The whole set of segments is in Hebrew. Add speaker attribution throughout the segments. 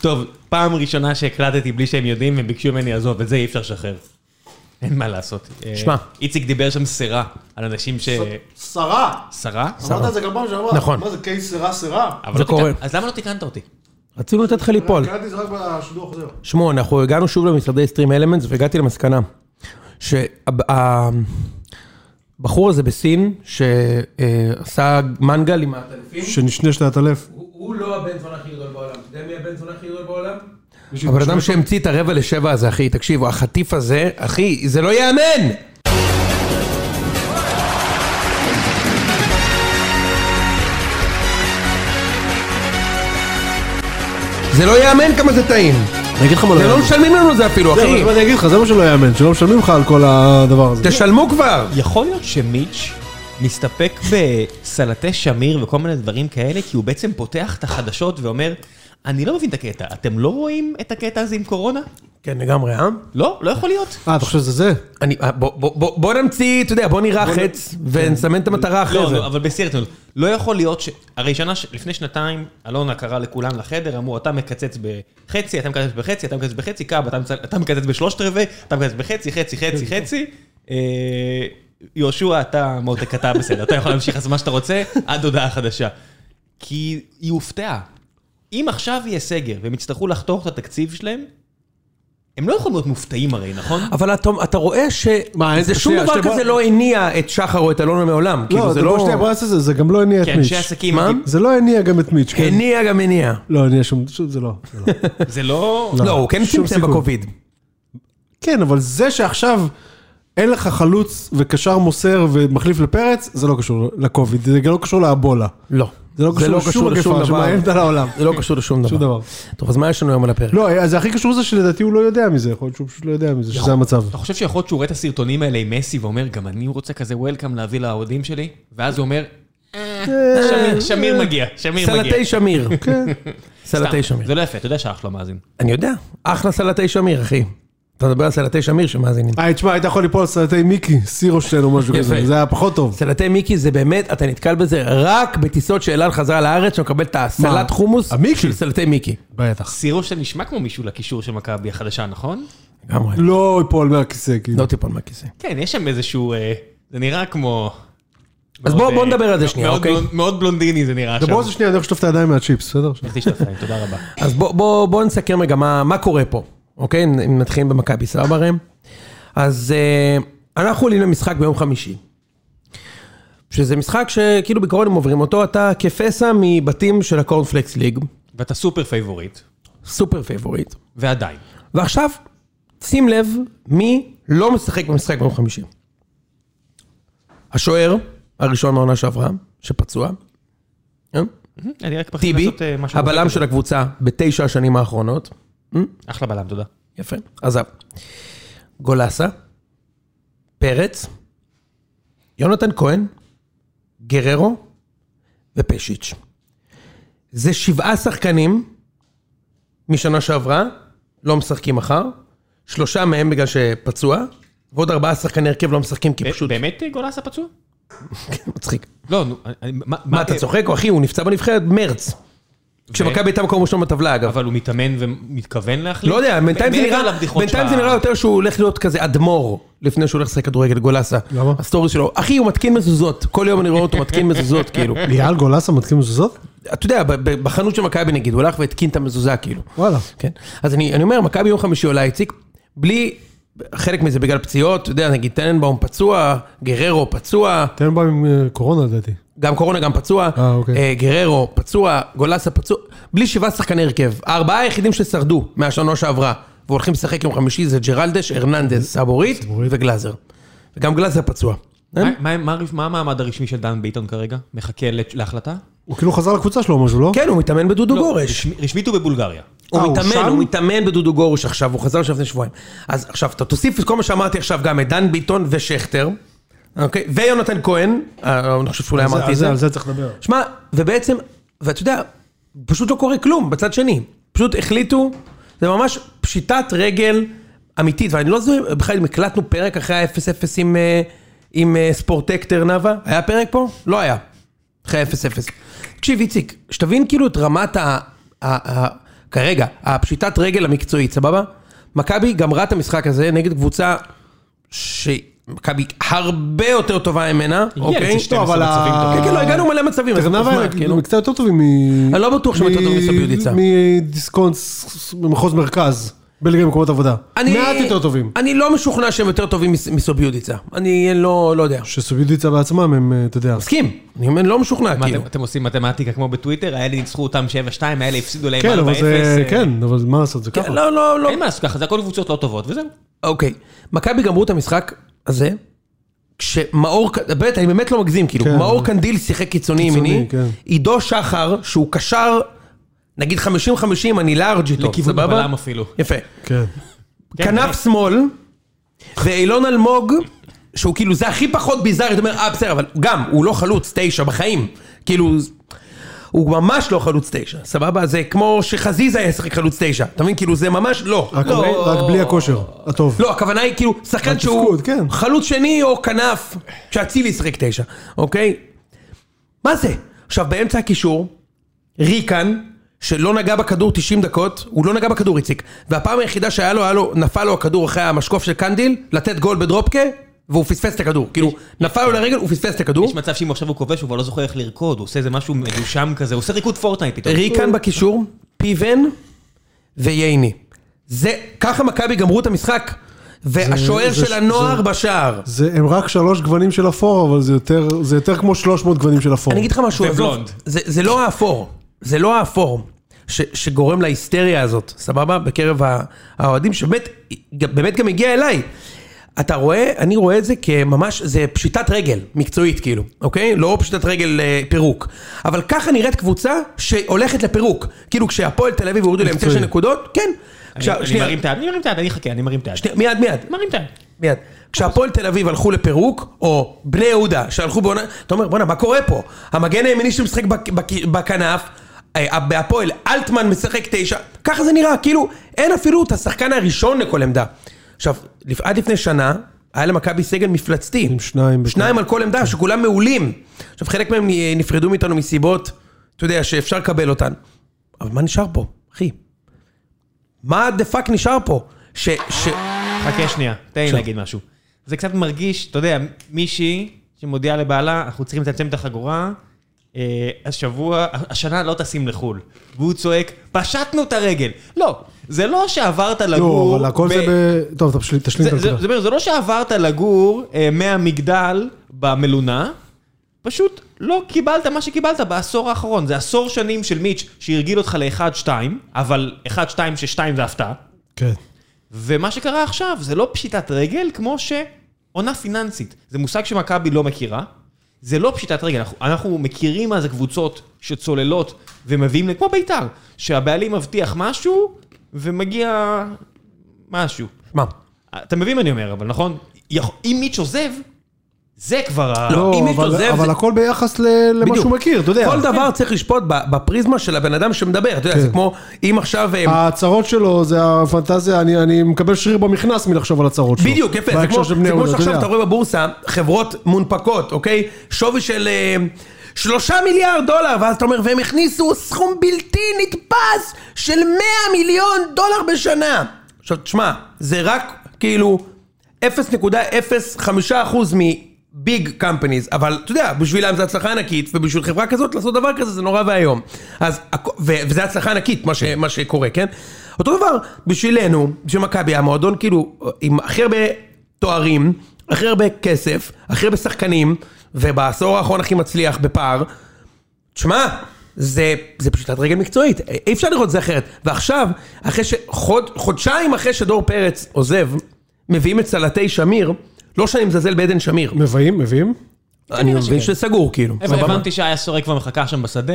Speaker 1: טוב, פעם ראשונה שהקלטתי בלי שהם יודעים, הם ביקשו ממני, עזוב, את זה אי אפשר לשחרר. אין מה לעשות.
Speaker 2: שמע.
Speaker 1: אה, איציק דיבר שם סירה, על אנשים ש...
Speaker 3: שרה.
Speaker 1: סירה?
Speaker 3: אמרת את זה גם פעם שעברה.
Speaker 2: נכון.
Speaker 3: מה זה קייס שרה שרה?
Speaker 1: אבל
Speaker 2: זה
Speaker 1: לא תיקנת-
Speaker 2: קורה.
Speaker 1: אז למה לא תיקנת אותי?
Speaker 2: רצינו לתת לך ליפול.
Speaker 3: קראתי את זה רק בשידור החוזר.
Speaker 2: שמעו, אנחנו הגענו שוב למשרדי סטרים אלמנטס והגעתי למסקנה שהבחור הזה בסין שעשה מנגל עם העטלפים,
Speaker 3: שנשנה שנת אלף.
Speaker 2: הוא לא הבן זונה הכי גדול בעולם. אתה יודע מי הבן זונה הכי גדול בעולם? הבן אדם שהמציא את הרבע לשבע הזה, אחי, תקשיבו, החטיף הזה, אחי, זה לא ייאמן! זה לא ייאמן כמה זה טעים.
Speaker 3: אני אגיד לך מה
Speaker 2: זה לא משלמים לנו זה אפילו, אחי.
Speaker 3: אני אגיד לך, זה מה שלא יאמן, שלא משלמים לך על כל הדבר הזה.
Speaker 2: תשלמו כבר!
Speaker 1: יכול להיות שמיץ' מסתפק בסלטי שמיר וכל מיני דברים כאלה, כי הוא בעצם פותח את החדשות ואומר, אני לא מבין את הקטע, אתם לא רואים את הקטע הזה עם קורונה?
Speaker 2: כן, לגמרי, אה?
Speaker 1: לא, לא יכול להיות.
Speaker 3: אה, אתה חושב שזה זה?
Speaker 2: אני, אה, בוא- בוא בוא- בוא נמציא, אתה יודע, בוא נראה
Speaker 3: כן.
Speaker 2: חץ ונסמן את המטרה אחרי
Speaker 1: לא,
Speaker 2: זה.
Speaker 1: לא, אבל בשיא הרצינות, לא יכול להיות ש... הרי שנה, ש- לפני שנתיים, אלונה קראה לכולם לחדר, אמרו, אתה מקצץ בחצי, אתה מקצץ בחצי, אתה מקצץ בחצי, קאב, אתה מצ- אתה מקצץ בשלושת רבעי, אתה מקצץ בחצי, חצי, חצי,
Speaker 2: כן,
Speaker 1: חצי.
Speaker 2: נכון.
Speaker 1: אה, יהושע, אתה מותק, אתה בסדר, אתה יכול להמשיך לעשות מה שאתה רוצה, עד הודעה חדשה. כי היא הופתעה. אם עכשיו יהיה סגר, והם יצטרכו לחתוך את התקציב שלהם, הם לא יכולים להיות מופתעים הרי, נכון?
Speaker 2: אבל אתה, אתה רואה ש...
Speaker 3: מה,
Speaker 2: זה
Speaker 3: איזה-
Speaker 2: שום
Speaker 3: שנייה,
Speaker 2: דבר
Speaker 3: שנייה,
Speaker 2: כזה
Speaker 3: בוא-
Speaker 2: לא הניע את שחר או את אלונה מעולם. כאילו,
Speaker 3: לא,
Speaker 2: זה
Speaker 3: זה לא
Speaker 2: לא...
Speaker 3: שנייה, בוא נעשה את זה, זה גם לא הניע את
Speaker 1: כי
Speaker 3: מיץ'.
Speaker 1: אנשי עסקים,
Speaker 2: מה?
Speaker 3: זה לא הניע גם את מיץ', כן?
Speaker 2: הניע גם הניע.
Speaker 3: לא הניע שום, שום- זה לא. זה לא.
Speaker 1: זה לא...
Speaker 2: לא, הוא כן
Speaker 3: שום
Speaker 2: צמצם
Speaker 3: סיכוי.
Speaker 2: בקוביד.
Speaker 3: כן, אבל זה שעכשיו אין לך חלוץ וקשר מוסר ומחליף לפרץ, זה לא קשור לקוביד, זה גם לא קשור לאבולה.
Speaker 2: לא.
Speaker 3: זה לא קשור לשום מגפה שמאיימת על העולם.
Speaker 2: זה לא קשור לשום דבר.
Speaker 3: שום דבר.
Speaker 2: טוב, אז מה יש לנו היום על הפרק?
Speaker 3: לא, אז הכי קשור זה שלדעתי הוא לא יודע מזה, יכול להיות שהוא פשוט לא יודע מזה, שזה המצב.
Speaker 1: אתה חושב שיכול להיות שהוא רואה את הסרטונים האלה עם מסי ואומר, גם אני רוצה כזה וולקאם להביא לאוהדים שלי? ואז הוא אומר, "אה, שמיר- שמיר
Speaker 2: אה,
Speaker 1: מגיע, שמיר מגיע.
Speaker 2: סלטי שמיר.
Speaker 3: כן.
Speaker 2: סלטי
Speaker 1: סתם,
Speaker 2: שמיר.
Speaker 1: זה לא יפה, אתה יודע שאח לא מאזין.
Speaker 2: אני יודע, אחלה סלטי שמיר, אחי. אתה מדבר על סלטי שמיר שמאזינים.
Speaker 3: היי, אה, תשמע, היית יכול ליפול על סרטי מיקי, סירושטיין או משהו
Speaker 2: יפה.
Speaker 3: כזה, זה היה פחות טוב.
Speaker 2: סלטי מיקי זה באמת, אתה נתקל בזה רק בטיסות שאלעל חזרה לארץ, שאתה מקבל את הסלט חומוס
Speaker 3: המיקי?
Speaker 2: של סלטי מיקי.
Speaker 3: בטח.
Speaker 1: סירו שנשמע כמו מישהו לקישור של מכבי החדשה, נכון?
Speaker 2: לגמרי.
Speaker 3: לא ייפול מהכיסא, כאילו.
Speaker 2: לא תיפול מהכיסא.
Speaker 1: כן, יש שם איזשהו... אה, זה נראה כמו...
Speaker 2: אז
Speaker 1: מאוד,
Speaker 2: בוא-
Speaker 1: אה,
Speaker 2: בוא נדבר על זה שנייה,
Speaker 1: מאוד
Speaker 2: אוקיי?
Speaker 1: בלונ- מאוד בלונדיני זה נראה שם.
Speaker 3: דברו על זה שנייה, אני הולך לשטוף את הידיים מהצ'יפס, בסדר?
Speaker 2: כן.
Speaker 1: לך תשתפיים, תודה רבה.
Speaker 2: אז בוא- בוא בוא נסכם רגע מה מה קורה פה, אוקיי? נ- נתחיל במכבי סבבה ראם? אז אה, אנחנו עולים למשחק ביום חמישי. שזה משחק שכאילו בעיקרון הם עוברים אותו, אתה כפסע מבתים של הקורנפלקס ליג,
Speaker 1: ואתה סופר פייבוריט,
Speaker 2: סופר פייבוריט.
Speaker 1: ועדיין.
Speaker 2: ועכשיו, שים לב מי לא משחק במשחק ביום חמישי. השוער הראשון מהעונה שעברה, שפצוע. אה?
Speaker 1: אני רק מתחיל
Speaker 2: טיבי,
Speaker 1: לעשות אה, משהו.
Speaker 2: הבלם של הקבוצה בתשע השנים האחרונות.
Speaker 1: אחלה בלם, תודה.
Speaker 2: יפה, עזב. גולסה, פרץ, יונתן כהן, גררו ופשיץ'. זה שבעה שחקנים משנה שעברה, לא משחקים מחר, שלושה מהם בגלל שפצוע, ועוד ארבעה שחקני הרכב לא משחקים כי פשוט
Speaker 1: באמת אה, גולסה פצוע?
Speaker 2: מצחיק.
Speaker 1: לא, נו, אני- מה...
Speaker 2: אה,
Speaker 1: אה, אוקיי.
Speaker 2: מה, אתה צוחק? אחי, הוא נפצע בנבחרת מרץ. כשמכבי הייתה מקום ראשון בטבלה, אגב.
Speaker 1: אבל הוא מתאמן ומתכוון להחליט?
Speaker 2: לא יודע, בינתיים זה
Speaker 1: מעבר
Speaker 2: נראה,
Speaker 1: לבדיחות
Speaker 2: בינתיים
Speaker 1: שלה.
Speaker 2: זה נראה יותר שהוא הולך להיות כזה אדמו"ר, לפני שהוא הולך לשחק כדורגל גולסה.
Speaker 3: למה?
Speaker 2: הסטורי שלו, אחי, הוא מתקין מזוזות, כל יום אני רואה אותו מתקין מזוזות, כאילו.
Speaker 3: אייל גולסה מתקין מזוזות?
Speaker 2: אתה יודע, ב- ב- בחנות של מכבי נגיד, הוא הלך והתקין את המזוזה, כאילו.
Speaker 3: וואלה.
Speaker 2: כן. אז אני, אני אומר, מכבי יום חמישי עולה איציק, בלי, חלק מזה בגלל פציעות, אתה יודע, נגיד טננבאום פצוע, גררו פצוע,
Speaker 3: תן פעם עם אה, קורונה, לדעתי.
Speaker 2: גם קורונה גם פצוע,
Speaker 3: אה, אוקיי.
Speaker 2: אה, גררו פצוע, גולסה פצוע, בלי שבעה שחקני הרכב. הארבעה היחידים ששרדו מהשנה שעברה והולכים לשחק יום חמישי זה ג'רלדש, ארננדז, סבורית וגלאזר. וגם גלאזר פצוע.
Speaker 3: אה, אוקיי.
Speaker 1: מה- מה- מה הרש- מה המעמד הרשמי של דן ביטון כרגע? מחכה לת- להחלטה?
Speaker 3: הוא כאילו חזר לקבוצה שלו או משהו, לא?
Speaker 2: כן, הוא מתאמן בדודו גורש.
Speaker 1: רשמי- רשמית הוא בבולגריה.
Speaker 2: הוא
Speaker 3: אה, הוא
Speaker 2: מתאמן,
Speaker 3: שם?
Speaker 2: הוא מתאמן בדודו גורש עכשיו, הוא חזר עכשיו לפני שבועיים. אז עכשיו, אתה תוסיף את כל מה שאמרתי עכשיו, גם את דן ביטון ושכטר, אוקיי? ויונתן כהן, אה, אני חושב שאולי
Speaker 3: על זה-
Speaker 2: אמרתי
Speaker 3: על
Speaker 2: את
Speaker 3: זה,
Speaker 2: זה.
Speaker 3: על זה צריך לדבר.
Speaker 2: שמע, ובעצם, ואתה יודע, פשוט לא קורה כלום בצד שני. פשוט החליטו, זה ממש פשיטת רגל אמיתית, ואני לא זוכר, בכלל אם הקלטנו פרק אחרי ה-0-0 עם, אה, עם אה, ספורטקטר נאווה, היה פרק פה? לא היה. אחרי ה-0-0. תקשיב, איציק, שתבין כאילו את רמת ה... ה- ה- כרגע, הפשיטת רגל המקצועית, סבבה? מכבי גמרה את המשחק הזה נגד קבוצה שמכבי הרבה יותר טובה ממנה, אוקיי?
Speaker 1: טוב,
Speaker 3: אבל ה-
Speaker 1: מצבים טובים.
Speaker 2: כן, כן, לא, הגענו מלא מצבים. אז
Speaker 3: טרנבה
Speaker 2: נחמד, כאילו.
Speaker 3: הם קצת יותר טובים מ...
Speaker 2: אני לא בטוח שהם יותר טובים מסביודיצה.
Speaker 3: מדיסקונס במחוז מרכז, בליגה במקומות עבודה.
Speaker 2: אני-
Speaker 3: מעט יותר טובים.
Speaker 2: אני לא משוכנע שהם יותר טובים מס- מסוביודיצה. אני לא לא יודע.
Speaker 3: שסוביודיצה בעצמם הם, אה, אתה יודע.
Speaker 2: מסכים. אני אומר, לא משוכנע,
Speaker 1: מה,
Speaker 2: כאילו.
Speaker 1: אתם- אתם עושים מתמטיקה כמו בטוויטר? האלה ניצחו אותם 7-2, האלה הפסידו להם 4-0.
Speaker 3: כן, אבל זה...
Speaker 1: אה,
Speaker 3: כן, אבל מה לעשות, זה
Speaker 2: כן,
Speaker 3: ככה.
Speaker 2: לא, לא, לא.
Speaker 1: אין מה לעשות ככה, זה הכל קבוצות לא טובות, וזהו.
Speaker 2: אוקיי. מכבי גמרו את המשחק הזה, כשמאור, ק- באמת, אני באמת לא מגזים, כאילו,
Speaker 3: כן.
Speaker 2: מאור קנדיל שיחק קיצוני
Speaker 3: קיצוני,
Speaker 2: ימיני,
Speaker 3: כן.
Speaker 2: עידו שחר, שהוא קשר, נגיד 50-50, אני לארג' איתו,
Speaker 1: לכיוון
Speaker 2: סבבה?
Speaker 1: הבלם אפילו.
Speaker 2: יפה.
Speaker 3: כן.
Speaker 1: כן,
Speaker 2: כנף שמאל, ואילון אלמוג, שהוא כאילו, זה הכי פחות ביזארי, אתה אומר, אה, בסדר, אבל גם, הוא לא חלוץ תשע בחיים. כאילו, הוא ממש לא חלוץ תשע, סבבה? זה כמו שחזיזה היה שחק חלוץ תשע, אתה מבין? כאילו, זה ממש לא.
Speaker 3: רק-
Speaker 2: לא.
Speaker 3: רק בלי הכושר, הטוב.
Speaker 2: לא, הכוונה היא כאילו שחקן שהוא
Speaker 3: התפקוד, כן.
Speaker 2: חלוץ שני או כנף, שאצילי ישחק תשע, אוקיי? מה זה? עכשיו באמצע הקישור, ריקן, שלא נגע בכדור 90 דקות, הוא לא נגע בכדור איציק, והפעם היחידה שהיה לו, היה לו, נפל לו הכדור אחרי המשקוף של קנדיל, לתת גול בדרופקה, והוא פספס את הכדור, כאילו, נפל לו לרגל, הוא פספס את הכדור.
Speaker 1: יש מצב שאם עכשיו הוא כובש, הוא כבר לא זוכר איך לרקוד, הוא עושה איזה משהו מדושם כזה, הוא עושה ריקוד פורטנייט פתאום.
Speaker 2: ריקן בקישור, פיבן וייני. זה, ככה מכבי גמרו את המשחק, והשוער
Speaker 3: זה-
Speaker 2: של הנוער בשער.
Speaker 3: זה, הם רק שלוש גוונים של אפור, אבל זה יותר, זה יותר כמו 300 גוונים של אפור.
Speaker 2: אני אגיד לך משהו, עזוב,
Speaker 1: ובלונד.
Speaker 2: זה, זה לא האפור, זה לא האפור ש, שגורם להיסטריה הזאת, סבבה? בקרב ה- האוהדים, שבאמת באמת גם הגיע אליי. אתה רואה, אני רואה את זה כממש, זה פשיטת רגל, מקצועית כאילו, אוקיי? לא פשיטת רגל אה, פירוק. אבל ככה נראית קבוצה שהולכת לפירוק. כאילו כשהפועל תל אביב הורידו להם תשע
Speaker 3: מקצועי.
Speaker 2: נקודות, כן.
Speaker 1: אני-
Speaker 2: כשה-
Speaker 1: אני
Speaker 2: שנייה,
Speaker 1: מרים את היד, אני מרים את היד, אני אחכה, אני מרים את היד.
Speaker 2: שנייה, מיד, מיד.
Speaker 1: מרים את היד.
Speaker 2: מיד. כשהפועל תל אביב הלכו לפירוק, או בני יהודה שהלכו בעונה, אתה אומר, בואנה, מה קורה פה? המגן הימיני שמשחק בק- בק- בכנף, אה, בהפועל אלטמן משחק תשע, ככה זה נראה, כאילו, אין אפילו את השחקן הראשון לכל עמדה. עכשיו, לפ- עד לפני שנה, היה למכבי סגל מפלצתי.
Speaker 3: עם שניים בכל-
Speaker 2: שניים על כל עמדה, שכולם מעולים. עכשיו, חלק מהם נפרדו מאיתנו מסיבות, אתה יודע, שאפשר לקבל אותן. אבל מה נשאר פה, אחי? מה דה פאק נשאר פה? ש... ש...
Speaker 1: חכה שנייה, תן לי להגיד משהו. זה קצת מרגיש, אתה יודע, מישהי שמודיעה לבעלה, אנחנו צריכים לצמצם את החגורה, אה, השבוע, השנה לא טסים לחו"ל. והוא צועק, פשטנו את הרגל. לא, זה לא שעברת
Speaker 3: לא,
Speaker 1: לגור...
Speaker 3: אבל הכל
Speaker 1: ב-
Speaker 3: זה ב... טוב, תשלים- תשלים את
Speaker 1: זה- זה-
Speaker 3: הנקודה.
Speaker 1: זאת אומרת, זה לא שעברת לגור אה, מהמגדל במלונה, פשוט לא קיבלת מה שקיבלת בעשור האחרון. זה עשור שנים של מיץ' שהרגיל אותך ל-1-2, אבל 1-2 ש-2 זה הפתעה.
Speaker 3: כן.
Speaker 1: ומה שקרה עכשיו זה לא פשיטת רגל כמו שעונה פיננסית. זה מושג שמכבי לא מכירה. זה לא פשיטת רגל, אנחנו, אנחנו מכירים מה זה קבוצות שצוללות ומביאים, ל- כמו בית"ר, שהבעלים מבטיח משהו ומגיע משהו.
Speaker 2: מה?
Speaker 1: אתה מבין מה אני אומר, אבל נכון? יכול- אם מיץ' עוזב, זה כבר ה...
Speaker 2: לא, אם
Speaker 3: לא,
Speaker 2: מישהו
Speaker 3: אבל-
Speaker 2: עוזב,
Speaker 3: אבל
Speaker 2: זה-
Speaker 3: הכל ביחס ל- למה
Speaker 2: בדיוק.
Speaker 3: שהוא מכיר, אתה יודע. כן.
Speaker 2: כל דבר צריך לשפוט ב- בפריזמה של הבן אדם שמדבר, אתה יודע, זה כמו אם עכשיו...
Speaker 3: אה,
Speaker 2: הם-
Speaker 3: ההצהרות שלו זה הפנטזיה, אני, אני מקבל שריר במכנס מלחשוב על הצהרות שלו.
Speaker 2: בדיוק, יפה, זה
Speaker 3: בהקשר
Speaker 2: כמו-
Speaker 3: של
Speaker 2: זה
Speaker 3: בני
Speaker 2: כמו
Speaker 3: יהודה,
Speaker 2: שעכשיו
Speaker 3: יודע.
Speaker 2: אתה רואה בבורסה חברות מונפקות, אוקיי? שווי של אה, שלושה מיליארד דולר, ואז אתה אומר, והם הכניסו סכום בלתי נתפס של 100 מיליון דולר בשנה. עכשיו, תשמע, זה רק כאילו 0.05% מביג קמפניז, אבל אתה יודע, בשבילם זה הצלחה ענקית, ובשביל חברה כזאת לעשות דבר כזה זה נורא ואיום. אז, הכ- ו- וזה הצלחה ענקית, מה, ש, מה שקורה, כן? אותו דבר, בשבילנו, בשביל מכבי, המועדון כאילו, עם הכי הרבה תוארים, הכי הרבה כסף, הכי הרבה שחקנים, ובעשור האחרון הכי מצליח בפער, תשמע, זה, זה פשיטת רגל מקצועית, אי אפשר לראות את זה אחרת. ועכשיו, אחרי ש... חוד, חודשיים אחרי שדור פרץ עוזב, מביאים את סלטי שמיר, לא שאני מזלזל בעדן שמיר,
Speaker 3: מביאים, מביאים.
Speaker 2: אני מבין שזה סגור כאילו.
Speaker 1: אבל
Speaker 2: סבבה?
Speaker 1: הבנתי שהיה סורק כבר מחכה שם בשדה.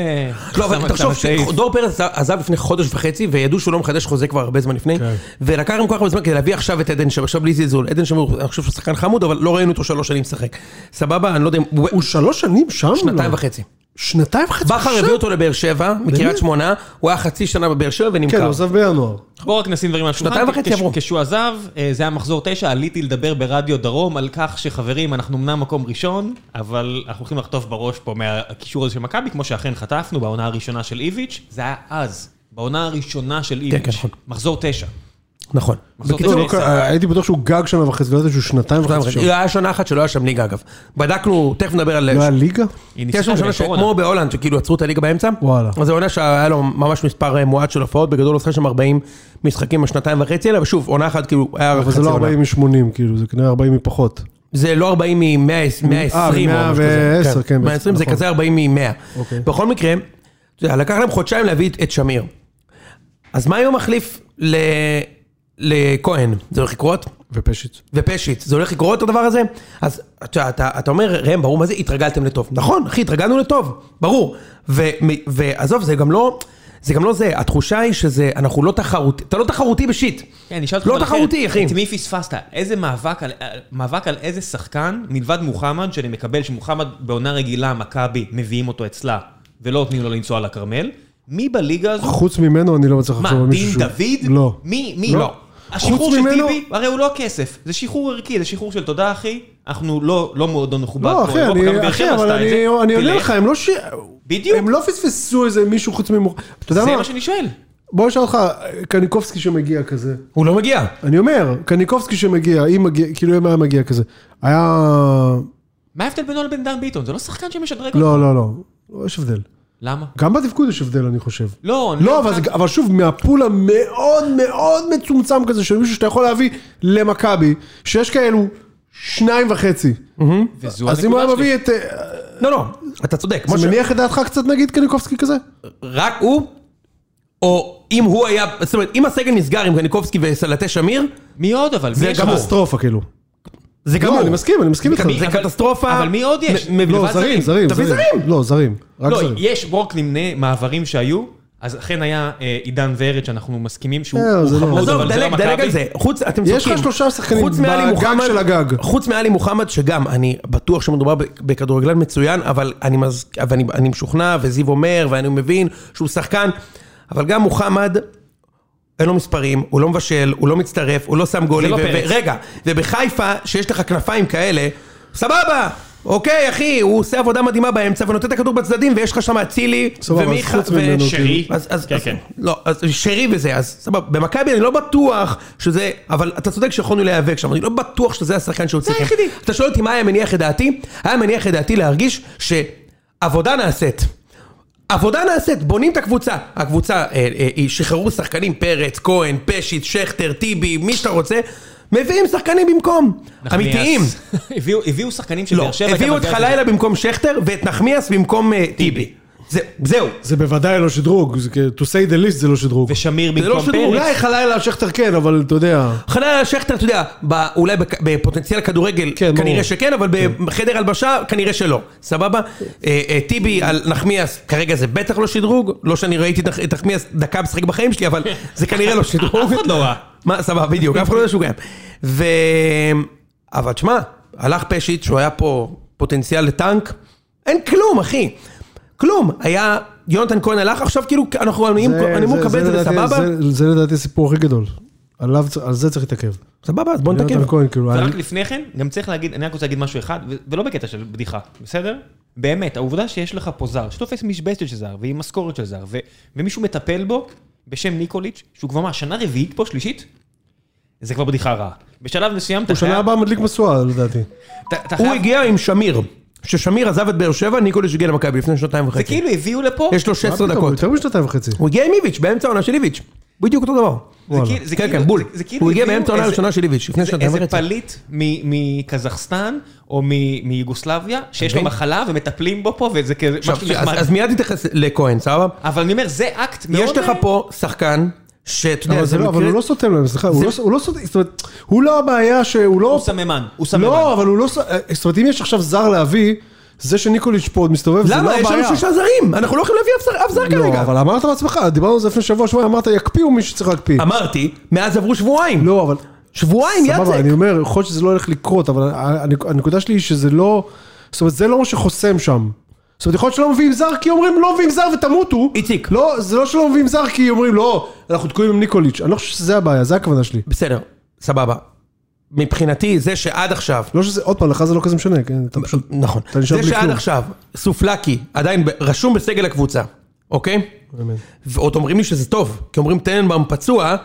Speaker 2: לא,
Speaker 1: שם
Speaker 2: אבל
Speaker 1: את
Speaker 2: תחשוב
Speaker 1: הסעיף.
Speaker 2: שדור פרץ עזב לפני חודש וחצי, וידעו שהוא לא מחדש חוזה כבר הרבה זמן לפני,
Speaker 3: כן.
Speaker 2: ולקח להם כל כך הרבה זמן כדי להביא עכשיו את עדן שמיר, עכשיו בלי זלזול. עדן שמיר, אני חושב שהוא שחקן חמוד, אבל לא ראינו אותו שלוש שנים משחק. סבבה, אני לא יודע אם... הוא-
Speaker 3: הוא שלוש שנים שם?
Speaker 2: שנתיים
Speaker 3: לא.
Speaker 2: וחצי.
Speaker 3: שנתיים וחצי?
Speaker 2: בכר
Speaker 3: שם?
Speaker 2: הביא אותו לבאר שבע, מקריית
Speaker 3: באמת?
Speaker 2: שמונה, הוא היה חצי שנה בבאר שבע
Speaker 3: כן, הוא
Speaker 2: ונמכר.
Speaker 3: עוזב בינואר.
Speaker 1: בואו רק נשים דברים על השולחן.
Speaker 2: שנתיים וחצי
Speaker 1: כש-
Speaker 2: עברו.
Speaker 1: כשהוא עזב, אה, זה היה מחזור תשע, עליתי לדבר ברדיו דרום על כך שחברים, אנחנו אמנם מקום ראשון, אבל אנחנו הולכים לחטוף בראש פה מהקישור הזה של מכבי, כמו שאכן חטפנו בעונה הראשונה של איביץ', זה היה אז. בעונה הראשונה של
Speaker 2: כן,
Speaker 1: איביץ',
Speaker 2: נכון.
Speaker 1: מחזור תשע.
Speaker 2: נכון.
Speaker 1: מחזור
Speaker 3: לא,
Speaker 1: תשע.
Speaker 3: לא,
Speaker 1: הפסד.
Speaker 3: אה, הייתי בטוח שהוא גג שנה וחצי, ולא ידעתי שהוא שנתיים וחצי שם.
Speaker 2: לא, היה שנה אחת שלא היה שם ליגה אגב. בדקנו, תכף נדבר על...
Speaker 3: לא היה ליגה?
Speaker 1: היא
Speaker 2: יש
Speaker 1: ניסתה
Speaker 2: לנו שנה
Speaker 1: בגלל קורונה.
Speaker 2: כן, שכמו בהולנד, שכאילו עצרו את הליגה באמצע.
Speaker 3: וואלה.
Speaker 2: אז זו עונה שהיה לו ממש מספר אה, מועט של הופעות, בגדול הוא עושה שם 40 משחקים בשנתיים וחצי האלה, ושוב, עונה אחת כאילו היה
Speaker 3: אבל
Speaker 2: חצי
Speaker 3: זה לא
Speaker 2: עונה.
Speaker 3: 40 מ-80, כאילו, זה כנראה 40 מפחות.
Speaker 2: זה לא 40 מ-120 או
Speaker 3: אה,
Speaker 2: משהו כזה.
Speaker 3: 110, כן,
Speaker 2: 120 זה
Speaker 3: נכון.
Speaker 2: כזה 40 מ-100.
Speaker 3: אוקיי.
Speaker 2: בכל מקרה, אתה יודע, לקח להם חודשיים להביא את- את שמיר. אז מה היום מחליף ל- לכהן? זה הולך לקרות?
Speaker 3: ופשיץ.
Speaker 2: ופשיץ, זה הולך לקרות הדבר הזה? אז אתה, אתה, אתה אומר, ראם, ברור מה זה, התרגלתם לטוב. נכון, אחי, התרגלנו לטוב, ברור. ו, מ- ועזוב, זה גם לא... זה גם לא זה, התחושה היא שזה, אנחנו לא תחרותי, אתה לא תחרותי בשיט.
Speaker 1: כן, אני אשאל אותך
Speaker 2: לא
Speaker 1: אבל אחרת,
Speaker 2: תחרותי, אחי.
Speaker 1: את מי פספסת? איזה מאבק על, על- מאבק על איזה שחקן מלבד מוחמד, שאני מקבל שמוחמד בעונה רגילה, מכבי, מביאים אותו אצלה, ולא נותנים לו לנסוע לכרמל? מי בליגה הזו?
Speaker 3: חוץ ממנו אני לא מצליח
Speaker 1: מה,
Speaker 3: לחשוב על
Speaker 1: דין
Speaker 3: מישהו שהוא...
Speaker 1: דוד?
Speaker 3: לא.
Speaker 1: מי? מי?
Speaker 3: לא.
Speaker 1: השחרור
Speaker 3: חוץ
Speaker 1: של
Speaker 3: ממנו-
Speaker 1: טיבי, הרי הוא לא כסף, זה שחרור ערכי, זה שחרור של תודה אחי, אנחנו לא לא מועדון מכובד
Speaker 3: לא,
Speaker 1: פה,
Speaker 3: אחי,
Speaker 1: אירופה, גם באר
Speaker 3: אני,
Speaker 1: שבע
Speaker 3: אחי, אבל
Speaker 1: עשתה את
Speaker 3: אני,
Speaker 1: זה.
Speaker 3: אני עונה
Speaker 1: תלך.
Speaker 3: לך, הם לא ש...
Speaker 1: בדיוק.
Speaker 3: הם לא פספסו איזה מישהו חוץ ממוך... אתה יודע
Speaker 1: זה
Speaker 3: מה?
Speaker 1: מה שאני שואל.
Speaker 3: בוא נשאל אותך, קניקובסקי שמגיע כזה.
Speaker 2: הוא לא מגיע.
Speaker 3: אני אומר, קניקובסקי שמגיע, אם מגיע, כאילו אם היה מגיע כזה. היה...
Speaker 1: מה ההבדל בינו לבין דן ביטון? זה לא שחקן שמשדרג אותו.
Speaker 3: לא, לא, לא. לא, יש הבדל.
Speaker 1: למה?
Speaker 3: גם בתפקוד יש הבדל, אני חושב.
Speaker 1: לא, אני
Speaker 3: לא, אבל, זה, אבל שוב, מהפול המאוד מאוד מצומצם כזה של מישהו שאתה יכול להביא למכבי, שיש כאלו שניים וחצי.
Speaker 1: וזו
Speaker 3: אז אם הוא היה
Speaker 1: הנקודה שלי.
Speaker 3: מביא את... אה,
Speaker 2: לא, לא, אתה צודק. כמו ש-
Speaker 3: זה מניח את דעתך קצת נגיד קניקובסקי כזה?
Speaker 2: רק הוא, או אם הוא היה, זאת אומרת, אם הסגל נסגר עם קניקובסקי וסלטה שמיר,
Speaker 1: מי עוד אבל?
Speaker 2: זה
Speaker 1: מי יש
Speaker 2: גמור.
Speaker 1: לך?
Speaker 3: קטסטרופה כאילו.
Speaker 2: זה גמור.
Speaker 3: לא, אני מסכים, אני מסכים איתך.
Speaker 2: זה
Speaker 1: אבל-
Speaker 2: קטסטרופה.
Speaker 1: אבל מי עוד יש?
Speaker 2: מ- מ-
Speaker 3: לא,
Speaker 1: לבד
Speaker 3: זרים, זרים.
Speaker 2: תביא זרים.
Speaker 3: לא, זרים. רק
Speaker 1: לא,
Speaker 3: זרים.
Speaker 1: יש, ברוק נמנה מעברים שהיו, אז אכן היה אה, עידן ורד שאנחנו מסכימים שהוא
Speaker 3: אה,
Speaker 1: הוא
Speaker 3: זה לא-
Speaker 1: חמוד,
Speaker 2: עזוב,
Speaker 1: אבל זה לא
Speaker 2: דלג, דלג על
Speaker 1: מכבי.
Speaker 2: זה. חוץ, אתם צודקים.
Speaker 3: יש לך שלושה שחקנים
Speaker 2: חוץ מעלי
Speaker 3: בגג
Speaker 2: מוחמד-
Speaker 3: של הגג.
Speaker 2: חוץ מעלי מוחמד, שגם, אני בטוח שמדובר ב- בכדורגלן מצוין, אבל אני מז- אבל אני- אני משוכנע, וזיו אומר, ואני מבין שהוא שחקן, אבל גם מוחמד... אין לו מספרים, הוא לא מבשל, הוא לא מצטרף, הוא לא שם גולים.
Speaker 1: לא
Speaker 2: ו- ו-
Speaker 1: פרץ.
Speaker 2: רגע, ובחיפה, שיש לך כנפיים כאלה, סבבה! אוקיי, אחי, הוא עושה עבודה מדהימה באמצע ונותן את הכדור בצדדים, ויש לך שם אצילי
Speaker 3: סבבה, אז
Speaker 2: ומיכה
Speaker 3: חוץ ממנו, כאילו.
Speaker 2: וש-
Speaker 1: שרי.
Speaker 2: אז, אז,
Speaker 1: כן,
Speaker 2: אז,
Speaker 1: כן.
Speaker 2: לא, אז שרי וזה, אז סבבה, במכבי אני לא בטוח שזה, אבל אתה צודק שיכולנו להיאבק שם, אני לא בטוח שזה השחקן שהוא צריך.
Speaker 1: היחידי.
Speaker 2: אתה שואל אותי מה היה מניח את דעתי? היה מניח את דעתי להרגיש שעבודה נעשית. עבודה נעשית, בונים את הקבוצה. הקבוצה, אה, אה, אה, שחררו שחקנים, פרץ, כהן, פשיט, שכטר, טיבי, מי שאתה רוצה, מביאים שחקנים במקום.
Speaker 1: נחמיאס.
Speaker 2: אמיתיים.
Speaker 1: הביאו- הביאו שחקנים של
Speaker 2: לא,
Speaker 1: באר שבע. הייתה
Speaker 2: הביאו את
Speaker 1: מגיעה
Speaker 2: חלילה במקום שכטר ואת נחמיאס במקום אה, טיבי. זה- זהו.
Speaker 3: זה בוודאי לא שדרוג, זה כ- to say the least זה לא שדרוג.
Speaker 1: ושמיר
Speaker 2: זה לא
Speaker 1: במקום
Speaker 2: שדרוג,
Speaker 1: פרץ.
Speaker 3: אולי חלילה שכטר כן, אבל אתה יודע.
Speaker 2: חנן שכטר, אתה יודע, ב- אולי בק- בפוטנציאל כדורגל,
Speaker 3: כן,
Speaker 2: כנראה
Speaker 3: ברור. כן.
Speaker 2: שכן, אבל בחדר הלבשה, כנראה שלא. סבבה? אה, אה, טיבי על נחמיאס, כרגע זה בטח לא שדרוג. לא שאני ראיתי את נח- את נחמיאס דקה משחק בחיים שלי, אבל זה כנראה לא שדרוג.
Speaker 1: אף אחד לא ראה.
Speaker 2: מה, סבבה, בדיוק, אף אחד לא יודע שהוא קיים. ו... אבל תשמע, הלך פשיט, שהוא היה פה פוטנציאל לטנק, אין כלום, אחי. כלום. היה... יונתן כהן הלך, עכשיו כאילו, אנחנו
Speaker 3: זה-
Speaker 2: אני אמור
Speaker 3: זה-
Speaker 2: לקבל את זה, זה
Speaker 3: לדעתי-
Speaker 2: סבבה?
Speaker 3: זה- זה לדעתי הסיפור הכי גדול. עליו צ- על זה צריך להתעכב.
Speaker 2: סבבה, אז בוא נתקן.
Speaker 3: יונתן כהן, כאילו,
Speaker 1: ורק
Speaker 3: על-
Speaker 1: לפני כן, גם צריך להגיד, אני רק רוצה להגיד משהו אחד, ו- ולא בקטע של בדיחה, בסדר? באמת, העובדה שיש לך פה זר, שתופס משבצת של זר, ועם משכורת של זר, ו- ומישהו מטפל בו, בשם ניקוליץ', שהוא כבר מה, שנה רביעית פה, שלישית? זה כבר בדיחה רעה. בשלב מסוים אתה
Speaker 3: הוא שנה
Speaker 1: חייב...
Speaker 3: הבאה מדליק משואה לדעתי.
Speaker 1: אתה- אתה
Speaker 2: הוא
Speaker 1: חייב-
Speaker 2: הגיע עם שמיר. כששמיר עזב את באר שבע, ניקוליץ' הגיע למכבי לפני שנתיים
Speaker 1: זה
Speaker 2: וחצי.
Speaker 1: כאילו הביאו לפה,
Speaker 2: יש לו
Speaker 3: מה
Speaker 2: 16
Speaker 3: פתאום, הוא
Speaker 2: דקות.
Speaker 3: יותר משנתיים וחצי.
Speaker 2: הוא הגיע עם איביץ', באמצע העונה של איביץ'. בדיוק אותו דבר.
Speaker 1: זה
Speaker 3: וואלה.
Speaker 1: כאילו- זה
Speaker 2: כן,
Speaker 1: כאילו-
Speaker 2: כן, בול.
Speaker 1: זה- זה כאילו
Speaker 2: הוא הגיע
Speaker 1: הביאו
Speaker 2: באמצע העונה
Speaker 1: איזה-
Speaker 2: הראשונה של איביץ', לפני
Speaker 1: איזה-
Speaker 2: שנתיים וחצי.
Speaker 1: איזה פליט מ- מקזחסטן, או מ- מיוגוסלביה, שיש לו
Speaker 2: מבין?
Speaker 1: מחלה ומטפלים בו פה, וזה כזה
Speaker 2: אוקיי. עכשיו,
Speaker 1: משהו
Speaker 2: אז-
Speaker 1: נחמד. לא
Speaker 2: אז מיד תתייחס לכהן, סבבה?
Speaker 1: אבל אני אומר, זה אקט מאוד...
Speaker 2: יש לך פה שחקן, שאתה יודע,
Speaker 3: אבל
Speaker 2: אה, זה
Speaker 3: זה לא, אבל הוא
Speaker 2: מקרה...
Speaker 3: לא סותם להם, סליחה, הוא לא- הוא לא סותם, זאת אומרת, הוא לא הבעיה שהוא לא...
Speaker 1: הוא סממן, הוא סממן.
Speaker 3: לא, אבל הוא לא... ס- אה, זאת אומרת, אם יש עכשיו זר להביא, זה שניקוליץ' פה עוד מסתובב, זה לא
Speaker 2: למה?
Speaker 3: הבעיה.
Speaker 2: יש לנו שישה זרים! אנחנו לא יכולים להביא אף שר- אף זר
Speaker 3: לא,
Speaker 2: כרגע.
Speaker 3: אבל אמרת בעצמך, דיברנו על זה לפני שבוע, שבועיים, אמרת, יקפיאו מי שצריך להקפיא.
Speaker 2: אמרתי, מאז עברו שבועיים.
Speaker 3: לא, אבל...
Speaker 2: שבועיים,
Speaker 3: סבבה,
Speaker 2: יאצק.
Speaker 3: אני אומר, יכול להיות שזה לא הולך לקרות, אבל הנק- הנקודה שלי היא שזה לא... זאת אומרת, זה לא מה שחוסם שם. זאת אומרת, יכול להיות שלא מביאים זר כי אומרים לא מביאים זר ותמותו.
Speaker 2: איציק.
Speaker 3: לא, זה לא שלא מביאים זר כי אומרים לא, אנחנו תקועים עם ניקוליץ'. אני לא חושב שזה הבעיה, זה הכוונה שלי.
Speaker 2: בסדר, סבבה. מבחינתי, זה שעד עכשיו
Speaker 3: לא שזה, עוד פעם, לך זה לא כזה משנה, כן? אתה פשוט...
Speaker 2: נכון.
Speaker 3: אתה נשאר
Speaker 2: זה
Speaker 3: בלי
Speaker 2: שעד
Speaker 3: כלום.
Speaker 2: עכשיו סופלקי עדיין ב- רשום בסגל הקבוצה, אוקיי? ועוד אומרים לי שזה טוב, כי אומרים טננבאום פצוע,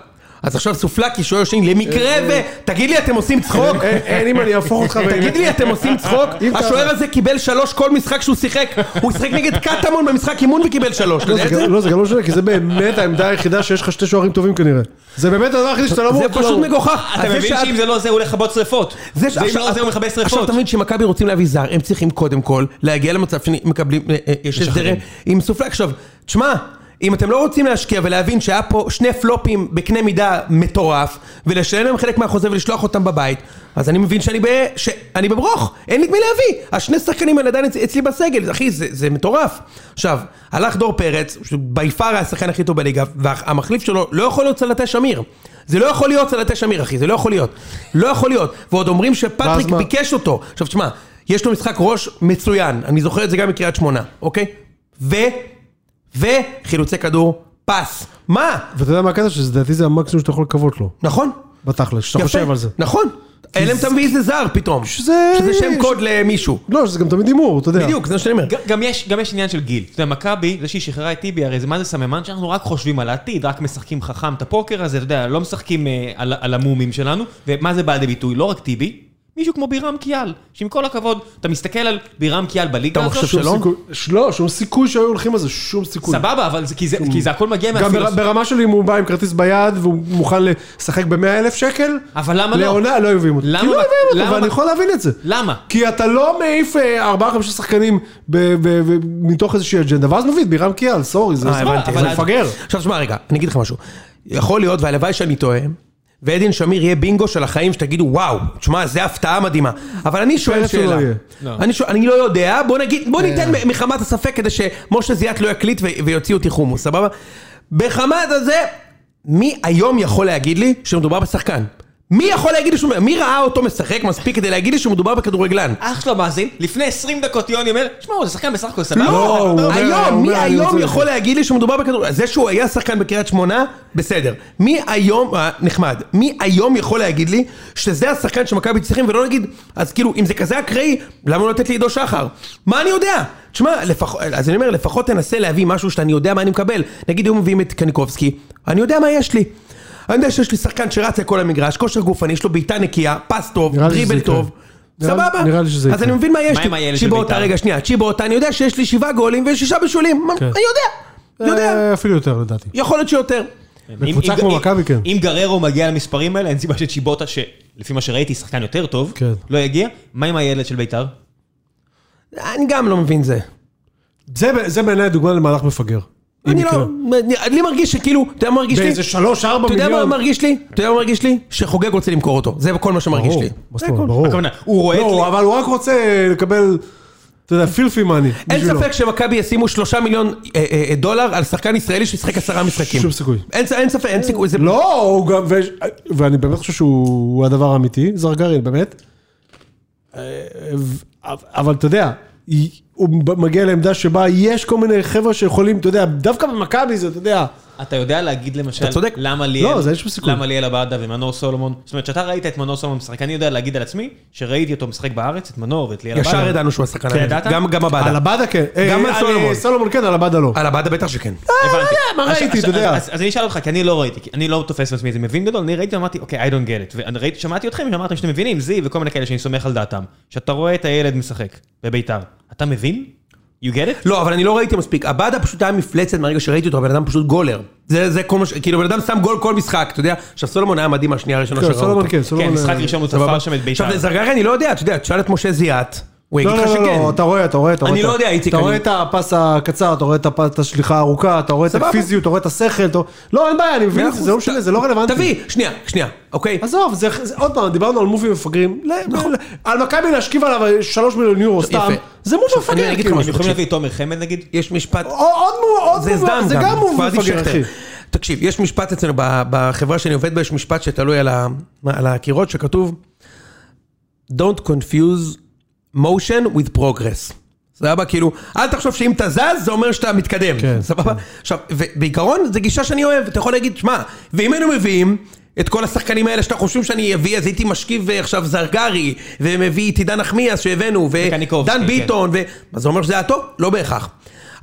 Speaker 2: אז עכשיו סופלקי שוער שני, למקרה ו... תגיד לי, אתם עושים צחוק?
Speaker 3: אין- אין אם אני אהפוך אותך... ב-
Speaker 2: תגיד לי, אתם עושים צחוק?
Speaker 3: אם אתה-
Speaker 2: השוער הזה קיבל שלוש כל משחק שהוא שיחק. הוא שיחק נגד קטמון במשחק אימון וקיבל שלוש. אתה
Speaker 3: לא,
Speaker 2: יודע
Speaker 3: זה
Speaker 2: את זה?
Speaker 3: גם- לא, זה גם לא משנה, כי זה באמת העמדה היחידה שיש לך שתי שוערים טובים כנראה. זה באמת הדבר היחיד שאתה לא אמור...
Speaker 2: זה פשוט מגוחך.
Speaker 1: אתה
Speaker 2: אז זה
Speaker 1: מבין
Speaker 2: שאת-
Speaker 1: שאם זה לא זה, הוא הולך לכבות שרפות. זה
Speaker 2: שעכשיו-
Speaker 1: אם לא זה, הוא מכבה
Speaker 2: עכשיו
Speaker 1: שרפות.
Speaker 2: אתה מבין שאם מכבי רוצים להביא זר, הם צריכים קודם כל להגיע למצב שמקבלים, אה, אה, יש הסדרים עם סופלק. עכשיו, תשמע, אם אתם לא רוצים להשקיע ולהבין שהיה פה שני פלופים בקנה מידה מטורף, ולשלם להם חלק מהחוזה ולשלוח אותם בבית, אז אני מבין שאני, ב, שאני בברוך, אין לי את מי להביא. השני שחקנים האלה עדיין אצ- אצלי בסגל, אחי, זה, זה מטורף. עכשיו, הלך דור פרץ, שהוא בי פאר השחקן הכי טוב בליגה, והמחליף שלו לא יכול להיות סלטה שמיר. זה לא יכול להיות סלטה שמיר, אחי, זה לא יכול להיות. לא יכול להיות. ועוד אומרים שפ... פטריק
Speaker 3: ואז מה?
Speaker 2: ביקש אותו. עכשיו תשמע, יש לו משחק ראש מצוין, אני זוכר את זה גם מקריית שמונה, אוקיי? ו... ו... חילוצי כדור, פס. מה?
Speaker 3: ואתה יודע מה הקטע? שלדעתי זה המקסימום שאתה יכול לקוות לו.
Speaker 2: נכון?
Speaker 3: בתכל'ס, שאתה
Speaker 2: יפה.
Speaker 3: חושב על זה.
Speaker 2: נכון. אלא אם תביא איזה זר פתאום.
Speaker 3: שזה-
Speaker 2: שזה שם
Speaker 3: ש-
Speaker 2: קוד למישהו.
Speaker 3: לא, שזה גם תמיד הימור, אתה יודע.
Speaker 2: בדיוק, זה מה שאני אומר.
Speaker 1: ג- גם יש, גם יש עניין של גיל. אתה יודע, מכבי, זה שהיא שחררה את טיבי, הרי זה מה זה סממן שאנחנו רק חושבים על העתיד, רק משחקים חכם את הפוקר הזה, אתה יודע, לא משחקים אה, על, על המומים שלנו, ומה זה בא לידי ביטוי? לא רק טיבי, מישהו כמו בירם קיאל, שעם כל הכבוד, אתה מסתכל על בירם קיאל בליגה
Speaker 2: אתה
Speaker 1: הזאת,
Speaker 2: חושב
Speaker 3: שום
Speaker 2: שלא?
Speaker 3: סיכוי- ש- לא, שום סיכוי שהיו הולכים על זה, שום סיכוי.
Speaker 1: סבבה, אבל זה, כי, זה, כי זה הכל מגיע
Speaker 3: גם
Speaker 1: מהפילוס...
Speaker 3: בר- ברמה שלי, אם הוא בא עם כרטיס ביד והוא מוכן לשחק ב-100 אלף שקל,
Speaker 1: אבל למה לא?
Speaker 3: לעונה לא היו מביאים אותו.
Speaker 1: למה
Speaker 3: כי לא
Speaker 1: מק-
Speaker 3: הביאו
Speaker 1: למה
Speaker 3: אותו,
Speaker 1: מק-
Speaker 3: ואני יכול להבין את זה.
Speaker 1: למה?
Speaker 3: כי אתה לא מעיף 4-5 שחקנים ב- ב- ב- מתוך איזושהי אג'נדה, ואז מביא את בירם קיאל, סורי, זה
Speaker 2: אה, הבנתי,
Speaker 3: זה
Speaker 1: אבל-
Speaker 3: מפגר.
Speaker 2: עכשיו תשמע רגע, אני אגיד לך משהו. יכול להיות, והלוואי שאני טועה, ועדין שמיר יהיה בינגו של החיים שתגידו וואו, תשמע, זה הפתעה מדהימה. אבל אני שואל
Speaker 3: פרץ הוא
Speaker 2: שאלה.
Speaker 3: לא יהיה. אה.
Speaker 1: לא.
Speaker 2: אני שואל- אני לא יודע, בוא נגיד, בוא ניתן מ- מחמת הספק כדי שמשה זיאת לא יקליט ו- ויוציא אותי חומוס, סבבה? בחמת הזה, מי היום יכול להגיד לי שמדובר בשחקן? מי יכול להגיד לי שהוא... מי ראה אותו משחק מספיק כדי להגיד לי שמדובר בכדורגלן?
Speaker 1: אח שלו מאזין, לפני 20 דקות יוני אומר, שמעו, זה שחקן בסך הכל סבבה.
Speaker 3: לא, הוא אומר,
Speaker 2: היום,
Speaker 3: הוא
Speaker 2: מי
Speaker 3: אומר, אני רוצה
Speaker 2: היום
Speaker 3: את זה.
Speaker 2: יכול להגיד לי שמדובר בכדור... זה שהוא היה שחקן בקריית שמונה, בסדר. מי היום, אה, נחמד, מי היום יכול להגיד לי שזה השחקן שמכבי צריכים ולא נגיד, אז כאילו, אם זה כזה אקראי, למה לא לתת לי עידו שחר? מה אני יודע? תשמע, לפח... אז אני אומר, לפחות תנסה להביא משהו שאני יודע מה אני מקבל. נגיד היו מביאים את קניקובסקי, אני יודע מה יש לי. אני יודע שיש לי שחקן שרץ לכל המגרש, כושר גופני, יש לו בעיטה נקייה, פס טוב,
Speaker 3: נראה לי שזה
Speaker 2: דריבל
Speaker 3: יקרה.
Speaker 2: טוב.
Speaker 3: נראה לי-
Speaker 2: סבבה,
Speaker 3: נראה לי שזה
Speaker 2: אז
Speaker 3: יקרה.
Speaker 2: אני מבין מה יש
Speaker 1: מה עם
Speaker 2: לי.
Speaker 1: הילד של
Speaker 2: צ'יבוטה,
Speaker 1: בית"ר?
Speaker 2: רגע, שנייה, צ'יבוטה, אני יודע שיש לי שבעה גולים ושישה בישולים, מה-
Speaker 3: כן.
Speaker 2: אני יודע, יודע,
Speaker 3: אה, אפילו יותר לדעתי.
Speaker 2: יכול להיות שיותר.
Speaker 3: בקבוצה
Speaker 1: אם-
Speaker 3: כמו
Speaker 1: אם-
Speaker 3: מכבי, כן.
Speaker 1: אם גררו מגיע למספרים האלה, אין סיבה שצ'יבוטה, שלפי מה שראיתי, שחקן יותר טוב,
Speaker 3: כן.
Speaker 1: לא יגיע. מה עם הילד של בית"ר?
Speaker 2: אני גם לא מבין זה.
Speaker 3: זה ב- זה בעיני דוגמה למהלך מפגר. אם
Speaker 2: אני
Speaker 3: יקרה.
Speaker 2: לא, אני- לי מרגיש שכאילו, אתה יודע מה מרגיש לי?
Speaker 3: כן. באיזה 3-4
Speaker 2: אתה יודע מה
Speaker 3: מיליון.
Speaker 2: מרגיש לי? אתה יודע מה מרגיש לי? שחוגג רוצה למכור אותו, זה כל מה שמרגיש
Speaker 3: ברור,
Speaker 2: לי. זה
Speaker 3: מה זאת אומרת,
Speaker 2: הכל.
Speaker 3: ברור.
Speaker 1: הכוונה, הוא רואה את
Speaker 3: לא,
Speaker 1: לי-
Speaker 3: אבל הוא רק רוצה לקבל, אתה יודע, פילפי מאני.
Speaker 2: אין ספק שמכבי ישימו שלושה מיליון אה, אה, אה, דולר על שחקן ישראלי שישחק עשרה משחקים.
Speaker 3: שום סיכוי.
Speaker 2: אין ס- אין ספק, אין סיכוי, זה
Speaker 3: לא, הוא גם, ויש- ואני באמת חושב שהוא הוא הדבר האמיתי, זרגרי, באמת. אה, ו- אבל אתה יודע, היא- הוא מגיע לעמדה שבה יש כל מיני חבר'ה שיכולים, אתה יודע, דווקא במכבי זה, אתה יודע,
Speaker 1: אתה יודע להגיד למשל,
Speaker 2: אתה צודק.
Speaker 1: למה ליאל,
Speaker 3: לא, זה אין שום סיכוי.
Speaker 1: למה ליאל עבדה ומנור סולומון, זאת אומרת, שאתה ראית את מנור סולומון משחק, אני יודע להגיד על עצמי, שראיתי אותו משחק בארץ, את מנור ואת ליאל עבדה.
Speaker 2: ישר ידענו שהוא השחקן.
Speaker 1: כן,
Speaker 2: הזה.
Speaker 1: ידעת?
Speaker 2: גם גם
Speaker 3: על
Speaker 2: עבדה.
Speaker 3: הבאדה כן.
Speaker 2: גם
Speaker 3: אה,
Speaker 2: על
Speaker 3: אה,
Speaker 2: סולומון.
Speaker 3: סולומון כן, על הבאדה לא.
Speaker 2: על הבאדה בטח שכן.
Speaker 1: הבנתי.
Speaker 3: אה, מה
Speaker 1: עכשיו-
Speaker 3: ראיתי,
Speaker 1: עכשיו-
Speaker 3: אתה יודע.
Speaker 1: אז אז אני אשאל אותך, כי אני לא ראיתי, כי אני לא תופס לעצמי איזה מבין גדול, אני ראיתי ואמרתי, אוקיי, I don't get it. ואני ראיתי, שמעתי אתכם שאמרתם שאתם מבינים, זיו וכל מיני כאלה שאני סומך על דעתם. שאתה רואה את הילד משחק בביתר, אתה מבין? You get it?
Speaker 2: לא, אבל אני לא ראיתי מספיק. עבדה פשוט היה מפלצת מהרגע שראיתי אותו, הבן אדם פשוט גולר. זה, זה כל מה ש... כאילו, בן אדם שם גול כל משחק, אתה יודע? עכשיו, סולומון היה מדהים מהשנייה הראשונה
Speaker 3: כן,
Speaker 2: שראו אותו.
Speaker 3: סולומון כן,
Speaker 1: כן,
Speaker 3: סולומון.
Speaker 1: משחק
Speaker 3: אה,
Speaker 1: ראשון הוא
Speaker 2: סבבה?
Speaker 1: תפר שם את ביתר.
Speaker 2: עכשיו, לזרגרי אני לא יודע, אתה יודע, תשאל את משה זיאת, הוא יגיד
Speaker 3: לא,
Speaker 2: לך
Speaker 3: לא, לא,
Speaker 2: שכן.
Speaker 3: לא, אתה רואה, אתה רואה, אתה
Speaker 2: אני
Speaker 3: רואה.
Speaker 2: לא
Speaker 3: אתה-
Speaker 2: יודע, איציק,
Speaker 3: אתה רואה
Speaker 2: אני-
Speaker 3: את הפס הקצר, אתה רואה את הפס- את השליחה הארוכה, אתה רואה את
Speaker 2: סבבה.
Speaker 3: הפיזיות, אתה רואה את השכל, אתה- לא, אין בעיה, אני מבין
Speaker 2: מאה
Speaker 3: את זה,
Speaker 2: אחוז,
Speaker 3: זה לא
Speaker 2: ת-
Speaker 3: משנה, זה לא רלוונטי.
Speaker 2: תביא, שנייה, שנייה, אוקיי?
Speaker 3: עזוב, זה, זה, עוד פעם, דיברנו על מובי מפגרים. נכון. על מכבי להשכיב עליו 3 מיליון יורו סתם,
Speaker 2: יפה.
Speaker 3: זה מובי
Speaker 2: עכשיו, אני
Speaker 3: מפגר.
Speaker 2: אגיד לך
Speaker 3: כאילו.
Speaker 1: הם
Speaker 2: משהו.
Speaker 1: יכולים
Speaker 2: תקשיב.
Speaker 1: להביא את תומר חמד נגיד?
Speaker 2: יש משפט...
Speaker 3: עוד עוד מו... עוד
Speaker 2: זה
Speaker 3: מו-
Speaker 2: סדם
Speaker 3: זה גם מובי
Speaker 2: פאדי
Speaker 3: מפגר,
Speaker 2: שכטר.
Speaker 3: אחי.
Speaker 2: תקשיב, יש משפט אצלנו ב- בחברה שאני עובד בה, יש משפט שתלוי על ה- על הקירות, שכתוב Don't confuse motion with progress. סבבה? כאילו, אל תחשוב שאם אתה זז, זה אומר שאתה מתקדם.
Speaker 3: כן,
Speaker 2: סבבה? עכשיו, ובעיקרון, זו גישה שאני אוהב. אתה יכול להגיד, שמע, ואם היינו מביאים את כל השחקנים האלה שאתה חושבים שאני אביא, אז הייתי משכיב אה, עכשיו זרגרי, ומביא את עידן נחמיאס שהבאנו, ו...
Speaker 1: וקניקובסקי,
Speaker 2: דן
Speaker 1: כן.
Speaker 2: ביטון, ו... אז זה אומר שזה היה טוב? לא בהכרח.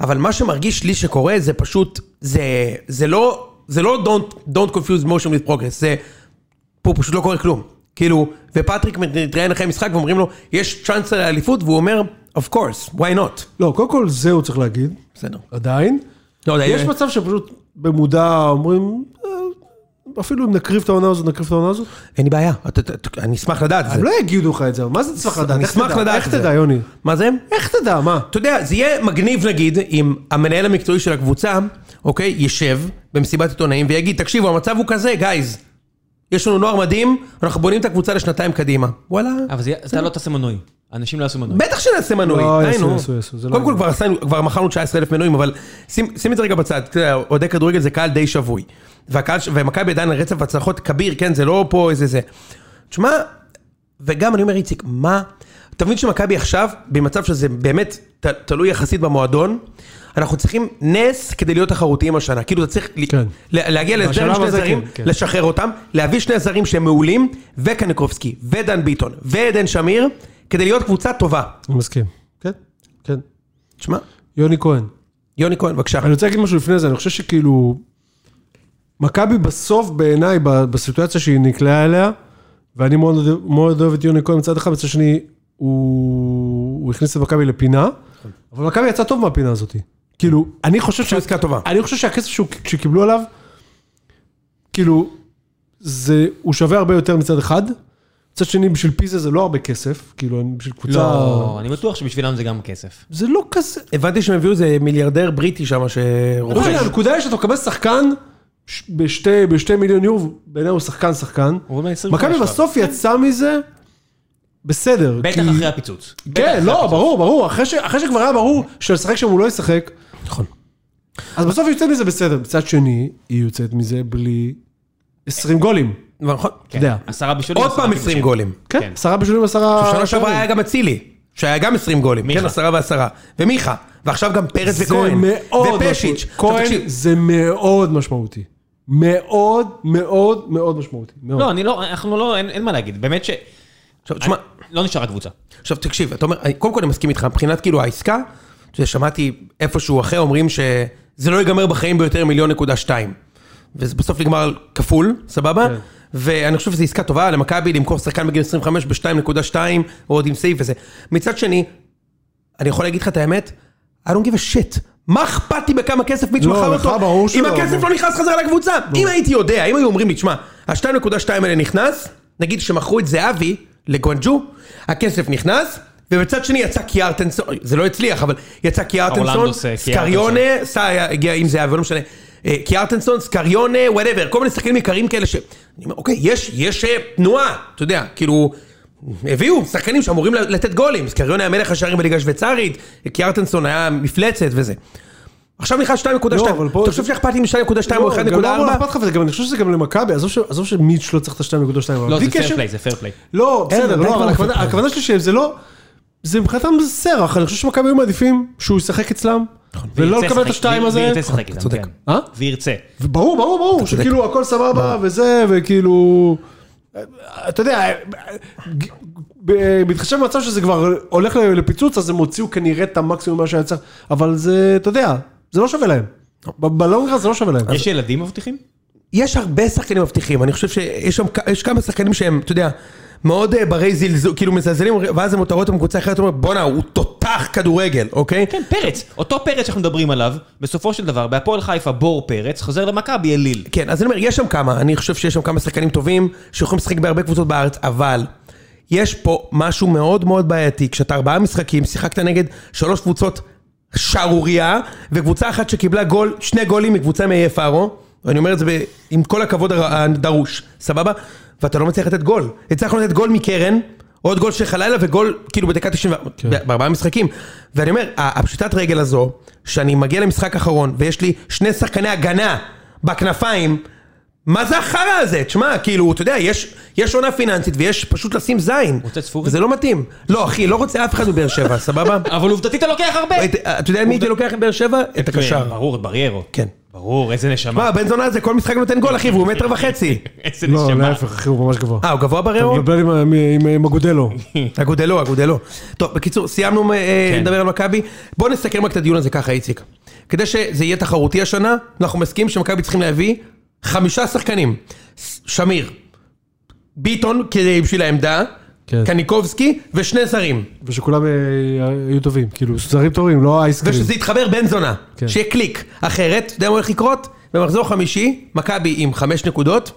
Speaker 2: אבל מה שמרגיש לי שקורה זה פשוט, זה, זה לא, זה לא don't, don't confuse motion with progress, זה, פה פשוט לא קורה כלום. כאילו, ופטריק מתראיין אחרי משחק ואומרים לו, יש צ'אנס על האליפות, והוא אומר, of course, why not?
Speaker 3: לא, קודם כל זה הוא צריך להגיד,
Speaker 2: בסדר.
Speaker 3: עדיין.
Speaker 2: לא יודע,
Speaker 3: יש מצב שפשוט במודע אומרים, "אה, אפילו אם נקריב את העונה הזאת, נקריב את העונה הזאת.
Speaker 2: אין לי בעיה, אתה- אתה- אתה- אני אשמח לדעת את זה.
Speaker 3: הם לא יגידו לך את זה, אבל מה זה צריך לדעת?
Speaker 2: אני
Speaker 3: איך
Speaker 2: אשמח
Speaker 3: תדע?
Speaker 2: לדעת
Speaker 3: איך
Speaker 2: את זה.
Speaker 3: תדע, יוני?
Speaker 2: מה זה?
Speaker 3: איך תדע, מה?
Speaker 2: אתה יודע, זה יהיה מגניב נגיד, אם המנהל המקצועי של הקבוצה, אוקיי, ישב במסיבת עיתונאים ויגיד, תקשיבו, המצב הוא כזה, גייז, יש לנו נוער מדהים, אנחנו בונים את הקבוצה לשנתיים קדימה. וואלה,
Speaker 1: אבל זה- אתה לא תעשה מנוי. אנשים לא יעשו מנוי.
Speaker 2: בטח שנעשה
Speaker 3: לא,
Speaker 2: מנוי, די
Speaker 3: יעשו,
Speaker 2: נו.
Speaker 3: יעשו, יעשו, זה לא
Speaker 2: קודם כל
Speaker 3: הגיוני.
Speaker 2: כבר עשינו, כבר מכרנו 19,000 מנויים, אבל שים שים את זה רגע בצד, אתה יודע, אוהדי כדורגל זה קהל די שבוי. והקהל ש- ומכבי עדיין על רצף הצלחות כביר, כן, זה לא פה איזה זה. תשמע, וגם אני אומר, איציק, מה? אתה מבין שמכבי עכשיו, במצב שזה באמת ת, תלוי יחסית במועדון, אנחנו צריכים נס כדי להיות תחרותיים השנה. כאילו, אתה צריך
Speaker 3: כן.
Speaker 2: כן. ל, להגיע להסדר עם
Speaker 3: בשלב
Speaker 2: שני
Speaker 3: הזה
Speaker 2: זרים,
Speaker 3: כן, כן.
Speaker 2: לשחרר אותם, להביא שני זרים שהם מעולים, וקניקובסקי, ודן ביטון, ועדן שמיר, כדי להיות קבוצה טובה.
Speaker 3: אני מסכים. כן, כן.
Speaker 2: תשמע,
Speaker 3: יוני כהן.
Speaker 2: יוני כהן, בבקשה.
Speaker 3: אני רוצה להגיד משהו לפני זה, אני חושב שכאילו... מכבי בסוף בעיניי, ב- בסיטואציה שהיא נקלעה אליה, ואני מאוד, מאוד אוהב את יוני כהן מצד אחד, מצד שני, הוא, הוא הכניס את מכבי לפינה, אבל מכבי יצא טוב מהפינה הזאת. כאילו, אני חושב
Speaker 2: שהוא עסקה טובה.
Speaker 3: אני חושב שהכסף שהוא- שקיבלו עליו, כאילו, זה, הוא שווה הרבה יותר מצד אחד. מצד שני, בשביל פיזה זה לא הרבה כסף, כאילו, בשביל קבוצה...
Speaker 1: לא, אני בטוח שבשבילם זה גם כסף.
Speaker 3: זה לא כזה...
Speaker 2: הבנתי שהם הביאו איזה מיליארדר בריטי שם
Speaker 3: לא
Speaker 2: שרוכש.
Speaker 3: יודע, הנקודה היא שאתה מקבל שחקן ש- בשתי, בשתי מיליון יורו, בעיניי הוא שחקן שחקן.
Speaker 1: הוא בן 25
Speaker 3: מכבי
Speaker 1: כבר.
Speaker 3: בסוף יצא מזה, בסדר.
Speaker 1: בטח
Speaker 3: כי-
Speaker 1: אחרי הפיצוץ. בטח
Speaker 3: כן,
Speaker 1: אחרי
Speaker 3: לא,
Speaker 1: הפיצוץ.
Speaker 3: ברור, ברור. אחרי ש- אחרי שכבר היה ברור שלשחק שם הוא לא ישחק,
Speaker 2: נכון.
Speaker 3: אז בסוף יוצא מזה בסדר. מצד שני, היא יוצאת מזה בלי 20 גולים.
Speaker 2: נכון.
Speaker 1: כן,
Speaker 3: אתה כן. לא יודע. אוקיי.
Speaker 1: עשרה בישולים.
Speaker 2: עוד
Speaker 1: עשרה
Speaker 2: פעם
Speaker 1: כיבושים.
Speaker 2: 20 גולים.
Speaker 3: כן, עשרה בישולים, עשרה...
Speaker 2: שנה שעברה היה גם אצילי, שהיה גם 20 גולים.
Speaker 1: מיכה.
Speaker 2: כן, עשרה ועשרה. ומיכה. ועכשיו גם פרץ
Speaker 3: זה
Speaker 2: וכהן.
Speaker 3: מאוד
Speaker 2: ופשיץ'.
Speaker 3: משמעותי.
Speaker 2: עכשיו
Speaker 3: כהן
Speaker 2: תקשיב,
Speaker 3: זה מאוד משמעותי. מאוד מאוד מאוד משמעותי. מאוד.
Speaker 1: לא, אני לא, אנחנו לא, אין אין מה להגיד. באמת ש...
Speaker 2: עכשיו, תשמע,
Speaker 1: לא נשארה קבוצה.
Speaker 2: עכשיו תקשיב, אתה אומר, אני- קודם כל אני מסכים איתך, מבחינת כאילו העסקה, אתה יודע, שמעתי איפשהו אחר אומרים שזה לא ייגמר בחיים ביותר מיליון נקודה שתיים. וזה בסוף נגמר כפול, סבבה?
Speaker 3: כן.
Speaker 2: ואני חושב שזו עסקה טובה למכבי למכור שחקן בגיל 25 ב-2.2, או עוד עם סעיף וזה. מצד שני, אני יכול להגיד לך את האמת, I don't give a shit. מה אכפת לי בכמה כסף מיץ'
Speaker 3: לא,
Speaker 2: מכר
Speaker 3: לך
Speaker 2: אותו?
Speaker 3: ברור
Speaker 2: אם
Speaker 3: שלא,
Speaker 2: הכסף
Speaker 3: אבל-
Speaker 2: לא נכנס חזרה לקבוצה. אם הייתי יודע, אם היו אומרים לי, תשמע, ה-2.2 האלה נכנס, נגיד שמכרו את זהבי לגואנג'ו, הכסף נכנס, ובצד שני יצא קיארטנסון, זה לא הצליח, אבל יצא קיארטנסון,
Speaker 1: אורלנדו סה,
Speaker 2: סקריונה, סע היה- הגיע עם זהבי, לא משנה, אה, קיארטנסון, סקריונה, וואטאבר, כל מיני שחקנים יקרים כאלה ש... אני אומר, אוקיי, יש, יש אה, תנועה, אתה יודע, כאילו... הביאו שחקנים שאמורים לתת גולים, סקריונה היה מלך השערים בליגה השוויצרית, קיארטנסון היה מפלצת וזה. עכשיו נכנס 2.2,
Speaker 3: לא, אבל פה-
Speaker 2: אתה חושב שאכפת לי מ-2.2 או
Speaker 3: לא, גם לא אמור
Speaker 2: 1.4?
Speaker 3: אכפת לך, וזה גם- אני חושב שזה גם למכבי, עזוב ש- עזוב שמיץ' לא צריך את ה-2.2, אבל
Speaker 1: לא, זה
Speaker 3: בלי
Speaker 1: פייר
Speaker 3: קשר,
Speaker 1: פליי, זה פייר פליי.
Speaker 3: לא,
Speaker 2: אין,
Speaker 3: בסדר,
Speaker 2: עדיין
Speaker 3: לא,
Speaker 2: כבר
Speaker 3: אבל
Speaker 2: לא
Speaker 3: הכוונה
Speaker 2: פייר פליי.
Speaker 3: הכוונה שלי שזה לא, זה מבחינתם זה סרח, אני חושב שמכבי היו מעדיפים שהוא ישחק אצלם, ולא
Speaker 1: נכון. וירצה
Speaker 3: לקבל את
Speaker 1: לשחק-
Speaker 3: השתיים
Speaker 1: ו-
Speaker 3: הזה,
Speaker 1: וירצה לשחק איתם,
Speaker 2: צודק.
Speaker 1: כן.
Speaker 3: אה?
Speaker 1: וירצה.
Speaker 3: ברור, ברור, ברור,
Speaker 2: צודק.
Speaker 3: שכאילו הכל סבבה וזה, וכאילו, אתה יודע, ג- ב- בהתחשב במצב שזה כבר הולך לפיצוץ, אז הם הוציאו כנראה את המקסימום מה שהיה צריך, אבל זה, אתה יודע, זה לא שווה להם, בלונגרס זה לא שווה להם.
Speaker 1: יש ילדים מבטיחים?
Speaker 2: יש הרבה שחקנים מבטיחים, אני חושב שיש שם כ- יש כמה שחקנים שהם, אתה יודע, מאוד אה, ברי זלזול, כאילו מזלזלים, ואז הם מותרות עם קבוצה אחרת, אומרים, בואנה, הוא תותח כדורגל, אוקיי?
Speaker 1: כן, פרץ. אותו פרץ שאנחנו מדברים עליו, בסופו של דבר, בהפועל חיפה בור פרץ, חוזר למכבי אליל.
Speaker 2: כן, אז אני אומר, יש שם כמה, אני חושב שיש שם כמה שחקנים טובים, שיכולים לשחק בהרבה קבוצות בארץ, אבל יש פה משהו מאוד מאוד בעייתי, כשאתה ארבעה משחקים, שיחקת נגד שלוש קבוצות שערורייה, וקבוצה אחת שקיבלה גול, שני גולים מקבוצה מאיי פארו, ואני אומר את זה ב, עם כל הכבוד הר- הדרוש, סבבה? ואתה לא מצליח לתת גול. הצלחנו לתת גול מקרן, עוד גול של חלילה וגול כאילו בדקה 90, כן. בארבעה משחקים. ואני אומר, ה- הפשיטת רגל הזו, שאני מגיע למשחק אחרון, ויש לי שני שחקני הגנה בכנפיים, מה זה החרא הזה? תשמע, כאילו, אתה יודע, יש, יש עונה פיננסית ויש פשוט לשים זין.
Speaker 1: רוצה צפורי?
Speaker 2: וזה לא מתאים. לא, אחי, לא רוצה אף אחד מבאר שבע, סבבה? אה,
Speaker 1: אבל עובדתית אתה לוקח הרבה! כן.
Speaker 2: את- אתה יודע מי הייתי לוקח מבאר שבע? את הקשר.
Speaker 1: ברור, את בריירו.
Speaker 2: כן.
Speaker 1: ברור, איזה נשמה.
Speaker 2: מה, בן זונה הזה כל משחק נותן גול, אחי, והוא מטר וחצי.
Speaker 1: איזה
Speaker 3: לא,
Speaker 1: נשמה.
Speaker 3: להפך, אחי, הוא ממש גבוה.
Speaker 2: אה, הוא גבוה
Speaker 3: אתה
Speaker 2: ברעו?
Speaker 3: מדבר עם ה- עם- עם אגודלו.
Speaker 2: אגודלו, אגודלו. טוב, בקיצור, סיימנו אה,
Speaker 1: כן.
Speaker 2: לדבר על מכבי. בואו נסכם רק את הדיון הזה ככה, איציק. כדי שזה יהיה תחרותי השנה, אנחנו מסכימים שמכבי צריכים להביא חמישה שחקנים. ס- שמיר, ביטון כדי- בשביל העמדה,
Speaker 3: כן.
Speaker 2: קניקובסקי ושני זרים.
Speaker 1: כן.
Speaker 3: ושכולם אה, היו טובים, כאילו, זרים טובים, לא אייסקרים.
Speaker 2: ושזה יתחבר בן זונה.
Speaker 3: כן.
Speaker 2: שיהיה קליק. אחרת, אתה יודע מה הולך לקרות? במחזור חמישי, מכבי עם חמש נקודות,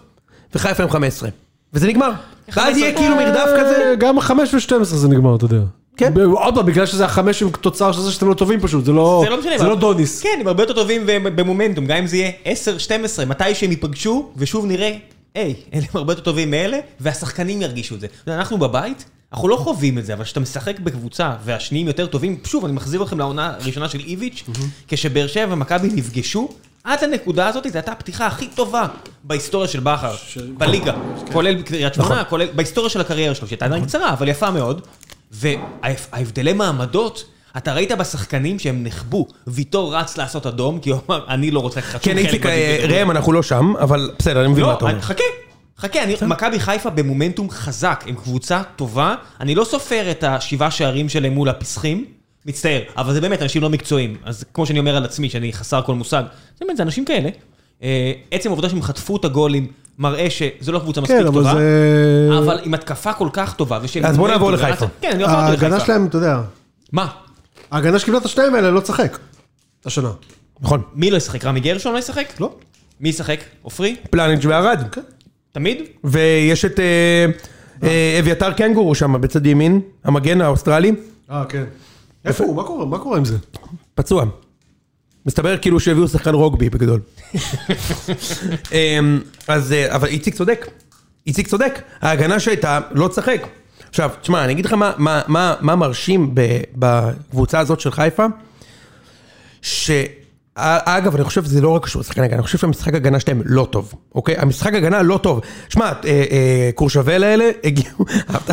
Speaker 2: וחיפה עם חמש עשרה. וזה נגמר. ואז יהיה כאילו מרדף כזה.
Speaker 1: אה,
Speaker 3: אה, גם החמש ושתים עשרה זה נגמר, אתה יודע.
Speaker 2: כן.
Speaker 3: ב- עוד פעם, בגלל שזה החמש עם תוצר של זה שאתם לא טובים פשוט, זה לא
Speaker 1: זה לא משנה.
Speaker 3: זה
Speaker 1: אבל-
Speaker 3: לא דוניס.
Speaker 1: כן, הם הרבה יותר טובים והם במומנטום, גם אם זה יהיה 10, 12, מתי שהם ייפגשו, ושוב נראה, היי, אלה הם הרבה יותר טובים מאלה, והשחקנים ירגישו את זה. אתה יודע, אנחנו בבית, אנחנו לא חווים את זה, אבל כשאתה משחק בקבוצה והשניים יותר טובים, שוב, אני מחזיר אתכם לעונה הראשונה של איביץ', כשבאר שבע ומכבי נפגשו, עד הנקודה הזאת זו הייתה הפתיחה הכי טובה בהיסטוריה של בכר, בליגה,
Speaker 3: כן.
Speaker 1: כולל קריית
Speaker 3: נכון.
Speaker 1: שמונה, כולל בהיסטוריה של הקריירה שלו, שהייתה עדיין קצרה, אבל יפה מאוד. וההבדלי מעמדות, אתה ראית בשחקנים שהם נחבו, ויטור רץ לעשות אדום, כי הוא אמר, אני לא רוצה לקחת שום
Speaker 2: כן, איציק, אה,
Speaker 1: בדיוק."
Speaker 2: ראם, אנחנו לא שם, אבל בסדר, אני מבין מה
Speaker 1: לא,
Speaker 2: אתה אומר.
Speaker 1: אני- חכה, חכה, אני- מכבי חיפה במומנטום חזק, עם קבוצה טובה, אני לא סופר את השבעה שערים שלהם מול הפסחים, מצטער, אבל זה באמת אנשים לא מקצועיים, אז כמו שאני אומר על עצמי, שאני חסר כל מושג, זה באמת, זה אנשים כאלה. אה, עצם העובדה שהם חטפו את הגולים, מראה שזו לא קבוצה מספיק
Speaker 3: כן, אבל
Speaker 1: טובה,
Speaker 3: זה...
Speaker 1: אבל עם התקפה כל כך טובה, ושהם...
Speaker 2: אז בוא נעבור
Speaker 1: מומנטום,
Speaker 2: לחיפה.
Speaker 1: כן, אני עברתי
Speaker 3: ההגנה
Speaker 1: לחיפה.
Speaker 3: שלהם, אתה יודע,
Speaker 1: מה?
Speaker 3: ההגנה שקיבלה את השניים האלה לא תשחק. השנה.
Speaker 2: נכון.
Speaker 1: מי לא ישחק? רמי גרשון לא ישחק?
Speaker 3: לא.
Speaker 1: מי ישחק? עופרי?
Speaker 2: פלניץ' וערד.
Speaker 1: תמיד?
Speaker 2: ויש את אה, אה, אביתר קנגורו שם בצד ימין, המגן האוסטרלי,
Speaker 3: אה, כן. איפה הוא? מה קורה? מה קורה עם זה?
Speaker 2: פצוע. מסתבר כאילו שהביאו שחקן רוגבי בגדול. אה, אז, אה, אבל איציק צודק. איציק צודק. ההגנה שהייתה לא תשחק. עכשיו, תשמע, אני אגיד לך מה, מה, מה, מה מרשים ב- בקבוצה הזאת של חיפה. ש... אגב, אני חושב שזה לא רק קשור לשחקן הגנה, אני חושב שהמשחק הגנה שלהם לא טוב, אוקיי? המשחק הגנה לא טוב. שמע, אה, אה, קורשבל האלה הגיעו, אהבת?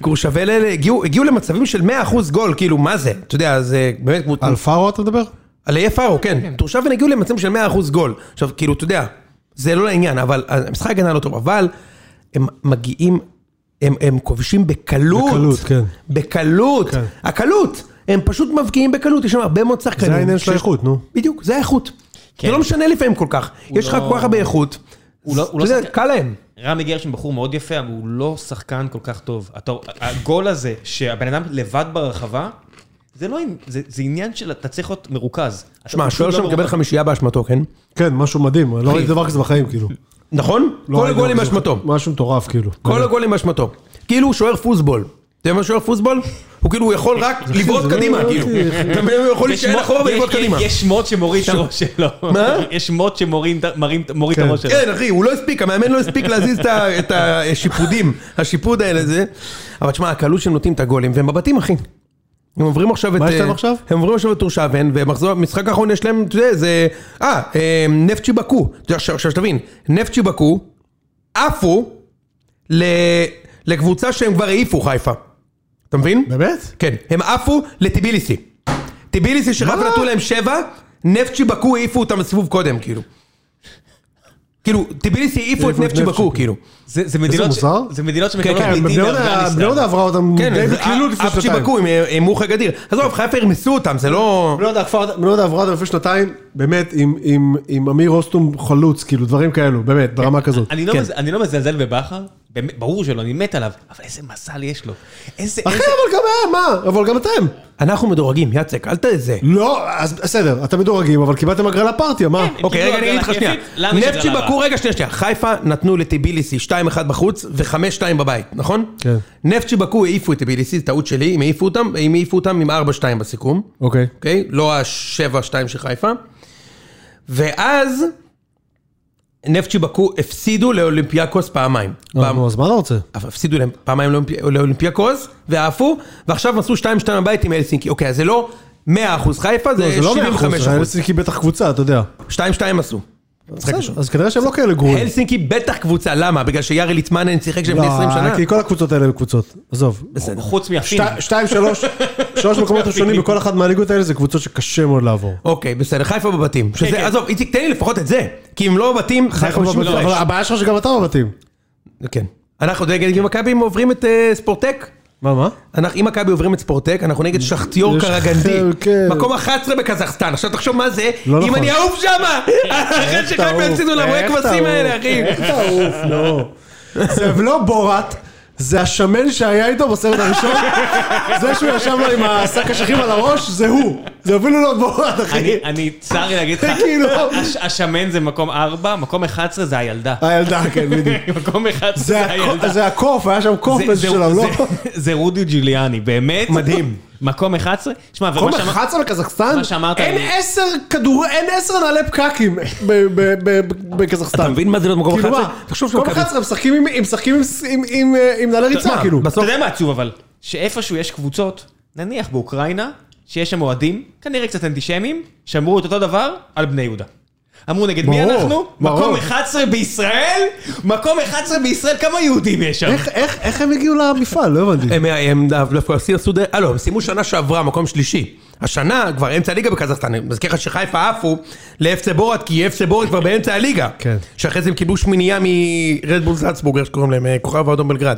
Speaker 2: קורשבל האלה הגיעו, הגיעו למצבים של 100% גול, כאילו, מה זה? אתה יודע, זה באמת... כמו-
Speaker 3: על פארו אתה מדבר?
Speaker 2: על אי פארו, כן. תורשבן הגיעו למצבים של 100% גול. עכשיו, כאילו, אתה יודע, זה לא לעניין, אבל המשחק הגנה לא טוב, אבל הם מגיעים, הם, הם כובשים בקלות.
Speaker 3: בקלות, כן.
Speaker 2: בקלות.
Speaker 3: כן.
Speaker 2: הקלות. הם פשוט מבקיעים בקלות, יש שם הרבה מאוד שחקנים.
Speaker 3: זה העניין של
Speaker 2: שיש-
Speaker 3: האיכות, נו.
Speaker 2: בדיוק, זה האיכות.
Speaker 1: כן.
Speaker 2: זה לא משנה לפעמים כל כך. יש לך
Speaker 1: לא-
Speaker 2: כל כך הרבה איכות.
Speaker 1: הוא לא- הוא לא
Speaker 2: אתה יודע,
Speaker 1: שחקן.
Speaker 2: קל להם.
Speaker 1: רמי גרשון בחור מאוד יפה, אבל הוא לא שחקן כל כך טוב. אתה, הגול הזה, שהבן אדם לבד ברחבה, זה לא... עם- זה, זה עניין של... אתה צריך להיות מרוכז. אתה
Speaker 2: שמע,
Speaker 1: פשוט
Speaker 2: השוער
Speaker 1: לא
Speaker 2: שם מקבל
Speaker 1: מרוכז.
Speaker 2: חמישייה באשמתו, כן?
Speaker 3: כן, משהו מדהים, לא ראיתי דבר כזה בחיים, כאילו.
Speaker 2: נכון?
Speaker 3: לא
Speaker 2: כל
Speaker 3: ראיתי
Speaker 2: הגולים
Speaker 3: דבר כזה.
Speaker 2: באשמתו.
Speaker 3: משהו מטורף, כאילו.
Speaker 2: כל הגולים באשמתו. כאילו הוא שוער פוסבול. אתה יודע מה שוער פוסבול? הוא כאילו, הוא יכול רק לבעוט
Speaker 3: זה לא-
Speaker 2: קדימה,
Speaker 3: לא-
Speaker 2: כאילו.
Speaker 3: זה-
Speaker 2: אתה מבין? הוא יכול
Speaker 1: יש
Speaker 2: להישען
Speaker 1: מוט-
Speaker 2: אחורה
Speaker 1: יש-
Speaker 2: ולבעוט
Speaker 1: יש-
Speaker 2: קדימה.
Speaker 1: יש מוט שמוריד את הראש שלו.
Speaker 2: מה?
Speaker 1: יש מוט שמוריד מרים- מוריד את
Speaker 3: כן.
Speaker 1: הראש שלו.
Speaker 2: כן, אחי, הוא לא הספיק, המאמן לא הספיק להזיז את ה- את השיפודים, השיפוד האלה זה. אבל תשמע, הקלות שהם נותנים את הגולים, והם בבתים, אחי. הם עוברים עכשיו את...
Speaker 3: מה יש להם
Speaker 2: אה,
Speaker 3: עכשיו?
Speaker 2: הם עוברים עכשיו את תורשבן, ובמשחק האחרון יש להם, אתה יודע, זה... אה, אה, נפצ'י בקו. אתה יודע, עכשיו עכשיו שתבין, נפצ'י בקו עפו ל- לקבוצה שהם כבר העיפו, חיפה. אתה מבין?
Speaker 3: באמת?
Speaker 2: כן, הם עפו לטיביליסי. טיביליסי שרב
Speaker 3: מה?
Speaker 2: נתנו להם שבע, נפצ'י בקו העיפו אותם לסיבוב קודם, כאילו. כאילו, טיביליסי העיפו את
Speaker 3: העיפו את
Speaker 2: נפצ'י
Speaker 3: נפצ'י,
Speaker 2: בקו,
Speaker 3: כאילו.
Speaker 2: כאילו.
Speaker 1: זה, זה מדינות,
Speaker 3: איזה
Speaker 1: ש...
Speaker 3: מוזר.
Speaker 1: זה מדינות שמקבלות
Speaker 2: כן,
Speaker 1: פליטים
Speaker 3: בני יהודה- בני יהודה עברה אותם די
Speaker 2: כן, זה-
Speaker 3: בקלילות לפני
Speaker 2: אפצ'י
Speaker 3: שנתיים.
Speaker 2: בקו, אה, הם העימו לך גדיר. עזוב, חיפה ירמסו אותם, זה לא...
Speaker 3: בני יהודה כפר- בני יהודה עברה אותם לפני שנתיים, באמת, עם- עם- עם אמיר אוסטום חלוץ, כאילו, דברים כאלו, באמת, ברמה כזאת.
Speaker 1: אני לא,
Speaker 2: כן.
Speaker 1: מז... אני לא מזלזל בבכר, באמת, ברור שלא, אני מת עליו, אבל איזה מזל יש לו. איזה...
Speaker 3: אחי,
Speaker 1: איזה...
Speaker 3: אבל גם היה, מה? אבל גם אתם.
Speaker 2: אנחנו מדורגים, יצק, אל תזה.
Speaker 3: לא, אז בסדר, אתם מדורגים, אבל קיבלתם הגרלה פרטיה, מה?
Speaker 1: הם קיבלו
Speaker 2: אוקיי,
Speaker 3: לא,
Speaker 2: רגע, אני אגיד לך
Speaker 1: הגרלה
Speaker 2: שנייה.
Speaker 1: כיפית, לנו יש
Speaker 2: נפצ'י
Speaker 1: הגרלה
Speaker 2: בקו, רגע, שנייה, שנייה. חיפה נתנו לטיביליסי 2-1 בחוץ ו-5-2 בבית, נכון?
Speaker 3: כן.
Speaker 2: נפצ'י בקו העיפו את טיביליסי, זו טעות שלי, הם העיפו אותם, הם העיפו אותם עם 4-2 בסיכום.
Speaker 3: אוקיי.
Speaker 2: אוקיי? לא השבע-שתיים של חיפה. ואז נפצ'י בקו הפסידו לאולימפיאקוס פעמיים.
Speaker 3: אה,
Speaker 2: פעם-
Speaker 3: נו, אז מה אתה רוצה?
Speaker 2: אבל הפסידו להם פעמיים לאולימפי- לאולימפיאקוס, ועפו, ועכשיו עשו 2-2 בבית עם הלסינקי. אוקיי, אז זה לא 100% חיפה, זה
Speaker 3: זה לא 100%,
Speaker 2: 75%.
Speaker 3: הלסינקי בטח קבוצה, אתה יודע.
Speaker 2: 2-2 עשו. משחק ראשון.
Speaker 3: בסדר, אז כנראה שהם לא כאלה גרועים.
Speaker 2: הלסינקי בטח קבוצה, למה? בגלל שיארי ליטמנן שיחק שם לפני 20 שנה?
Speaker 3: לא, כי כל הקבוצות האלה הן קבוצות. עזוב.
Speaker 2: בסדר.
Speaker 1: חוץ מהפינים.
Speaker 3: שתי- שתיים, שלוש, שלוש מקומות ראשונים בכל אחת מהליגות האלה זה קבוצות שקשה מאוד לעבור.
Speaker 2: אוקיי, בסדר, חיפה בבתים.
Speaker 1: כן.
Speaker 2: שזה, עזוב, איציק, תן לי לפחות את זה. כי אם לא בבתים, חיפה
Speaker 3: אבל
Speaker 2: בבתים.
Speaker 3: אבל הבעיה שלך שגם אתה בבתים.
Speaker 2: כן. אנחנו נגד מכבי אם עוברים את אה, ספורטק.
Speaker 3: מה, מה?
Speaker 1: כן,
Speaker 2: אנחנו, אם מכבי עוברים את ספורטק, אנחנו נגד שחטיור
Speaker 3: יש
Speaker 2: קרגנדי.
Speaker 3: חרב, כן.
Speaker 2: מקום 11 בקזחסטן. עכשיו תחשוב מה זה,
Speaker 3: לא
Speaker 2: אם
Speaker 3: נכון.
Speaker 2: אני אעוף שמה! אחרי שחיפה יפסידו לרועה כבשים האלה, אחי.
Speaker 3: איך תעוף, לא. זה לא בורת, זה השמן שהיה איתו בסרט הראשון. זה שהוא ישב לו עם השק אשכים על הראש, זה הוא. זה אפילו לא בורת, אחי.
Speaker 1: אני, אני, צר לי להגיד לך,
Speaker 3: כאילו-
Speaker 1: הש- השמן זה מקום 4, מקום 11 זה הילדה.
Speaker 3: הילדה, כן, בדיוק.
Speaker 1: מקום 11
Speaker 3: זה
Speaker 1: זה
Speaker 3: הקו-
Speaker 1: הילדה.
Speaker 3: זה הקוף, היה שם קוף
Speaker 1: זה- זה-
Speaker 3: באיזשהו שלב, לא?
Speaker 1: זה- זה רודי ג'יליאני, באמת.
Speaker 2: מדהים.
Speaker 1: מקום 11? שמע,
Speaker 3: מקום
Speaker 1: ומה שאמר-
Speaker 3: 11 בקזחסטן?
Speaker 1: מה שאמרת
Speaker 3: אין
Speaker 1: לי.
Speaker 3: עשר כדור, אין עשר נעלי פקקים ב- ב- ב- בקזחסטן.
Speaker 2: אתה מבין מה זה להיות מקום
Speaker 3: כאילו
Speaker 2: 11?
Speaker 3: מה?
Speaker 2: תחשוב
Speaker 3: מקום
Speaker 2: שמכבי-
Speaker 3: 11 משחקים עם- עם- משחקים עם- עם- עם, אה, עם נעלי ריצה, כאילו.
Speaker 1: אתה יודע מה עצוב אבל? שאיפשהו יש קבוצות, נניח באוקראינה, שיש שם אוהדים, כנראה קצת אנטישמים, שאמרו את אותו דבר על בני יהודה. אמרו נגד מי
Speaker 3: ברור,
Speaker 1: אנחנו? מקום
Speaker 3: ברור.
Speaker 1: 11 בישראל? מקום 11 בישראל, כמה יהודים יש שם?
Speaker 3: איך- איך איך הם הגיעו למפעל? לא הבנתי.
Speaker 2: הם- הם דווקא עשו- עשו דרך, אה לא, הם סיימו שנה שעברה, מקום שלישי. השנה כבר אמצע הליגה בקזחסטן, אני מזכיר לך שחיפה עפו לאפסה בורת, כי אפסה בורת כבר באמצע הליגה.
Speaker 3: כן.
Speaker 2: שאחרי זה הם קיבלו שמיניה מרדבול זלצבורג, איך שקוראים להם, אה, כוכב האדום בלגרד.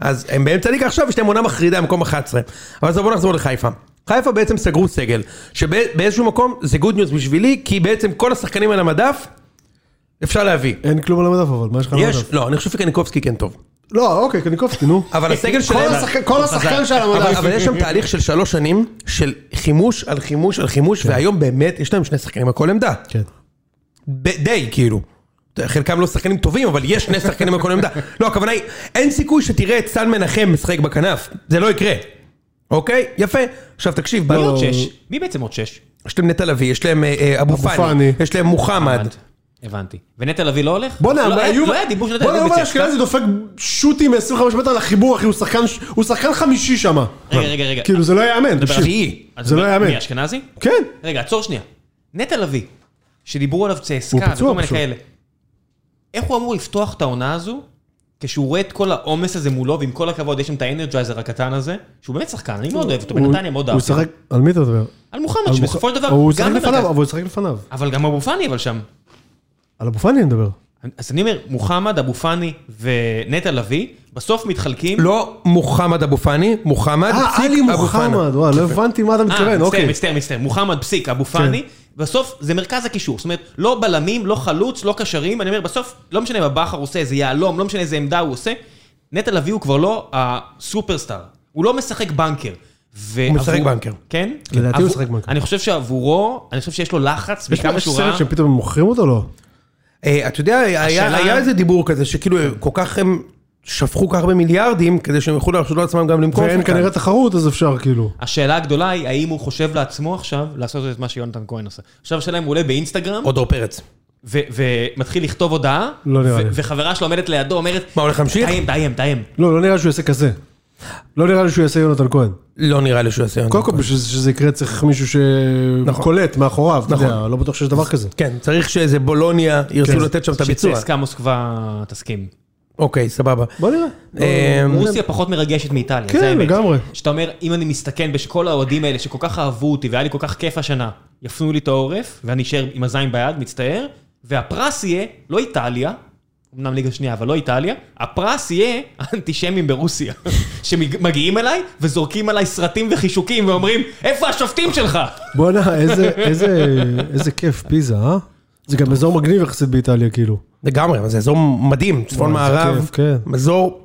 Speaker 2: אז הם באמצע הליגה עכשיו, יש להם עונה מחרידה, מקום 11. אבל אז בואו נחזור לחיפה. חיפה בעצם סגרו סגל, שבאיזשהו מקום זה גוד ניוז בשבילי, כי בעצם כל השחקנים על המדף אפשר להביא.
Speaker 3: אין כלום על המדף אבל, מה יש לך על
Speaker 2: יש,
Speaker 3: המדף?
Speaker 2: לא, אני חושב שקניקובסקי כן טוב.
Speaker 3: לא, אוקיי, קניקובסקי, נו.
Speaker 2: אבל הסגל
Speaker 3: כל
Speaker 2: שלהם...
Speaker 3: השחק- כל השחקן של
Speaker 2: אבל,
Speaker 3: המדף.
Speaker 2: אבל יש שם תהליך של שלוש שנים, של חימוש על חימוש על חימוש, והיום באמת יש להם שני שחקנים על כל עמדה.
Speaker 3: כן.
Speaker 2: ב- די, כאילו. חלקם לא שחקנים טובים, אבל יש שני שחקנים על כל עמדה. לא, הכוונה היא, אין סיכוי שתראה את סן מנחם משחק בכנף. זה לא יקרה. אוקיי? יפה. עכשיו תקשיב,
Speaker 3: לא.
Speaker 1: מי
Speaker 2: בלוד,
Speaker 1: עוד שש? מי בעצם עוד שש?
Speaker 2: יש להם נטע לביא, יש להם אה, אה, אבו
Speaker 3: אבו
Speaker 2: פאני,
Speaker 3: פאני.
Speaker 2: יש להם מוחמד.
Speaker 1: הבנתי. ונטע לביא לא הולך?
Speaker 3: בואנה,
Speaker 1: לא
Speaker 3: אבל
Speaker 1: היה-
Speaker 3: היו-
Speaker 1: לא היה דיבור שנטע
Speaker 3: בואנה,
Speaker 1: לביא
Speaker 3: יובל
Speaker 1: בצ'ק.
Speaker 3: אשכנזי דופק שוטי מ-25 מטר לחיבור, אחי, הוא שחקן ש- הוא שחקן חמישי שם.
Speaker 1: רגע, רגע, רגע.
Speaker 3: כאילו, זה לא ייאמן.
Speaker 1: דבר
Speaker 3: תקשיב.
Speaker 2: תשיעי.
Speaker 1: אז
Speaker 3: זה לא
Speaker 1: מי-
Speaker 3: ייאמן.
Speaker 1: מי אשכנזי?
Speaker 3: כן.
Speaker 1: רגע, עצור שנייה. נטע לביא, שדיברו עליו צסקה
Speaker 3: פצוע
Speaker 1: וכל מיני
Speaker 3: פשוט.
Speaker 1: כאלה, איך הוא אמור לפתוח את העונה הזו, כשהוא רואה את כל העומס הזה מולו, ועם כל הכבוד, יש שם את האנרג'ייזר הקטן הזה, שהוא באמת שחקן, אני מאוד אוהב אותו, בנתניה מאוד
Speaker 3: הוא
Speaker 1: אהבתי.
Speaker 3: שחק, על מי אתה מדבר?
Speaker 1: על מוחמד, שבסופו של דבר,
Speaker 3: הוא שחק
Speaker 1: גם
Speaker 3: לפניו,
Speaker 1: במרכז,
Speaker 3: אבל הוא שחק לפניו.
Speaker 1: אבל גם אבו פאני אבל שם.
Speaker 3: על אבו פאני אני מדבר.
Speaker 1: אז אני אומר, מוחמד, אבו פאני ונטע לביא, בסוף מתחלקים.
Speaker 2: לא מוחמד אבו פאני, מוחמד,
Speaker 3: אה,
Speaker 2: פסיק
Speaker 3: עלי
Speaker 2: אבו פאני.
Speaker 3: מוחמד, וואי, לא הבנתי מה אתה
Speaker 1: אה,
Speaker 3: מתכוון,
Speaker 1: מצטער,
Speaker 3: אוקיי. כן.
Speaker 1: מצטער, מצטער, מוחמד פסיק, אבו פאני, בסוף זה מרכז הקישור, זאת אומרת, לא בלמים, לא חלוץ, לא קשרים, אני אומר, בסוף, לא משנה מה בכר עושה, איזה יהלום, לא משנה איזה עמדה הוא עושה, נטע לביא הוא כבר לא הסופרסטאר, הוא לא משחק בנקר.
Speaker 2: הוא משחק בנקר.
Speaker 1: כן?
Speaker 3: לדעתי הוא
Speaker 1: עבור-
Speaker 3: משחק בנקר.
Speaker 1: אני חושב שעבורו, אני חושב שיש לו לחץ,
Speaker 3: יש
Speaker 1: וכמה שהוא ראה...
Speaker 3: סרט שפתאום הם מוכרים אותו, לא?
Speaker 2: אה, אתה יודע, היה,
Speaker 1: השאלה-
Speaker 2: היה איזה דיבור כזה, שכאילו כל כך הם שפכו כל כך הרבה מיליארדים, כדי שהם יוכלו להרשות לעצמם גם למכור
Speaker 3: ואין כנראה תחרות, אז אפשר כאילו.
Speaker 1: השאלה הגדולה היא, האם הוא חושב לעצמו עכשיו לעשות את מה שיונתן כהן עושה. עכשיו השאלה אם הוא עולה באינסטגרם,
Speaker 2: או דור פרץ.
Speaker 1: ו- ומתחיל לכתוב הודעה,
Speaker 3: לא נראה
Speaker 1: ו-
Speaker 3: לי.
Speaker 1: וחברה שלו עומדת לידו, אומרת,
Speaker 2: מה, הולך להמשיך?
Speaker 1: תאיים, תאיים, תאיים.
Speaker 3: לא, לא נראה לי שהוא יעשה כזה. לא נראה לי שהוא יעשה יונתן כהן.
Speaker 2: לא נראה לי שהוא יעשה יונתן
Speaker 3: קודם כל, בשביל שזה יקרה
Speaker 2: נכון.
Speaker 3: צריך מישהו שקולט מאחוריו, אתה יודע, לא בטוח שיש דבר כזה.
Speaker 2: כן, צריך שאיזה בולוניה
Speaker 3: כן.
Speaker 2: ירצו לתת שם את הביצוע.
Speaker 1: שצסקה מוסקבה תסכים.
Speaker 2: אוקיי, סבבה.
Speaker 3: בוא נראה.
Speaker 2: אה,
Speaker 3: בוא נראה.
Speaker 1: רוסיה פחות מרגשת מאיטליה,
Speaker 3: כן,
Speaker 1: זה האמת.
Speaker 3: לגמרי.
Speaker 1: שאתה אומר, אם אני מסתכן בשכל האוהדים האלה שכל כך אהבו אותי והיה לי כל כך כיף השנה, יפנו לי את העורף ואני אשאר עם הזין ביד, מצטער, והפרס יהיה, לא איטליה, אמנם ליגה שנייה, אבל לא איטליה, הפרס יהיה האנטישמים ברוסיה, שמגיעים אליי וזורקים עליי סרטים וחישוקים ואומרים, איפה השופטים שלך?
Speaker 3: בואנה, איזה- איזה- איזה כיף פיזה, אה? זה גם אזור מגניב יחסית באיטליה, כאילו.
Speaker 2: לגמרי, אבל זה אזור מדהים, צפון
Speaker 3: וואי, איזה
Speaker 2: מערב,
Speaker 3: כיף, כן.
Speaker 2: אזור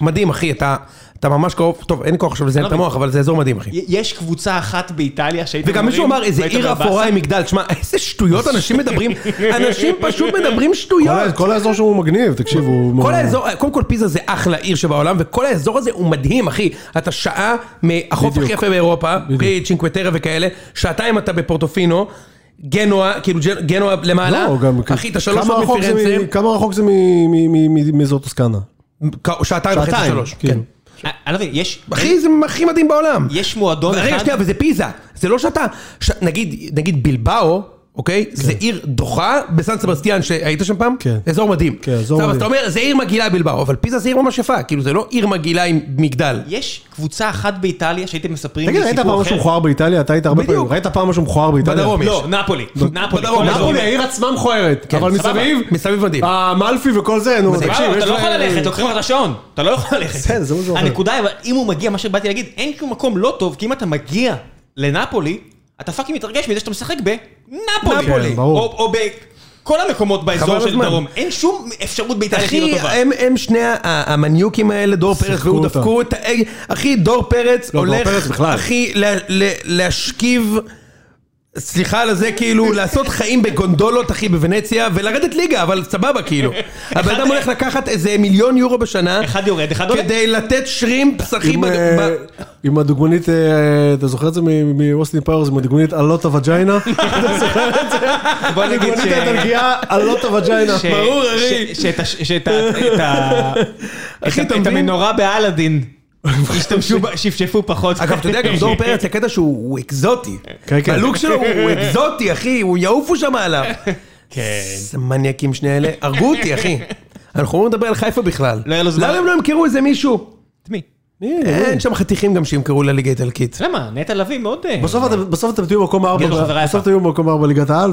Speaker 2: מדהים, אחי, אתה אתה ממש קרוב, טוב, אין לי כוח עכשיו לזיין את
Speaker 1: לא
Speaker 2: המוח, אבל זה אזור מדהים, אחי.
Speaker 1: י- יש קבוצה אחת באיטליה שהייתם
Speaker 2: וגם מישהו אמר, איזה
Speaker 1: "והייתם
Speaker 2: עיר
Speaker 1: בבאסה?"
Speaker 2: אפורה עם מגדל, תשמע, איזה שטויות אנשים מדברים, אנשים פשוט מדברים
Speaker 3: כל ה-
Speaker 2: שטויות.
Speaker 3: כל האזור שם הוא מגניב, תקשיב, הוא...
Speaker 2: כל האזור, קודם כל פיזה זה אחלה עיר שבעולם, וכל האזור הזה הוא מדהים, אחי. אתה שעה מהחוף הכי
Speaker 3: בדיוק.
Speaker 2: יפה באירופה, בלי צ'ינקווטרה וכאלה, שעתיים אתה בפורטופינו, גנואה, כאילו ג'נ- גנואה למעלה,
Speaker 3: לא, גם...
Speaker 2: אחי, אתה שלוש
Speaker 3: כמה
Speaker 2: שעות
Speaker 3: רחוק זה מ-
Speaker 2: מפירנצה,
Speaker 3: כמה רחוק זה מ- מ- מ- מ- מאזור טוסקנה?
Speaker 2: כ- שעתיים וחצי
Speaker 3: שעתיים,
Speaker 2: שלוש, כן.
Speaker 3: כאילו.
Speaker 1: אני אני לא מבין, יש...
Speaker 2: אחי, זה הכי מדהים בעולם.
Speaker 1: יש מועדון
Speaker 2: רגע,
Speaker 1: אחד...
Speaker 2: שנייה, וזה פיזה, זה לא שאתה, ש- נגיד, נגיד בלבאו, אוקיי? זה עיר דוחה בסן סבסטיאן, שהיית שם פעם?
Speaker 3: כן.
Speaker 2: אזור מדהים.
Speaker 3: כן, אזור
Speaker 2: סבא, אז
Speaker 3: מדהים.
Speaker 2: אתה אומר, זה עיר מגעילה בלבאו, אבל פיזה זה עיר ממש יפה, כאילו זה לא עיר מגעילה עם מגדל.
Speaker 1: יש קבוצה אחת באיטליה שהייתם מספרים
Speaker 3: תגיד, ראית פעם משהו מכוער באיטליה? אתה היית הרבה
Speaker 2: בדיוק.
Speaker 3: פעמים, ראית פעם משהו מכוער באיטליה?
Speaker 2: בדרום.
Speaker 1: לא, נפולי. נפולי.
Speaker 2: בדרום,
Speaker 1: כל
Speaker 2: בדרום.
Speaker 1: האזורים
Speaker 3: לא, נפולי,
Speaker 1: האלה.
Speaker 3: העיר עצמה מכוערת, אבל
Speaker 1: סבבה.
Speaker 3: מסביב, אה,
Speaker 2: מסביב מדהים.
Speaker 3: המלפי וכל זה, נו,
Speaker 1: סבבה,
Speaker 3: תקשיב,
Speaker 1: אבל
Speaker 3: יש
Speaker 1: אתה לא
Speaker 3: לך-
Speaker 1: יכול ללכת, לוקחים לך את השעון. אתה לא יכול ללכת.
Speaker 3: בסדר, זה משהו אחר.
Speaker 1: הנקודה היא, אבל אם הוא מגיע, מה שבאתי להגיד, אין כאילו מקום לא טוב, כי אם אתה מגיע לנפולי, אתה פאקינג מתרגש מזה שאתה משחק בנפולי.
Speaker 3: כן, ברור.
Speaker 1: או או בכל המקומות באזור
Speaker 3: חבל
Speaker 1: של
Speaker 3: הזמן. אה-
Speaker 1: דרום. אין שום אפשרות באיטליה כאילו
Speaker 2: אחי,
Speaker 1: טובה.
Speaker 2: הם, הם שני ה- המניוקים האלה, דור פרץ
Speaker 3: שיחקו
Speaker 2: והוא
Speaker 3: אותם.
Speaker 2: דפקו את ה... אחי, דור פרץ
Speaker 3: לא, דור
Speaker 2: הולך,
Speaker 3: פרץ בכלל.
Speaker 2: אחי, לה, לה, להשכיב, סליחה על זה, כאילו, לעשות חיים בגונדולות, אחי, בוונציה, ולרדת ליגה, אבל סבבה, כאילו. הבן אדם הולך לקחת איזה מיליון יורו בשנה,
Speaker 1: אחד יורד,
Speaker 3: כן,
Speaker 1: אחד עולה.
Speaker 2: כדי לתת שרימפס, אחי,
Speaker 3: עם,
Speaker 2: בג-
Speaker 3: אה,
Speaker 2: ב-
Speaker 3: עם הדוגמנית, אה, אתה זוכר את זה מ- מאוסטין פאוורס, עם הדוגמנית אלוטה וג'יינה? אתה זוכר את זה?
Speaker 1: בוא נגיד
Speaker 3: הדוגמנית
Speaker 1: ש-
Speaker 3: האיטלקייה אלוטה וג'יינה.
Speaker 1: ש-
Speaker 2: ברור,
Speaker 1: ש-
Speaker 2: אחי.
Speaker 1: שאת הש- שאת ה- את ה-
Speaker 2: אחי,
Speaker 1: את
Speaker 2: אתה
Speaker 1: ה- את
Speaker 2: מבין?
Speaker 1: המנורה באלאדין. השתמשו, ב- שפשפו פחות.
Speaker 2: אגב, אתה יודע, גם דור פרץ, הקטע שהוא הוא אקזוטי.
Speaker 3: כן, כן.
Speaker 2: הלוק שלו הוא- הוא אקזוטי, אחי, הוא יעופו שם עליו.
Speaker 1: כן.
Speaker 2: איזה מניאקים שני אלה, הרגו אותי, אחי. אנחנו לא נדבר על חיפה בכלל.
Speaker 1: לא היה לו זמן.
Speaker 2: למה הם לא ימכרו איזה מישהו?
Speaker 1: את מי?
Speaker 2: אין שם חתיכים גם שימכרו לליגה האיטלקית.
Speaker 1: אתה יודע מה, נטע לביא מאוד... אה,
Speaker 3: בסוף אתם- בסוף אתם תהיו במקום ארבע,
Speaker 1: יש לו חברה יפה.
Speaker 3: בסוף תהיו במקום ארבע ליגת העל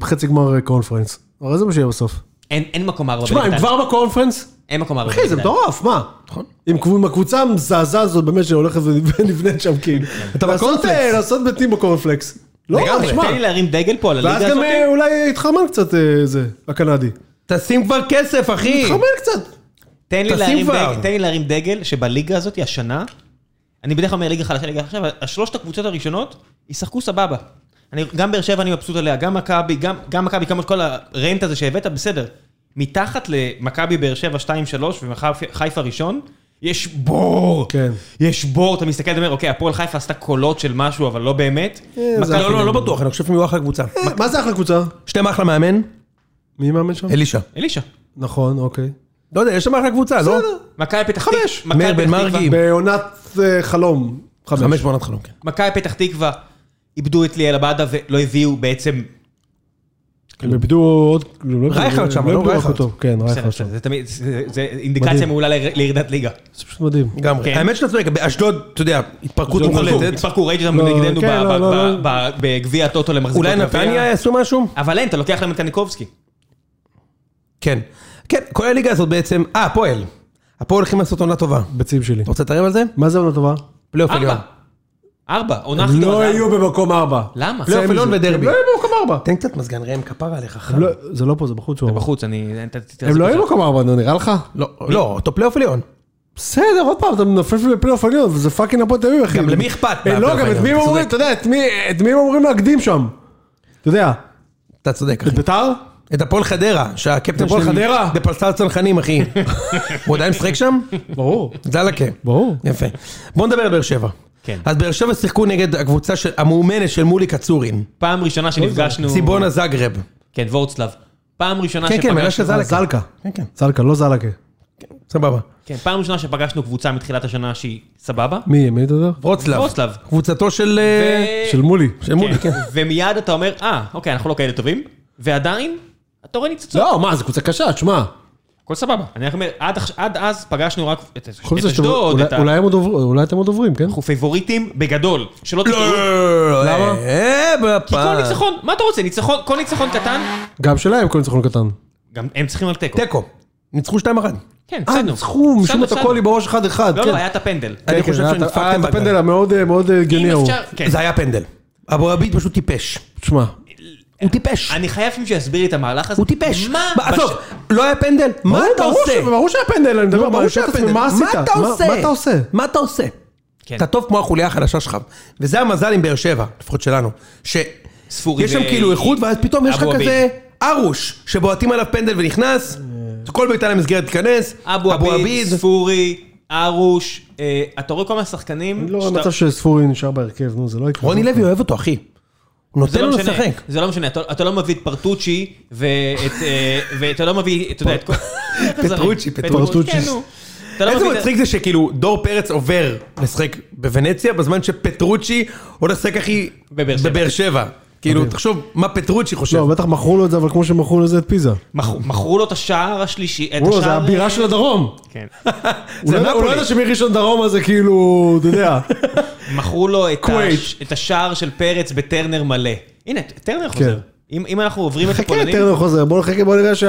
Speaker 3: וחצי גמר אה, קונפרנס. הרי זה מה שיהיה בסוף.
Speaker 1: אין אין מקום ארבע.
Speaker 3: תשמע,
Speaker 1: בליגת
Speaker 3: הם
Speaker 1: העל.
Speaker 3: כבר בקונפרנס?
Speaker 1: אין מקום ארבע.
Speaker 3: אחי, זה
Speaker 1: בליגת העל.
Speaker 3: מטורף, מה?
Speaker 2: נכון.
Speaker 3: עם קבוצ- עם הקבוצה המזעזעת הזאת באמת שהולכת ונבנית שם כאילו.
Speaker 2: אתה
Speaker 3: לעשות,
Speaker 2: בקורנפלקס.
Speaker 3: אה, לעשות בתים בקורנפלקס. לא,
Speaker 2: לגמרי.
Speaker 3: שמע.
Speaker 1: תן לי להרים דגל פה על
Speaker 3: ואז
Speaker 1: הליגה
Speaker 3: גם
Speaker 1: הזאת.
Speaker 3: אה, אולי יתחרמן קצת אה, זה, הקנדי.
Speaker 2: תשים כבר כסף, אחי.
Speaker 3: יתחרמן קצת.
Speaker 1: תן לי
Speaker 2: תשים
Speaker 1: להרים
Speaker 2: כבר.
Speaker 1: דגל- תן לי להרים דגל שבליגה הזאת השנה, אני בדרך כלל אומר ליגה חלשה, ליגה חלשה, אבל השלושת הקבוצות הראשונות ישחקו סבבה. אני, גם באר שבע אני מבסוט עליה, גם מכבי, גם, גם מכבי, כמה כל הרנט הזה שהבאת, בסדר. מתחת למכבי באר שבע 2-3 וחיפה ראשון, יש בור.
Speaker 3: כן.
Speaker 1: יש בור, אתה מסתכל ואומר, אוקיי, הפועל חיפה עשתה קולות של משהו, אבל לא באמת.
Speaker 3: אה, זה
Speaker 1: מכבי-
Speaker 2: לא, לא, לא בטוח, אני חושב שהם יהיו אחלה קבוצה.
Speaker 3: מה- מה זה אחלה קבוצה?
Speaker 2: שאתם אחלה מאמן,
Speaker 3: מי מאמן שם?
Speaker 2: אלישע.
Speaker 1: אלישע.
Speaker 3: נכון, אוקיי.
Speaker 2: לא יודע, יש שם אחלה קבוצה, לא?
Speaker 3: בסדר.
Speaker 1: מכבי פתח תקווה.
Speaker 3: חמש.
Speaker 1: מכבי
Speaker 2: מאיר בן
Speaker 1: פתח תקווה.
Speaker 2: מרגי.
Speaker 3: בעונת אה, חלום.
Speaker 2: חמש בעונת חלום, כן.
Speaker 1: מכבי פתח תקווה איבדו את ליאל עבאדה ולא הביאו בעצם...
Speaker 3: הם איבדו עוד... הם לא-
Speaker 2: רייכרד שם,
Speaker 3: הם
Speaker 2: לא
Speaker 3: איבדו רק
Speaker 2: רייכרד.
Speaker 3: אותו. כן,
Speaker 1: בסדר,
Speaker 3: רייכרד שם.
Speaker 1: בסדר, זה תמיד, זה- זה אינדיקציה
Speaker 3: מדהים.
Speaker 1: מעולה ל- לירידת ליגה.
Speaker 3: זה פשוט מדהים.
Speaker 2: לגמרי.
Speaker 1: כן.
Speaker 2: האמת שאתה צודק, באשדוד, אתה יודע, התפרקות
Speaker 3: אשדוד
Speaker 2: מוחלטת.
Speaker 1: התפרקו רייג' אותם
Speaker 3: לא,
Speaker 1: נגדנו ב-
Speaker 3: כן, לא,
Speaker 1: ב-
Speaker 3: לא,
Speaker 1: ב-
Speaker 3: לא.
Speaker 1: ב- בגביע הטוטו למחזיקות.
Speaker 2: אולי
Speaker 1: גביע.
Speaker 2: נתניה יעשו משהו?
Speaker 1: אבל אין, אתה לוקח להם את הניקובסקי.
Speaker 2: כן. כן, כל הליגה הזאת בעצם, אה, הפועל. הפועל הולכים לעשות עונה טובה. אתה
Speaker 3: ביצים שלי.
Speaker 2: רוצה להתערב על זה?
Speaker 3: מה זה עונה טובה?
Speaker 2: פלייאוף עליון.
Speaker 1: ארבע. ארבע, עונה הכי
Speaker 3: לא
Speaker 1: טובה. זה
Speaker 3: יהיו במקום ארבע.
Speaker 1: למה?
Speaker 3: צא
Speaker 2: פלייאוף עליון
Speaker 3: מזה.
Speaker 2: ודרבי.
Speaker 3: הם לא יהיו במקום ארבע.
Speaker 2: תן קצת מזגן ראם כפרה עליך חם.
Speaker 3: הם לא- זה לא פה, זה בחוץ. הוא
Speaker 1: ארבע.
Speaker 3: אמר.
Speaker 1: בחוץ, אני... אתה- אתה-
Speaker 3: הם
Speaker 1: אתה-
Speaker 3: לא יהיו במקום ארבע, נו, נראה לך?
Speaker 2: לא, לא, אותו פלייאוף עליון.
Speaker 3: בסדר, עוד פעם, אתה מנפף לפלייאוף עליון, וזה פאקינג הפועל תל אביב, אחי.
Speaker 2: גם למי אכפת
Speaker 3: אה,
Speaker 2: מהפלייאוף
Speaker 3: לא, גם את מי הם
Speaker 2: העליון?
Speaker 3: אומרים,
Speaker 2: צודק.
Speaker 3: אתה יודע, את מי- את מי הם אומרים להקדים שם? אתה יודע,
Speaker 2: אתה צודק, אחי.
Speaker 3: את ביתר?
Speaker 2: את הפועל חדרה, שהקפטן
Speaker 3: את הפועל חדרה?
Speaker 2: בפלסר צנחנים, אחי. הוא עדיין משחק שם?
Speaker 3: ברור.
Speaker 2: זלקה.
Speaker 3: ברור.
Speaker 2: יפה. בוא נדבר על באר שבע.
Speaker 1: כן.
Speaker 2: אז באר שבע שיחקו נגד הקבוצה של- המאומנת של מולי קצורין.
Speaker 1: פעם ראשונה שנפגשנו...
Speaker 2: ציבונה זגרב.
Speaker 3: אה,
Speaker 1: כן, וורצלב. פעם ראשונה
Speaker 2: כן, כן, מנשה
Speaker 1: שפגשנו...
Speaker 2: זלקה.
Speaker 3: זלקה.
Speaker 2: כן, כן.
Speaker 3: זלקה, לא זלקה.
Speaker 2: סבבה.
Speaker 1: כן, פעם ראשונה שפגשנו קבוצה מתחילת השנה שהיא סבבה.
Speaker 3: מי, מי אתה יודע?
Speaker 2: ורוצלב.
Speaker 1: ורוצלב.
Speaker 2: קבוצתו של...
Speaker 1: ו-
Speaker 2: אה,
Speaker 3: של מולי.
Speaker 2: של מולי, כן.
Speaker 1: ומיד אתה אומר, אה, אוקיי, אנחנו לא כאלה טובים. ועדיין, אתה רואה ניצוצות.
Speaker 3: לא, מה, זו קבוצה קשה, תשמע.
Speaker 1: הכל סבבה. אני רק אומר, עד עכש- עד אז פגשנו רק את את
Speaker 3: חוץ מזה שאתם-
Speaker 1: אשדוד,
Speaker 3: אולי-
Speaker 1: את ה...
Speaker 3: אולי הם עוד עובר- אולי אתם עוד עוברים, כן?
Speaker 1: אנחנו פייבוריטים בגדול. שלא
Speaker 2: לא,
Speaker 1: תטעו.
Speaker 2: למה? אה,
Speaker 1: כי כל ניצחון, מה אתה רוצה? ניצחון, כל ניצחון קטן,
Speaker 3: גם שלהם כל ניצחון קטן.
Speaker 1: גם הם צריכים על תיקו.
Speaker 2: תיקו. ניצחו 2-1.
Speaker 1: כן,
Speaker 3: אה,
Speaker 1: בסדר.
Speaker 3: ניצחו, משום את הכל לי בראש אחד-אחד.
Speaker 1: לא,
Speaker 3: כן.
Speaker 1: לא, היה את הפנדל.
Speaker 2: אני
Speaker 3: כן,
Speaker 2: חושב
Speaker 3: כן, היה את-
Speaker 2: שנדפקתם
Speaker 3: היה את
Speaker 2: בגלל.
Speaker 3: הפנדל המאוד אה, מאוד אה, הגיוני
Speaker 1: אם
Speaker 3: ההוא.
Speaker 1: אפשר, כן.
Speaker 2: זה היה פנדל. אבו רביד פשוט טיפש.
Speaker 3: תשמע,
Speaker 2: הוא טיפש.
Speaker 1: אני חייב שמישהו יסביר לי את המהלך הזה.
Speaker 2: הוא טיפש.
Speaker 1: אה, מה?
Speaker 2: מה? עזוב,
Speaker 1: בש-
Speaker 2: לא היה פנדל? מה
Speaker 3: ברור,
Speaker 2: אתה
Speaker 3: ברור
Speaker 2: עושה?
Speaker 3: ש- ברור שהיה פנדל, אני מדבר,
Speaker 2: ברור
Speaker 3: לא, ברור שהיה פנדל. מה עשית?
Speaker 2: מה אתה עושה?
Speaker 3: מה אתה עושה?
Speaker 2: מה אתה עושה?
Speaker 1: כן.
Speaker 2: אתה טוב כמו החוליה החלשה שלך. וזה המזל עם באר שבע, לפחות שלנו. ש...
Speaker 1: ספורי
Speaker 2: יש שם
Speaker 1: ו-
Speaker 2: כאילו איכות, ואז פתאום יש לך
Speaker 1: אבו
Speaker 2: כזה ארוש, שבועטים עליו פנדל ונכנס, כל בעיטה למסגרת תיכנס,
Speaker 1: אבו עביד, ספורי, ארוש, אה, אתה רואה כל מיני שחקנים.
Speaker 3: אני לא רואה
Speaker 1: שאתה-
Speaker 3: מצב שספורי נשאר בהרכב, נו, זה לא יקרה.
Speaker 2: רוני לוי אוהב אותו, אחי. הוא
Speaker 1: זה
Speaker 2: נותן לו
Speaker 1: לא משנה,
Speaker 2: לשחק.
Speaker 1: זה לא משנה, אתה- אתה לא מביא את פרטוצ'י, ואת, אה, ואתה לא מביא, אתה יודע, את כל...
Speaker 2: פטרוצ'י,
Speaker 3: פטרוצ'י.
Speaker 1: כן, נו. אתה לא
Speaker 2: איזה
Speaker 1: מביא את-
Speaker 2: מצחיק זה שכאילו דור פרץ עובר לשחק בוונציה, בזמן שפטרוצ'י הולך לשחק אחי
Speaker 1: בבאר שבע.
Speaker 2: בבאר שבע. כאילו, תחשוב מה פטרוצ'י חושב.
Speaker 3: לא, בטח מכרו לו את זה, אבל כמו שמכרו לזה את פיזה.
Speaker 1: מכרו מכרו לו את השער השלישי, את
Speaker 3: אמרו לו,
Speaker 1: השער...
Speaker 3: זה הבירה של הדרום.
Speaker 1: כן.
Speaker 3: הוא לא- הוא לא
Speaker 2: נפולי.
Speaker 3: יודע שמראשון דרומה זה כאילו, אתה יודע.
Speaker 1: מכרו לו את
Speaker 3: כווית.
Speaker 1: הש- את השער של פרץ בטרנר מלא. הנה, טרנר חוזר.
Speaker 3: כן.
Speaker 1: אם אם אנחנו עוברים את
Speaker 3: חכה,
Speaker 1: הפולנים...
Speaker 3: טרנר חוזר, בוא נחכה, בוא נראה
Speaker 1: שאני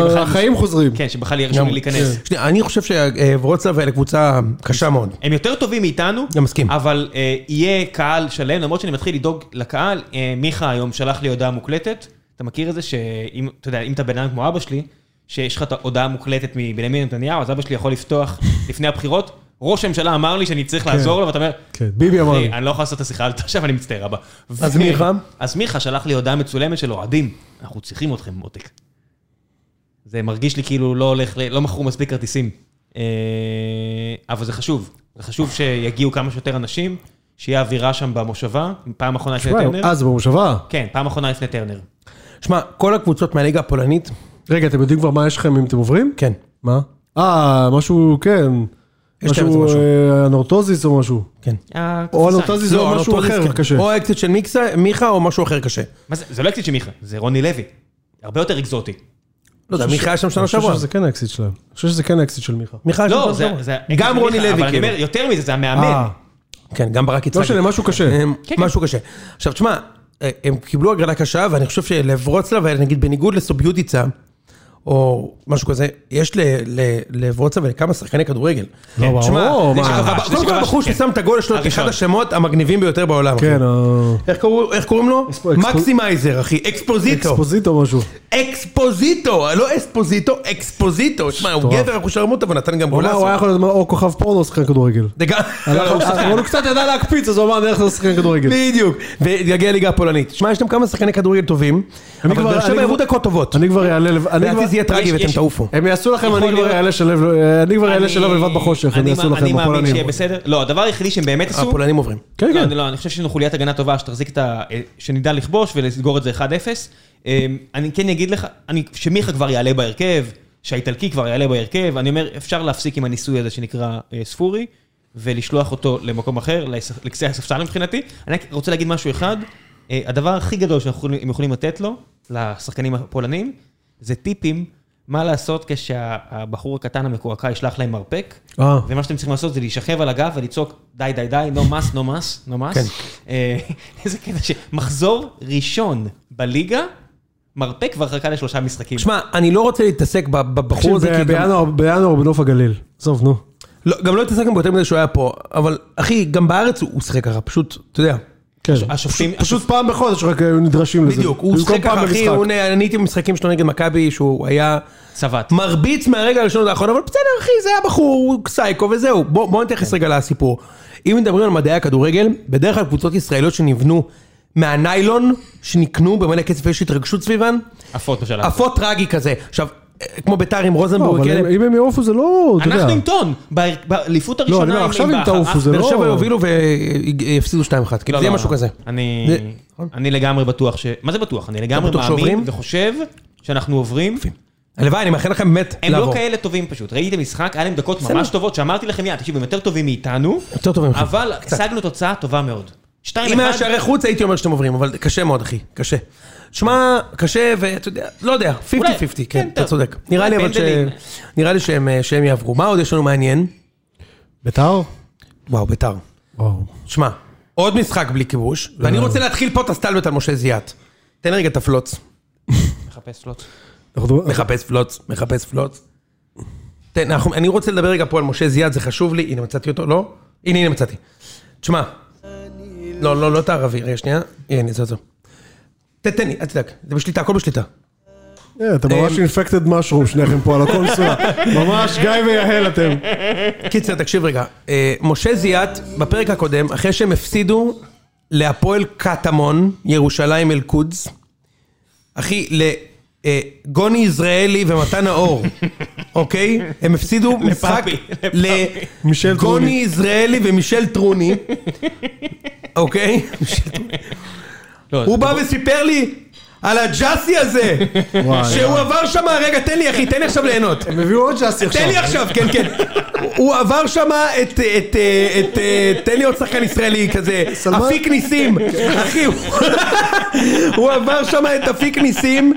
Speaker 1: בכלל-
Speaker 3: שהחיים חוזרים.
Speaker 1: כן, שבכלל יהיה רשום לי
Speaker 3: כן.
Speaker 1: להיכנס.
Speaker 2: שנייה, אני חושב שוורצלב האלה קבוצה קשה מאוד.
Speaker 1: הם יותר טובים מאיתנו,
Speaker 2: גם מסכים.
Speaker 1: אבל אה, יהיה קהל שלם, למרות שאני מתחיל לדאוג לקהל. אה, מיכה היום שלח לי הודעה מוקלטת, אתה מכיר את זה שאם, אתה יודע, אם אתה בן אדם כמו אבא שלי, שיש לך את ההודעה מוקלטת מבנימין נתניהו, אז אבא שלי יכול לפתוח לפני הבחירות, ראש הממשלה אמר לי שאני צריך לעזור לו, ואתה אומר,
Speaker 3: כן, ביבי אמר
Speaker 1: "אחי,
Speaker 3: לי.
Speaker 1: אני לא יכול לעשות את השיחה הזאת עכשיו, אני מצטער, אבא.
Speaker 2: אז
Speaker 1: ו-
Speaker 2: מיכה?
Speaker 1: אז מיכה שלח לי הודעה מצולמת של אוהדים, אנחנו צריכים אתכם, מותק. זה מרגיש לי כאילו לא הולך, ל- לא מכרו מספיק כרטיסים. אה, אבל זה חשוב. זה חשוב שיגיעו כמה שיותר אנשים, שיהיה אווירה שם במושבה, פעם אחרונה לפני
Speaker 3: וואי,
Speaker 1: טרנר.
Speaker 2: אה-
Speaker 3: אז במושבה.
Speaker 1: כן, פעם אחרונה לפני טרנר.
Speaker 2: שמע, כל הקבוצות מהליגה הפולנית,
Speaker 3: רגע, אתם יודעים כבר מה יש לכם אם אתם עוברים?
Speaker 2: כן.
Speaker 3: מה? אה, משהו, כן.
Speaker 2: יש להם איזה
Speaker 3: משהו,
Speaker 2: משהו.
Speaker 3: אה, אנורטוזיס או משהו.
Speaker 2: כן.
Speaker 1: אה,
Speaker 3: או
Speaker 1: קפצה.
Speaker 3: אנורטוזיס
Speaker 2: לא,
Speaker 3: או משהו
Speaker 2: אנטוניס,
Speaker 3: אחר
Speaker 2: כן.
Speaker 3: קשה.
Speaker 2: או האקסיט של מיקסה, מיכה או משהו אחר קשה.
Speaker 1: מה זה, זה לא אקסיט של מיכה, זה רוני לוי. הרבה יותר אקזוטי.
Speaker 2: לא, זה מיכה היה שם שנה
Speaker 3: אני חושב
Speaker 2: שעברה.
Speaker 3: שזה כן האקסיט שלהם. אני חושב שזה כן האקסיט של מיכה.
Speaker 2: מיכה היה שם
Speaker 1: לא,
Speaker 2: שנה
Speaker 1: זה...
Speaker 2: שעברה.
Speaker 1: זה-
Speaker 2: נכון, גם רוני
Speaker 1: מיכה,
Speaker 2: לוי,
Speaker 1: אבל
Speaker 2: כאילו.
Speaker 1: אני אומר, יותר מזה, זה
Speaker 3: אה,
Speaker 1: המאמן.
Speaker 2: כן, גם ברק יצחקי.
Speaker 3: לא משנה, משהו קשה.
Speaker 2: אמ,
Speaker 1: כן,
Speaker 2: משהו קשה. עכשיו תשמע, אה, הם קיבלו הגרלה קשה, ואני חושב שלוורוצלב, האלה, נגיד בניגוד לסוביודיצה, או משהו כזה, יש ל- ל- לוורוצלב ולכמה שחקני כדורגל.
Speaker 3: לא,
Speaker 2: תשמע,
Speaker 3: ברור,
Speaker 2: זה
Speaker 3: מה?
Speaker 1: שכבש,
Speaker 2: שכבש-
Speaker 1: זה
Speaker 2: קודם כל
Speaker 1: שכבש,
Speaker 2: הבחור
Speaker 1: כן.
Speaker 2: ששם את הגול שלו, את אחד
Speaker 1: הראשון.
Speaker 2: השמות המגניבים ביותר בעולם. אחי.
Speaker 3: כן, אה,
Speaker 2: איך קראו- איך קוראים לו?
Speaker 3: אקספו- אקספו-
Speaker 2: מקסימייזר, אחי, אקספוזיטו.
Speaker 3: אקספוזיטו משהו.
Speaker 2: אקספוזיטו, לא אספוזיטו, אקספוזיטו. שמע, הוא
Speaker 3: מטורף.
Speaker 2: גבר אחושרמוט, אבל נתן גם
Speaker 3: הוא
Speaker 1: לא
Speaker 2: גולאסו.
Speaker 3: אמר, הוא היה יכול להיות או כוכב פורנו או שחקן כדורגל.
Speaker 2: זה גם-
Speaker 3: הלך- אבל הוא קצת ידע להקפיץ, אז הוא אמר, אני הולך לעשות שחקן כדורגל.
Speaker 2: בדיוק, ויגיע ליגה הפולנית. שמע, יש להם כמה שחקני כדורגל טובים, אבל
Speaker 3: כבר-
Speaker 2: באר
Speaker 3: אני
Speaker 2: שבע יעברו
Speaker 3: כבר-
Speaker 2: דקות טובות.
Speaker 3: אני כבר אעלה לב... אני
Speaker 2: לדעתי
Speaker 3: כבר-
Speaker 2: זה יהיה טרגי
Speaker 1: יש-
Speaker 2: ואתם
Speaker 1: יש-
Speaker 2: תעופו.
Speaker 3: הם יעשו לכם,
Speaker 1: יכול
Speaker 3: אני כבר
Speaker 1: להיות-
Speaker 3: אעלה שלב, אה, אני כבר אעלה
Speaker 1: אני-
Speaker 3: שלב לבד בחושך, הם
Speaker 1: אני
Speaker 3: יעשו
Speaker 1: מא-
Speaker 3: לכם
Speaker 1: אני מאמין שיהיה
Speaker 3: בפולנים.
Speaker 1: בסדר. לא, הדבר היחידי שהם באמת עשו...
Speaker 2: הפולנים עוברים.
Speaker 3: כן,
Speaker 1: לא,
Speaker 3: כן.
Speaker 1: אני לא, אני חושב שיש לנו חוליית הגנה טובה שתחזיק את ה... אה, שנדע לכבוש ולסגור את זה 1-0. אה, אני כן אגיד לך, אני, שמיכה כבר יעלה בהרכב, שהאיטלקי כבר יעלה בהרכב, אני אומר, אפשר להפסיק עם הניסוי הזה שנקרא אה, ספורי, ולשלוח אותו למקום אחר, לס- לכיסא הספסל מבחינתי. אני רק רוצה להגיד משהו אחד, אה, הדבר הכי גדול שאנחנו יכולים- הם יכולים לתת לו, לשחקנים הפולנים, זה טיפים. מה לעשות כשהבחור הקטן המקורקע ישלח להם מרפק,
Speaker 3: אה.
Speaker 1: ומה שאתם צריכים לעשות זה להישכב על הגב ולצעוק די, די, די, no must, no must, no
Speaker 2: כן.
Speaker 1: must. אה, איזה קטע שמחזור ראשון בליגה, מרפא כבר חכה לשלושה משחקים.
Speaker 2: שמע, אני לא רוצה להתעסק ב- בבחור הזה,
Speaker 3: תקשיב,
Speaker 2: כי גם-
Speaker 3: בינואר- בינואר בנוף הגליל. עזוב, נו.
Speaker 2: לא, גם לא התעסק גם ביותר מזה שהוא היה פה, אבל אחי, גם בארץ הוא הוא שיחק ככה, פשוט, אתה יודע.
Speaker 3: כן.
Speaker 1: השופטים,
Speaker 3: פשוט פעם בחודש רק היו נדרשים לזה.
Speaker 2: בדיוק, הוא
Speaker 3: במקום
Speaker 2: שיחק
Speaker 3: פעם
Speaker 2: ככה, אחי,
Speaker 3: במשחק.
Speaker 2: הוא נ- אני הייתי במשחקים שלו נגד מכבי, שהוא היה
Speaker 1: צבט.
Speaker 2: מרביץ מהרגע הראשון עד האחרון, אבל בסדר, אחי, זה היה בחור, הוא סייקו וזהו. בוא בוא נתייחס רגע לסיפור. אם מדברים על מדעי הכדורגל, בדרך כלל קבוצות ישראליות שנבנו מהניילון, שנקנו במלא כסף, יש התרגשות סביבן,
Speaker 1: עפות בשלב. הזה.
Speaker 2: אפות טרגי כזה. עכשיו, אה, כמו ביתר עם
Speaker 3: לא,
Speaker 2: רוזנבורג, כן,
Speaker 3: אבל
Speaker 2: כאלה,
Speaker 3: אם- אם הם יעופו זה לא, אתה יודע.
Speaker 1: אנחנו עם טון, ב- באליפות
Speaker 3: לא,
Speaker 1: הראשונה.
Speaker 3: אני אומר,
Speaker 1: עם-
Speaker 3: עכשיו
Speaker 1: עם
Speaker 3: אם
Speaker 1: באח-
Speaker 3: תעופו זה
Speaker 2: באר שבע
Speaker 3: לא...
Speaker 2: יובילו ויפסידו 2-1, כאילו
Speaker 1: לא,
Speaker 2: זה יהיה
Speaker 1: לא,
Speaker 2: משהו
Speaker 1: לא.
Speaker 2: כזה.
Speaker 1: אני
Speaker 2: זה-
Speaker 1: אני לגמרי בטוח ש... מה זה בטוח? אני לגמרי
Speaker 2: בטוח
Speaker 1: מאמין
Speaker 2: שעוברים?
Speaker 1: וחושב שאנחנו עוברים.
Speaker 2: הלוואי, אני מאחל לכם באמת
Speaker 1: הם לא
Speaker 2: לעבור.
Speaker 1: כאלה טובים פשוט. ראיתי משחק, היה להם דקות
Speaker 2: בסדר.
Speaker 1: ממש טובות, שאמרתי לכם, יאללה, תקשיבו, הם יותר טובים מאיתנו,
Speaker 2: יותר טובים מכם.
Speaker 1: אבל
Speaker 2: קצת.
Speaker 1: השגנו תוצאה טובה מאוד. 2-1.
Speaker 2: אם היה שערי חוץ הייתי אומר שאתם עוברים, אבל קשה מאוד אחי, קשה. שמע, קשה ואתה יודע, לא יודע, 50-50,
Speaker 1: אולי, כן,
Speaker 2: כן, אתה
Speaker 1: טוב.
Speaker 2: צודק. נראה לי אבל ש...
Speaker 1: פנדלים.
Speaker 2: נראה לי שהם אה, שהם יעברו. מה עוד יש לנו מעניין?
Speaker 3: ביתר?
Speaker 2: וואו, ביתר.
Speaker 3: וואו.
Speaker 2: שמע, עוד משחק בלי כיבוש,
Speaker 1: אה.
Speaker 2: ואני רוצה להתחיל פה את הסטלבט על משה זיאת. תן רגע את הפלוץ.
Speaker 1: מחפש לוט.
Speaker 3: אנחנו-
Speaker 2: מחפש פלוץ, מחפש פלוץ. תן, אנחנו, אני רוצה לדבר רגע פה על משה זיאת, זה חשוב לי. הנה, מצאתי אותו, לא? הנה, הנה מצאתי. תשמע, לא, לא, לא את הערבי, רגע, שנייה. הנה, זו, זו. תן, תן לי, אל תדאג, זה בשליטה, הכל בשליטה.
Speaker 3: אה, אתם ממש אינפקטד משרום שניכם פה על הקונסולה. ממש גיא ויהל אתם.
Speaker 2: קיצר, תקשיב רגע. אה, משה זיאת, בפרק הקודם, אחרי שהם הפסידו להפועל קטמון, ירושלים אל-קודס, אחי, לגוני יזרעאלי ומתן האור, אוקיי? הם הפסידו משחק
Speaker 1: לפאפי,
Speaker 3: מישל
Speaker 2: לגוני
Speaker 3: טרוני.
Speaker 2: יזרעאלי ומישל טרוני, אוקיי?
Speaker 1: לא,
Speaker 2: הוא
Speaker 1: זה-
Speaker 2: בא וסיפר לי, על הג'אסי הזה,
Speaker 3: וואי,
Speaker 2: שהוא
Speaker 3: וואי.
Speaker 2: עבר שם, רגע, תן לי אחי, תן לי עכשיו ליהנות.
Speaker 3: הם הביאו עוד ג'אסי עכשיו.
Speaker 2: תן לי עכשיו, כן, כן. הוא עבר שם את, את, את, את, תן לי עוד שחקן ישראלי כזה,
Speaker 3: סלמן?
Speaker 2: אפיק ניסים. אחי, הוא- הוא עבר שם את אפיק ניסים,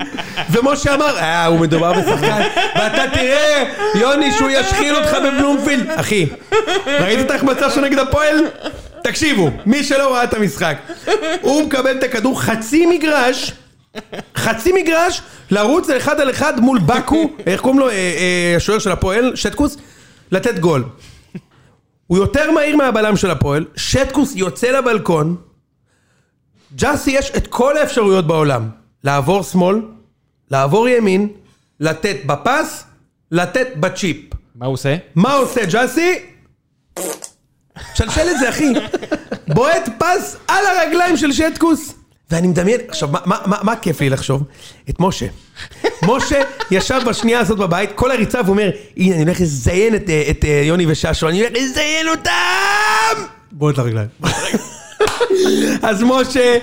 Speaker 2: ומשה אמר, אה, הוא מדובר בשחקן, ואתה תראה, יוני, שהוא ישחיל אותך בבלומפילד. אחי, ראית את ההחמצה שלו נגד הפועל? תקשיבו, מי שלא ראה את המשחק, הוא מקבל את הכדור חצי מגרש, חצי מגרש, לרוץ אחד על אחד מול בקו, איך קוראים לו, אה, אה, השוער של הפועל, שטקוס, לתת גול. הוא יותר מהיר מהבלם של הפועל, שטקוס יוצא לבלקון, ג'אסי יש את כל האפשרויות בעולם. לעבור שמאל, לעבור ימין, לתת בפס, לתת בצ'יפ.
Speaker 1: מה הוא עושה?
Speaker 2: מה עושה ג'אסי? שלשל את זה, אחי. בועט פס על הרגליים של שטקוס. ואני מדמיין, עכשיו, מה, מה, מה, מה כיף לי לחשוב? את משה. משה ישב בשנייה הזאת בבית, כל הריצה, והוא אומר, הנה, אני הולך לזיין את, אה, את אה, יוני וששו, אני הולך לזיין אותם!
Speaker 3: בועט לרגליים.
Speaker 2: אז משה,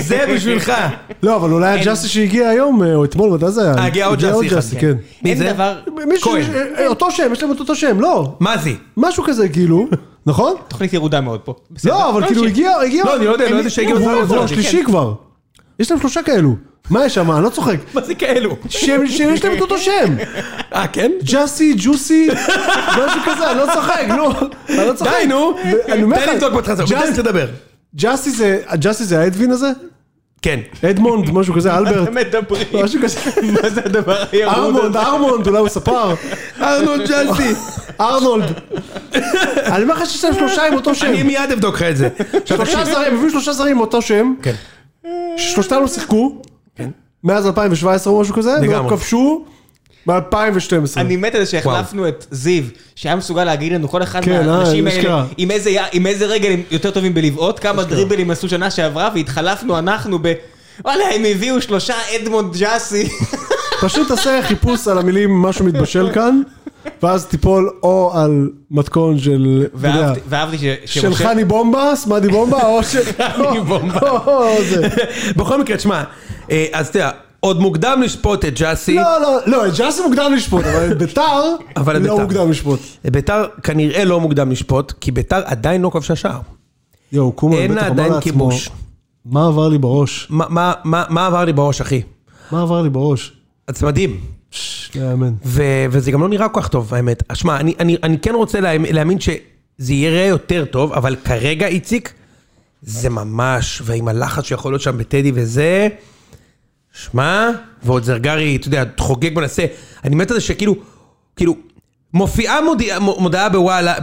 Speaker 2: זה בשבילך.
Speaker 3: לא, אבל אולי הג'אסי שהגיע היום, אה, או אתמול, מתי זה היה?
Speaker 2: אה, הגיע עוד ג'אסי אחד,
Speaker 3: כן.
Speaker 2: מי
Speaker 1: אין
Speaker 2: זה?
Speaker 1: דבר...
Speaker 3: מישהו,
Speaker 2: כהן.
Speaker 3: אה, אה, אותו שם, יש להם את אותו שם, לא.
Speaker 2: מזי.
Speaker 3: משהו כזה, כאילו, נכון?
Speaker 1: תוכנית ירודה מאוד פה. בסדר.
Speaker 3: לא, אבל כאילו
Speaker 1: נמשיך.
Speaker 3: הגיע, הגיע...
Speaker 2: לא, אני לא יודע, לא יודע שהגיע כן.
Speaker 3: הוא
Speaker 2: עוד
Speaker 3: כבר
Speaker 2: זמן.
Speaker 3: השלישי כבר. יש להם שלושה כאלו. מה יש שם? אני לא צוחק.
Speaker 2: מה זה כאלו?
Speaker 3: שם, שם, יש להם את אותו שם.
Speaker 2: אה, כן?
Speaker 3: ג'אסי, ג'וסי, משהו כזה, אני לא צוחק, נו. אני לא צוחק.
Speaker 2: די, נו.
Speaker 3: אני אומר לך,
Speaker 2: תן לי לצעוק בתחזור,
Speaker 3: ג'אסי-
Speaker 2: תן לי לדבר.
Speaker 3: ג'אסי זה, ג'אסי זה האדווין הזה?
Speaker 2: כן.
Speaker 3: אדמונד, משהו כזה, אלברט.
Speaker 1: אתם מדברים.
Speaker 3: משהו כזה.
Speaker 1: מה זה הדבר הירוד
Speaker 3: ארמונד,
Speaker 1: הזה?
Speaker 3: ארמונד, אולי הוא ספר.
Speaker 2: ארנון ג'אסי.
Speaker 3: ארנולד. אני אומר לך שיש להם שלושה עם אותו שם.
Speaker 2: אני מיד אבדוק לך את זה.
Speaker 3: שלושה זרים, הביאו שלושה זרים עם אותו שם.
Speaker 2: כן.
Speaker 3: שלושתם לא שיחקו. מאז 2017 או משהו כזה.
Speaker 2: לגמרי.
Speaker 3: והם כבשו מ-2012.
Speaker 1: אני מת על זה שהחלפנו את זיו, שהיה מסוגל להגיד לנו כל אחד
Speaker 3: כן,
Speaker 1: מהאנשים
Speaker 3: אה,
Speaker 1: האלה,
Speaker 3: אשכרה.
Speaker 1: עם איזה י- עם איזה רגל הם יותר טובים בלבעוט, כמה דריבלים עשו שנה שעברה, והתחלפנו אנחנו ב... וואלה, הם הביאו שלושה אדמונד ג'אסי.
Speaker 3: פשוט תעשה חיפוש על המילים משהו מתבשל כאן, ואז תיפול או על מתכון של, אתה יודע,
Speaker 1: ואהבתי- ואהבתי ש...
Speaker 3: של
Speaker 1: שמשה-
Speaker 3: חני בומבה, סמדי בומבה, או של...
Speaker 2: חני בומבה.
Speaker 3: או- או זה.
Speaker 2: כן. בכל מקרה, תשמע, אה, אז תראה, עוד מוקדם לשפוט את ג'אסי.
Speaker 3: לא, לא, לא, את ג'אסי מוקדם לשפוט, אבל את ביתר
Speaker 2: אבל את
Speaker 3: לא
Speaker 2: בית"ר.
Speaker 3: מוקדם לשפוט.
Speaker 2: ביתר כנראה לא מוקדם לשפוט, כי ביתר עדיין לא כבשה שער.
Speaker 3: יואו, קומן
Speaker 2: אין
Speaker 3: בטח אמר
Speaker 2: עדיין
Speaker 3: לעצמו,
Speaker 2: כיבוש.
Speaker 3: מה עבר לי בראש?
Speaker 2: מה- מה- מה מה עבר לי בראש, אחי?
Speaker 3: מה עבר לי בראש?
Speaker 2: זה מדהים.
Speaker 3: לא יאמן.
Speaker 2: ו- וזה גם לא נראה כל כך טוב, האמת. אז שמע, אני- אני אני כן רוצה להאמ- להאמין שזה יראה יותר טוב, אבל כרגע, איציק, זה ממש, ועם הלחץ שיכול להיות שם בטדי וזה, שמע, ועוד זרגרי, אתה יודע, חוגג מנסה, אני מת על זה שכאילו, כאילו, מופיעה מודיעה, מודעה בוואלה,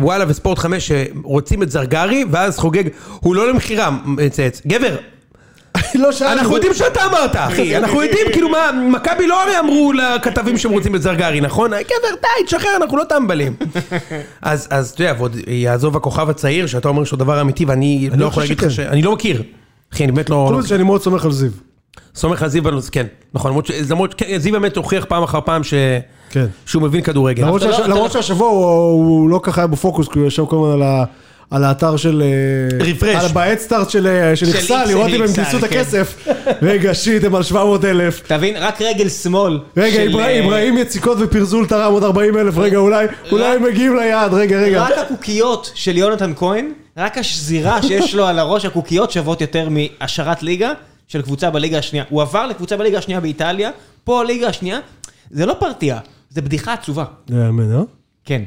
Speaker 2: בוואלה וספורט 5 שרוצים את זרגרי, ואז חוגג, הוא לא למכירה, מצייץ. גבר,
Speaker 3: לא שאלתי.
Speaker 2: אנחנו יודעים שאתה אמרת, אחי. אנחנו יודעים, כאילו, מה, מכבי לא הרי אמרו לכתבים שהם רוצים את זרגרי, נכון? גבר, די, תשחרר, אנחנו לא טמבלים. אז, אז, אתה יודע, ועוד יעזוב הכוכב הצעיר, שאתה אומר שהוא דבר אמיתי, ואני לא
Speaker 3: לא
Speaker 2: יכול
Speaker 3: חושב
Speaker 2: להגיד
Speaker 3: שכן.
Speaker 2: לך ש... אני לא מכיר. אחי, אני באמת לא...
Speaker 3: חוץ מזה שאני מאוד סומך על זיו.
Speaker 2: סומך על זיו בנושא, כן. נכון, למרות ש... למרות ש... כן, זיו באמת הוכיח פעם אחר פעם ש...
Speaker 3: כן.
Speaker 2: שהוא מבין כדורגל.
Speaker 3: למרות
Speaker 1: אתה לא-
Speaker 3: שהש-
Speaker 1: אתה לא-
Speaker 3: למרות שהשבוע הוא- הוא לא ככה היה בפוקוס, כי הוא ישב כל הזמן על ה- על האתר של... אה,
Speaker 2: רפרש.
Speaker 3: על ב-Headstart של אה, של
Speaker 1: של
Speaker 3: איכסה,
Speaker 1: X-
Speaker 3: לראות
Speaker 1: של
Speaker 3: אם הם
Speaker 1: X-
Speaker 3: גייסו את
Speaker 1: כן.
Speaker 3: הכסף. רגע, שיט, הם על 700 אלף.
Speaker 1: אתה מבין? רק רגל שמאל.
Speaker 3: רגע,
Speaker 1: של,
Speaker 3: אברהים-
Speaker 1: אה, לא.
Speaker 3: אברהים יציקות ופרזול תרם עוד 40 אלף, רגע, אולי אולי הם מגיעים ליעד, רגע, רגע.
Speaker 1: רק הקוקיות של יונתן כהן, רק השזירה שיש לו על הראש, הקוקיות שוות יותר מהשארת ליגה של קבוצה בליגה השנייה. הוא עבר לקבוצה בליגה השנייה באיטליה, פה הליגה השנייה, זה לא פרטייה, זה בדיחה עצובה.
Speaker 3: לא יאמן, אה?
Speaker 1: כן.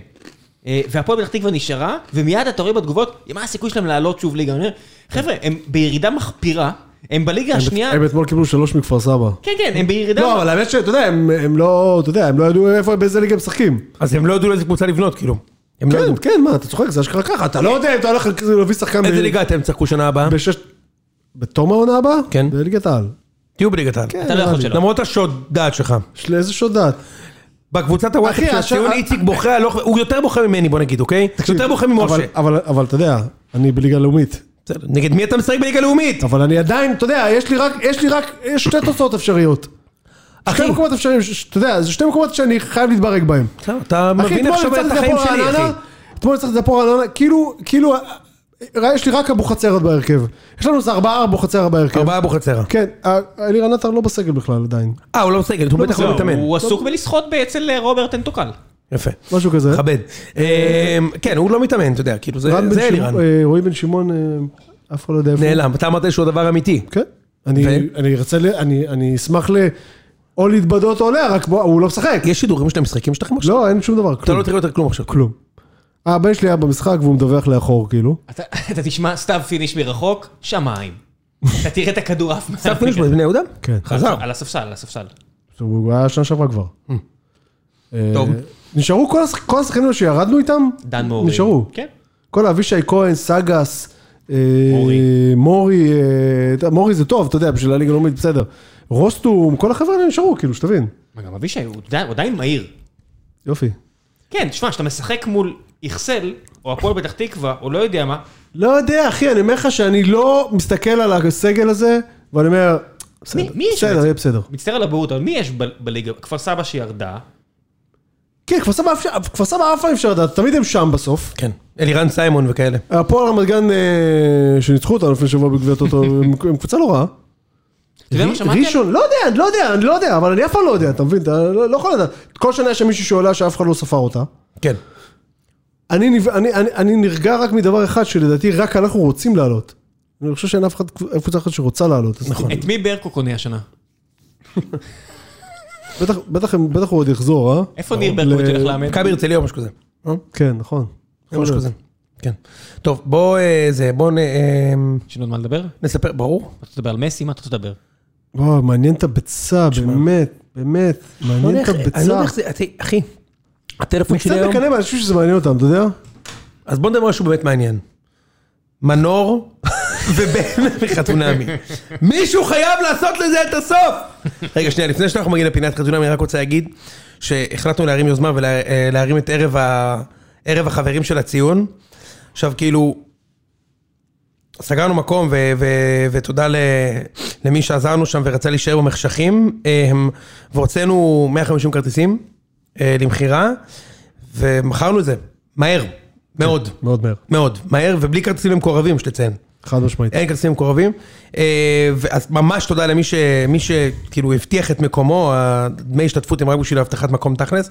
Speaker 1: אה, והפועל פתח תקווה נשארה, ומיד אתה רואה בתגובות, מה הסיכוי שלהם לעלות שוב ליגה? אני אומר, חבר'ה, הם בירידה מחפירה, הם בליגה השנייה,
Speaker 3: הם אתמול קיבלו שלוש מכפר סבא.
Speaker 1: כן, כן, הם בירידה...
Speaker 3: לא, אבל האמת שאתה יודע, הם- הם לא, אתה יודע, הם לא ידעו איפה, באיזה ליגה הם משחקים.
Speaker 2: אז הם לא ידעו לאיזה קבוצה לבנות, כאילו. הם לא
Speaker 3: כן,
Speaker 2: ידעו.
Speaker 3: כן, מה, אתה צוחק, זה אשכרה ככה, אתה
Speaker 1: כן.
Speaker 3: לא יודע אם אתה הולך כאילו להביא שחקן...
Speaker 2: איזה
Speaker 3: ב-
Speaker 2: ליגה אתם תשחקו שנה הבאה?
Speaker 3: בשש... בתום העונה הבאה?
Speaker 2: כן.
Speaker 3: בליגת העל.
Speaker 2: תהיו בליגת העל.
Speaker 3: כן,
Speaker 1: אתה לא יכול שלא.
Speaker 2: למרות השוד דעת שלך.
Speaker 3: יש לי איזה שוד דעת.
Speaker 2: בקבוצת הוואטסאפ
Speaker 3: אחי,
Speaker 2: של
Speaker 3: השאר-
Speaker 2: הציון איציק בוכה, לא- הוא יותר בוכה ממני בוא נגיד, אוקיי? יותר בוכה ממשה.
Speaker 3: אבל- אבל- אבל אתה יודע, אני בליגה לאומית.
Speaker 2: בסדר, נגד מי אתה משחק בליגה הלאומית?
Speaker 3: אבל אני עדיין, אתה יודע, יש לי רק, יש לי רק יש שתי תוצאות אפשריות.
Speaker 2: אחי,
Speaker 3: שתי מקומות אפשריים, ש- אתה יודע, זה שתי מקומות שאני חייב להתברג בהם.
Speaker 2: בסדר, אתה
Speaker 3: אחי,
Speaker 2: מבין
Speaker 3: אתמול
Speaker 2: עכשיו
Speaker 3: ניצחתי
Speaker 2: את
Speaker 3: את
Speaker 2: החיים
Speaker 3: הפועל
Speaker 2: שלי, אחי.
Speaker 3: רעננה, אתמול ניצחתי את הפועל רעננה, כאילו, כאילו, יש לי רק אבוחצירא בהרכב. יש לנו איזה ארבעה אבוחצירא בהרכב.
Speaker 2: ארבעה אבוחצירא.
Speaker 3: כן, ה- אלירן עטר לא בסגל בכלל עדיין.
Speaker 2: אה, הוא לא בסגל, הוא בטח
Speaker 1: זהו,
Speaker 2: לא מתאמן.
Speaker 1: הוא עסוק בלסחוט אצל רוברט אנטוקל.
Speaker 2: יפה.
Speaker 3: משהו כזה.
Speaker 2: מכבד. אמ, כן, הוא לא מתאמן, אתה יודע, כאילו, זה
Speaker 3: רן בן
Speaker 2: זה
Speaker 3: שמעון-
Speaker 2: אלירן.
Speaker 3: אה, רועי בן שמעון, אה, אף אחד לא יודע איפה. הוא.
Speaker 2: נעלם. אתה אמרת שהוא דבר אמיתי.
Speaker 3: כן. אני,
Speaker 2: ו-
Speaker 3: אני ארצה, ל- אני, אני אשמח ל... או להתבדות או לה, רק בוא, הוא לא משחק.
Speaker 2: יש שידורים של המשחקים שלכם עכשיו?
Speaker 3: לא, אין שום דבר,
Speaker 2: אתה
Speaker 3: כלום.
Speaker 2: לא תראה יותר כלום עכשיו.
Speaker 3: כלום. הבן שלי היה במשחק והוא מדווח לאחור, כאילו.
Speaker 1: אתה אתה תשמע סתיו פיניש מרחוק, שמיים. אתה תראה את הכדור עף.
Speaker 2: סתיו פיניש בבני יהודה?
Speaker 3: כן.
Speaker 2: חזר.
Speaker 1: על הספסל, על הספסל.
Speaker 3: הוא היה שנה שעברה כבר. אה,
Speaker 2: טוב.
Speaker 3: נשארו כל השח- כל השחקנים האלה שירדנו איתם,
Speaker 1: דן מורי.
Speaker 3: נשארו.
Speaker 1: כן.
Speaker 3: כל אבישי כהן, סגס, אה,
Speaker 1: מורי.
Speaker 3: מורי, אה, אתה- מורי זה טוב, אתה יודע, בשביל הליגה הלאומית, בסדר. רוסטום, כל החבר'ה האלה נשארו, כאילו, שתבין.
Speaker 1: מה, גם אבישי הוא עדיין- הוא עדיין מהיר.
Speaker 3: יופי.
Speaker 1: כן, תשמע, כשאתה משחק מול איכסל, או הפועל פתח תקווה, או לא יודע מה,
Speaker 3: לא יודע, אחי, אני אומר לך שאני לא מסתכל על הסגל הזה, ואני אומר, בסדר,
Speaker 1: מי יש
Speaker 3: בסדר,
Speaker 1: בעצם?
Speaker 3: יהיה בסדר.
Speaker 1: מצטער על הבורות, אבל מי יש ב- בליגה? כפר סבא שירדה,
Speaker 3: כן, כפר סבא אף ש- כפר סבא אף פעם אי אפשר לדעת, תמיד הם שם בסוף.
Speaker 2: כן. אלירן סיימון וכאלה.
Speaker 3: הפועל רמת גן אה, שניצחו אותנו לפני שבוע בגביע הטוטו, הם הם קבוצה לא רעה.
Speaker 1: יודע מה
Speaker 3: ר-
Speaker 1: שמעתי?
Speaker 3: ראשון, לא יודע, אני לא יודע, אני לא יודע, אבל אני אף פעם לא יודע, אתה מבין? אתה לא לא יכול לדעת. כל שנה יש שם מישהי שעולה שאף אחד לא ספר אותה.
Speaker 2: כן.
Speaker 3: אני נב- אני- אני- אני נרגע רק מדבר אחד, שלדעתי רק אנחנו רוצים לעלות. אני חושב שאין אף אחד- אף קבוצה אחת שרוצה לעלות. אז
Speaker 2: נכון.
Speaker 1: את מי ברקו קונה השנה?
Speaker 3: בטח- בטח הם- בטח הוא עוד יחזור, אה?
Speaker 1: איפה ניר ברקוביץ'
Speaker 3: ל-
Speaker 1: הולך לאמן?
Speaker 2: מכבי הרצליה או משהו כזה. אה?
Speaker 3: כן, נכון. יכול
Speaker 2: משהו
Speaker 3: להיות.
Speaker 2: כזה. כן. טוב, בוא, אה, זה, בוא נ- אה,
Speaker 1: יש לנו על מה לדבר?
Speaker 2: נספר, ברור.
Speaker 1: אתה תדבר על מסי? מה אתה תדבר?
Speaker 3: וואו, מעניין את הביצה, באמת, באמת.
Speaker 2: לא
Speaker 3: מעניין
Speaker 2: יודע
Speaker 3: את
Speaker 2: איך- אני כאילו לא
Speaker 3: הביצה.
Speaker 2: יודע איך זה, אתה- אחי, הטלפון
Speaker 3: קצת
Speaker 2: שלי היום,
Speaker 3: מקנא באנשים שזה מעניין אותם, אתה יודע?
Speaker 2: אז בוא נדבר על משהו באמת מעניין. מנור ובן מחתונמי. מישהו חייב לעשות לזה את הסוף! רגע, שנייה, לפני שאנחנו מגיעים לפינת חתונמי, אני רק רוצה להגיד שהחלטנו להרים יוזמה ולהרים את ערב, ה... ערב החברים של הציון. עכשיו, כאילו, סגרנו מקום, ו- ו- ותודה ל- למי שעזרנו שם ורצה להישאר במחשכים, אמ, והוצאנו 150 כרטיסים אה, למכירה, ומכרנו את זה, מהר, מאוד,
Speaker 3: מאוד מהר.
Speaker 2: מאוד, מהר, ובלי כרטיסים למקורבים, שתציין.
Speaker 3: חד משמעית.
Speaker 2: אין כרטיסים מקורבים. אה, ו- אז ממש תודה למי ש- מי שכאילו הבטיח את מקומו, דמי השתתפות הם רק בשביל הבטחת מקום תכלס.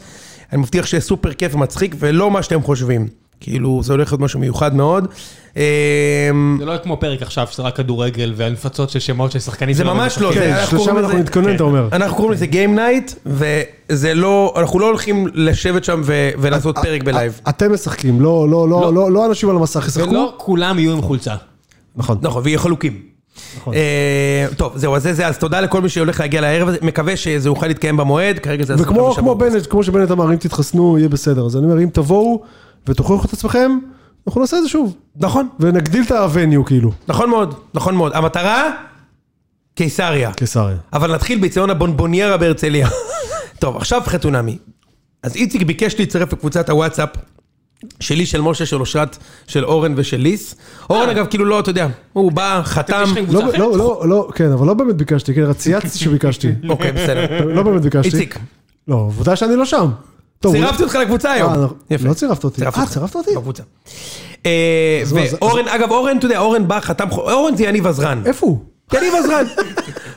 Speaker 2: אני מבטיח שיהיה סופר כיף ומצחיק, ולא מה שאתם חושבים. כאילו, זה הולך להיות משהו מיוחד מאוד. אה,
Speaker 1: זה לא כמו פרק עכשיו, שזה רק כדורגל והנפצות של שמות של שחקנים.
Speaker 2: זה
Speaker 1: שלא
Speaker 2: ממש לא,
Speaker 1: משחקים.
Speaker 2: זה-
Speaker 3: כן,
Speaker 2: אנחנו
Speaker 3: שלשם
Speaker 2: קוראים
Speaker 3: אנחנו
Speaker 2: לזה-
Speaker 3: נתכונן, אתה אומר.
Speaker 2: אנחנו קוראים לזה Game Night, וזה לא, אנחנו לא הולכים לשבת שם ו-
Speaker 3: אה,
Speaker 2: ולעשות פרק בלייב.
Speaker 3: אתם משחקים, לא- לא- לא- לא- לא אנשים על המסך ישחקו.
Speaker 1: ולא כולם יהיו עם חולצה.
Speaker 3: נכון.
Speaker 2: נכון, ויהיו חלוקים.
Speaker 3: נכון.
Speaker 2: אה, טוב, זהו, אז זה זה, אז תודה לכל מי שהולך להגיע לערב הזה, מקווה שזה יוכל להתקיים במועד, כרגע זה...
Speaker 3: וכמו
Speaker 2: 25
Speaker 3: כמו
Speaker 2: באוגוסט.
Speaker 3: בנט, כמו שבנט אמר, אם תתחסנו, יהיה בסדר. אז אני אומר, אם תבואו ותוכיחו את עצמכם, אנחנו נעשה את זה שוב.
Speaker 2: נכון,
Speaker 3: ונגדיל את הווניו, כאילו.
Speaker 2: נכון מאוד, נכון מאוד. המטרה? קיסריה.
Speaker 3: קיסריה.
Speaker 2: אבל נתחיל ביציון הבונבוניירה בהרצליה. טוב, עכשיו חתונמי. אז איציק ביקש להצטרף לקבוצת הוואטסאפ שלי, של משה, של אושרת, של אורן ושל ליס.
Speaker 3: אה.
Speaker 2: אורן אגב, כאילו לא, אתה יודע, הוא בא, חתם.
Speaker 1: יש לכם
Speaker 3: לא,
Speaker 1: קבוצה אחרת?
Speaker 3: לא, לא, לא, כן, אבל לא באמת ביקשתי, כן, רק צייצתי שביקשתי.
Speaker 2: אוקיי, בסדר.
Speaker 3: לא באמת ביקשתי.
Speaker 2: איציק,
Speaker 3: לא, עובדה שאני לא שם. טוב,
Speaker 2: צירפתי אותך לקבוצה היום.
Speaker 3: אה, אנחנו-
Speaker 2: יפה.
Speaker 3: לא צירפת אותי.
Speaker 2: צירפתי
Speaker 3: אה,
Speaker 2: אותך. לא.
Speaker 3: צירפת אותי?
Speaker 2: בקבוצה. אה,
Speaker 3: מה,
Speaker 2: ואורן, אגב, אורן, אתה יודע, אורן בא, חתם, חו- אורן זה יניב עזרן.
Speaker 3: איפה הוא?
Speaker 2: יניב עזרן.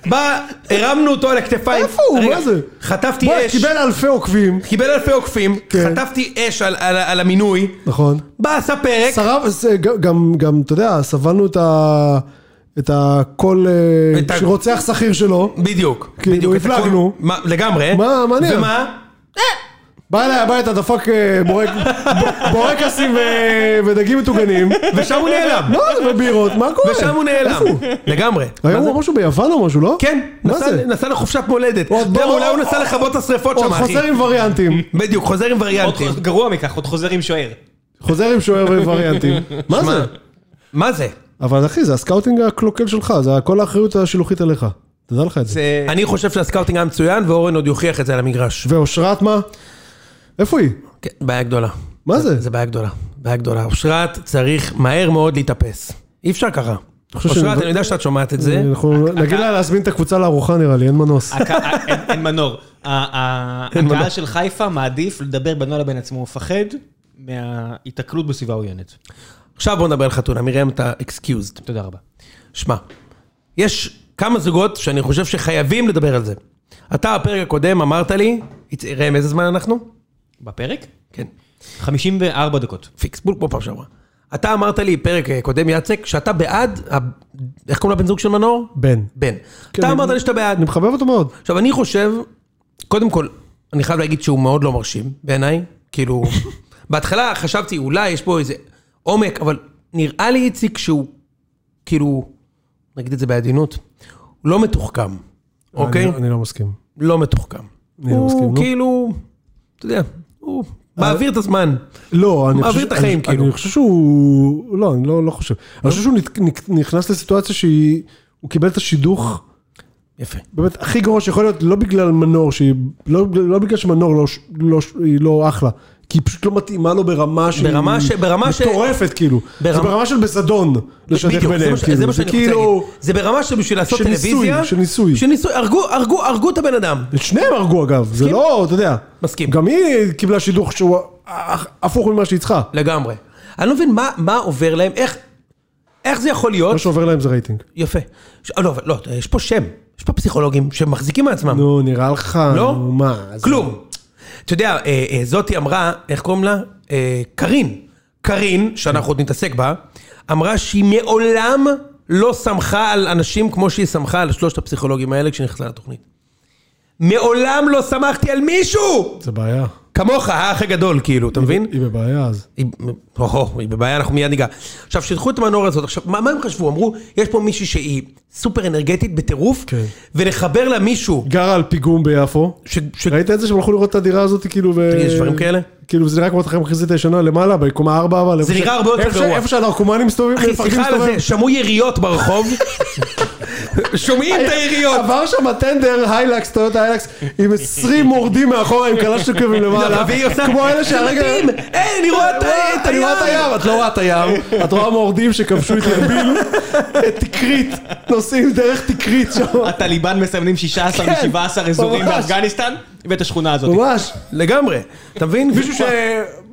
Speaker 2: בא, הרמנו אותו על הכתפיים.
Speaker 3: איפה הוא?
Speaker 2: רגע,
Speaker 3: מה זה?
Speaker 2: חטפתי
Speaker 3: בוא,
Speaker 2: אש.
Speaker 3: קיבל אלפי עוקבים.
Speaker 2: קיבל אלפי עוקפים,
Speaker 3: כן.
Speaker 2: חטפתי אש על, על, על המינוי,
Speaker 3: נכון.
Speaker 2: בא עשה פרק,
Speaker 3: שרף, זה ג- גם, גם, אתה יודע, סבלנו את ה... את הכל אה,
Speaker 2: את ה-
Speaker 3: שרוצח שכיר שלו.
Speaker 2: בדיוק,
Speaker 3: כאילו,
Speaker 2: בדיוק, את
Speaker 3: הפלגנו.
Speaker 2: הכל- מה, לגמרי,
Speaker 3: מה- מה נהיה?
Speaker 2: ומה?
Speaker 3: בא אליי הביתה, דפק אה, בורק- ב- בורקסים ו- ודגים מטוגנים.
Speaker 2: ושם הוא נעלם,
Speaker 3: לא, ובירות, מה קורה?
Speaker 2: ושם הוא נעלם, לגמרי,
Speaker 3: היום הוא משהו ביוון או משהו, לא?
Speaker 2: כן,
Speaker 3: מה
Speaker 2: נסע-
Speaker 3: זה?
Speaker 2: נסע לחופשת מולדת, אתה
Speaker 3: עוד
Speaker 2: יודע,
Speaker 3: בוא-
Speaker 2: אולי הוא נסע לכבות את השרפות
Speaker 3: עוד
Speaker 2: שם, אחי,
Speaker 3: חוזר עם וריאנטים.
Speaker 2: בדיוק, חוזר עם
Speaker 1: עוד
Speaker 2: וריאנטים,
Speaker 1: חוז- גרוע מכך, עוד חוזר עם שוער.
Speaker 3: חוזר עם שוער ווריאנטים. מה
Speaker 2: מה?
Speaker 3: זה?
Speaker 2: מה זה?
Speaker 3: אבל אחי, זה הסקאוטינג הקלוקל שלך, זה כל האחריות השילוחית עליך. תדע לך את זה.
Speaker 1: זה...
Speaker 2: אני חושב שהסקאוטינג היה מצוין, ואורן עוד יוכיח את זה על המגרש,
Speaker 3: ואושרת מה? איפה היא?
Speaker 2: כן, בעיה גדולה,
Speaker 3: מה זה?
Speaker 2: זה בעיה גדולה, בעיה גדולה, אושרת צריך מהר מאוד להתאפס, אי אפשר ככה,
Speaker 3: חושב
Speaker 2: אושרת,
Speaker 3: שאני-
Speaker 2: אני יודע שאת שומעת את זה,
Speaker 3: אנחנו נגיד לה להזמין את הקבוצה לארוחה נראה לי, אין מנוס.
Speaker 1: הק- ה- אין- אין מנור. ה- ה- הקהל של חיפה מעדיף לדבר בינו לבין עצמו, הוא מפחד מההיתקלות בסביבה עוינת.
Speaker 2: עכשיו בוא נדבר על חתונה, מרים אתה אקסקיוזד.
Speaker 1: תודה רבה.
Speaker 2: שמע, יש כמה זוגות שאני חושב שחייבים לדבר על זה. אתה בפרק הקודם אמרת לי, הצ- ראם, איזה זמן אנחנו?
Speaker 1: בפרק?
Speaker 2: כן.
Speaker 1: 54 דקות.
Speaker 2: פיקס, בול כמו פעם שעברה. אתה אמרת לי, פרק אה, קודם יצק, שאתה בעד, ה- איך קוראים לבן זוג של מנור?
Speaker 3: בן.
Speaker 2: בן.
Speaker 3: כן,
Speaker 2: אתה
Speaker 3: אני-
Speaker 2: אמרת לי שאתה בעד.
Speaker 3: אני מחבב אותו מאוד.
Speaker 2: עכשיו, אני חושב, קודם כל, אני חייב להגיד שהוא מאוד לא מרשים, בעיניי. כאילו, בהתחלה חשבתי, אולי יש פה איזה עומק, אבל נראה לי, איציק, שהוא, כאילו, נגיד את זה בעדינות, הוא לא מתוחכם, אוקיי?
Speaker 3: אני- אני לא מסכים.
Speaker 2: לא מתוחכם.
Speaker 3: אני לא מסכים,
Speaker 2: הוא
Speaker 3: נו.
Speaker 2: כאילו, אתה יודע, הוא מעביר את הזמן.
Speaker 3: לא, אני
Speaker 2: מעביר
Speaker 3: חושב...
Speaker 2: את החיים,
Speaker 3: אני-
Speaker 2: כאילו.
Speaker 3: אני חושב שהוא... לא, אני לא לא חושב. אני חושב שהוא נק- נק- נכנס לסיטואציה שהיא... הוא קיבל את השידוך
Speaker 2: יפה.
Speaker 3: באמת הכי גרוע שיכול להיות, לא בגלל מנור, שהיא... לא בגלל- לא בגלל שמנור לא ש- לא ש- היא לא אחלה. כי היא פשוט לא מתאימה לו ברמה שהיא...
Speaker 2: ברמה ש- ברמה ש-
Speaker 3: מטורפת, כאילו. זה
Speaker 2: ברמה-
Speaker 3: ברמה של בזדון, לשדך
Speaker 2: בדיוק, זה
Speaker 3: ביניהם,
Speaker 2: מה ש- זה
Speaker 3: כאילו.
Speaker 2: מה
Speaker 3: זה
Speaker 2: שאני רוצה
Speaker 3: כאילו...
Speaker 2: להגיד. זה ברמה שבשביל לעשות
Speaker 3: של ניסוי,
Speaker 2: טלוויזיה...
Speaker 3: של ניסוי.
Speaker 2: של ניסוי. הרגו, הרגו, הרגו את הבן אדם.
Speaker 3: את שניהם הרגו אגב, זה לא, אתה יודע.
Speaker 2: מסכים.
Speaker 3: גם היא קיבלה שידוך שהוא הפ- הפוך ממה שהיא צריכה.
Speaker 2: לגמרי. אני לא מבין מה, מה עובר להם, איך, איך זה יכול להיות?
Speaker 3: מה שעובר להם זה רייטינג.
Speaker 2: יפה. ש... לא, אבל לא, יש פה שם, יש פה פסיכולוגים שמחזיקים מעצמם.
Speaker 3: נו, נראה לך...
Speaker 2: אה. לא?
Speaker 3: נו, מה? אז-
Speaker 2: כלום. אתה יודע, אה, אה, זאתי אמרה, איך קוראים לה? אה, קארין. קארין, שאנחנו עוד נתעסק בה, אמרה שהיא מעולם לא שמחה על אנשים כמו שהיא שמחה על שלושת הפסיכולוגים האלה כשנכנסה לתוכנית. מעולם לא שמחתי על מישהו!
Speaker 3: זה בעיה.
Speaker 2: כמוך, האח הגדול, כאילו, אתה מבין?
Speaker 3: היא בבעיה אז.
Speaker 2: היא, או, היא בבעיה, אנחנו מיד ניגע. עכשיו, שידחו את המנור הזאת, עכשיו, מה, מה הם חשבו? אמרו, יש פה מישהי שהיא סופר אנרגטית בטירוף,
Speaker 3: כן.
Speaker 2: ולחבר לה מישהו,
Speaker 3: גרה על פיגום ביפו.
Speaker 2: ש... ש...
Speaker 3: ראית את זה שהם הלכו לראות את הדירה הזאת כאילו ו...
Speaker 2: תגיד, יש דברים כאלה?
Speaker 3: כאילו זה נראה כמו התחם החזית הישנה למעלה בקומה 4 אבל...
Speaker 2: זה
Speaker 3: איפה
Speaker 2: נראה הרבה יותר
Speaker 3: איפה ש-
Speaker 2: גרוע.
Speaker 3: איפה שהנרקומנים מסתובבים,
Speaker 2: אחי,
Speaker 3: מפרקים
Speaker 2: סליחה על זה,
Speaker 3: מסתובבים.
Speaker 2: שמעו יריות ברחוב, שומעים את היריות.
Speaker 3: עבר שם הטנדר היילקס, טויוטה היילקס, עם 20 מורדים מאחורה עם קלשניקובים למעלה.
Speaker 2: והיא עושה,
Speaker 3: כמו אלה שהרגע...
Speaker 2: "מתים! אה, אני רואה את ה- את
Speaker 3: אני רואה את
Speaker 2: הים."
Speaker 3: הים, את לא רואה את הים, את רואה מורדים שכבשו את ירביל, את תקרית, נוסעים דרך תקרית שם.
Speaker 1: הטליבן מסמנים 16
Speaker 3: כן,
Speaker 1: מ-17 אזורים
Speaker 3: ממש.
Speaker 1: באפגניסטן, ואת השכונה הזאת.
Speaker 3: ממש.
Speaker 2: לגמרי. אתה מבין?
Speaker 3: מישהו ש...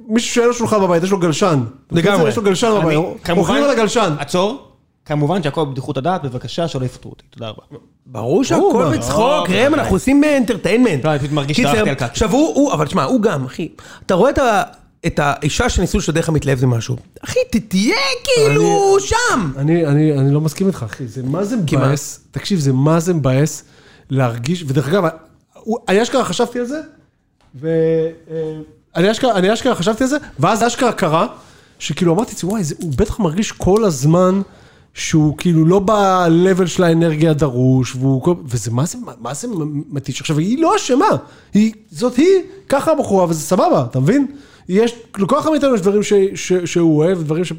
Speaker 3: מישהו שאין לו שולחן בבית, יש לו גלשן.
Speaker 2: לגמרי.
Speaker 3: יש לו גלשן
Speaker 1: אני-
Speaker 3: בבית, אוכלים על הגלשן.
Speaker 1: עצור. כמובן שהכל בבדיחות הדעת, בבקשה שלא יפטרו אותי, תודה רבה.
Speaker 2: ברור שהכל
Speaker 3: ברור. לא,
Speaker 2: בצחוק, ראם, אנחנו עושים אנטרטיינמנט.
Speaker 1: לא, אני פשוט מרגיש
Speaker 2: קיצר,
Speaker 1: שדרכתי על קקי.
Speaker 2: עכשיו הוא, הוא- אבל תשמע, הוא גם, אחי, אתה רואה את ה- את האישה שניסו לשדך המתלהב זה משהו. אחי, ת- תהיה כאילו שם!
Speaker 3: אני, אני, אני לא מסכים איתך, אחי. זה מה זה
Speaker 2: כי מה?
Speaker 3: מבאס. תקשיב, זה מה זה מבאס להרגיש, ודרך אגב, הוא- אני אשכרה חשבתי על זה, ו... אה, אני אשכרה, אני אשכרה חשבתי על זה, ואז אשכרה קרה, שכאילו אמרתי לעצמי, וואי, זה, הוא בטח מרגיש כל הזמן שהוא כאילו לא ב-level של האנרגיה הדרוש, והוא כל... וזה מה זה, מה זה מתיש? עכשיו, היא לא אשמה, היא, זאת היא, ככה הבחורה, וזה סבבה, אתה מבין? יש, לכל אחד מאיתנו יש דברים ש, ש, שהוא אוהב, דברים ש...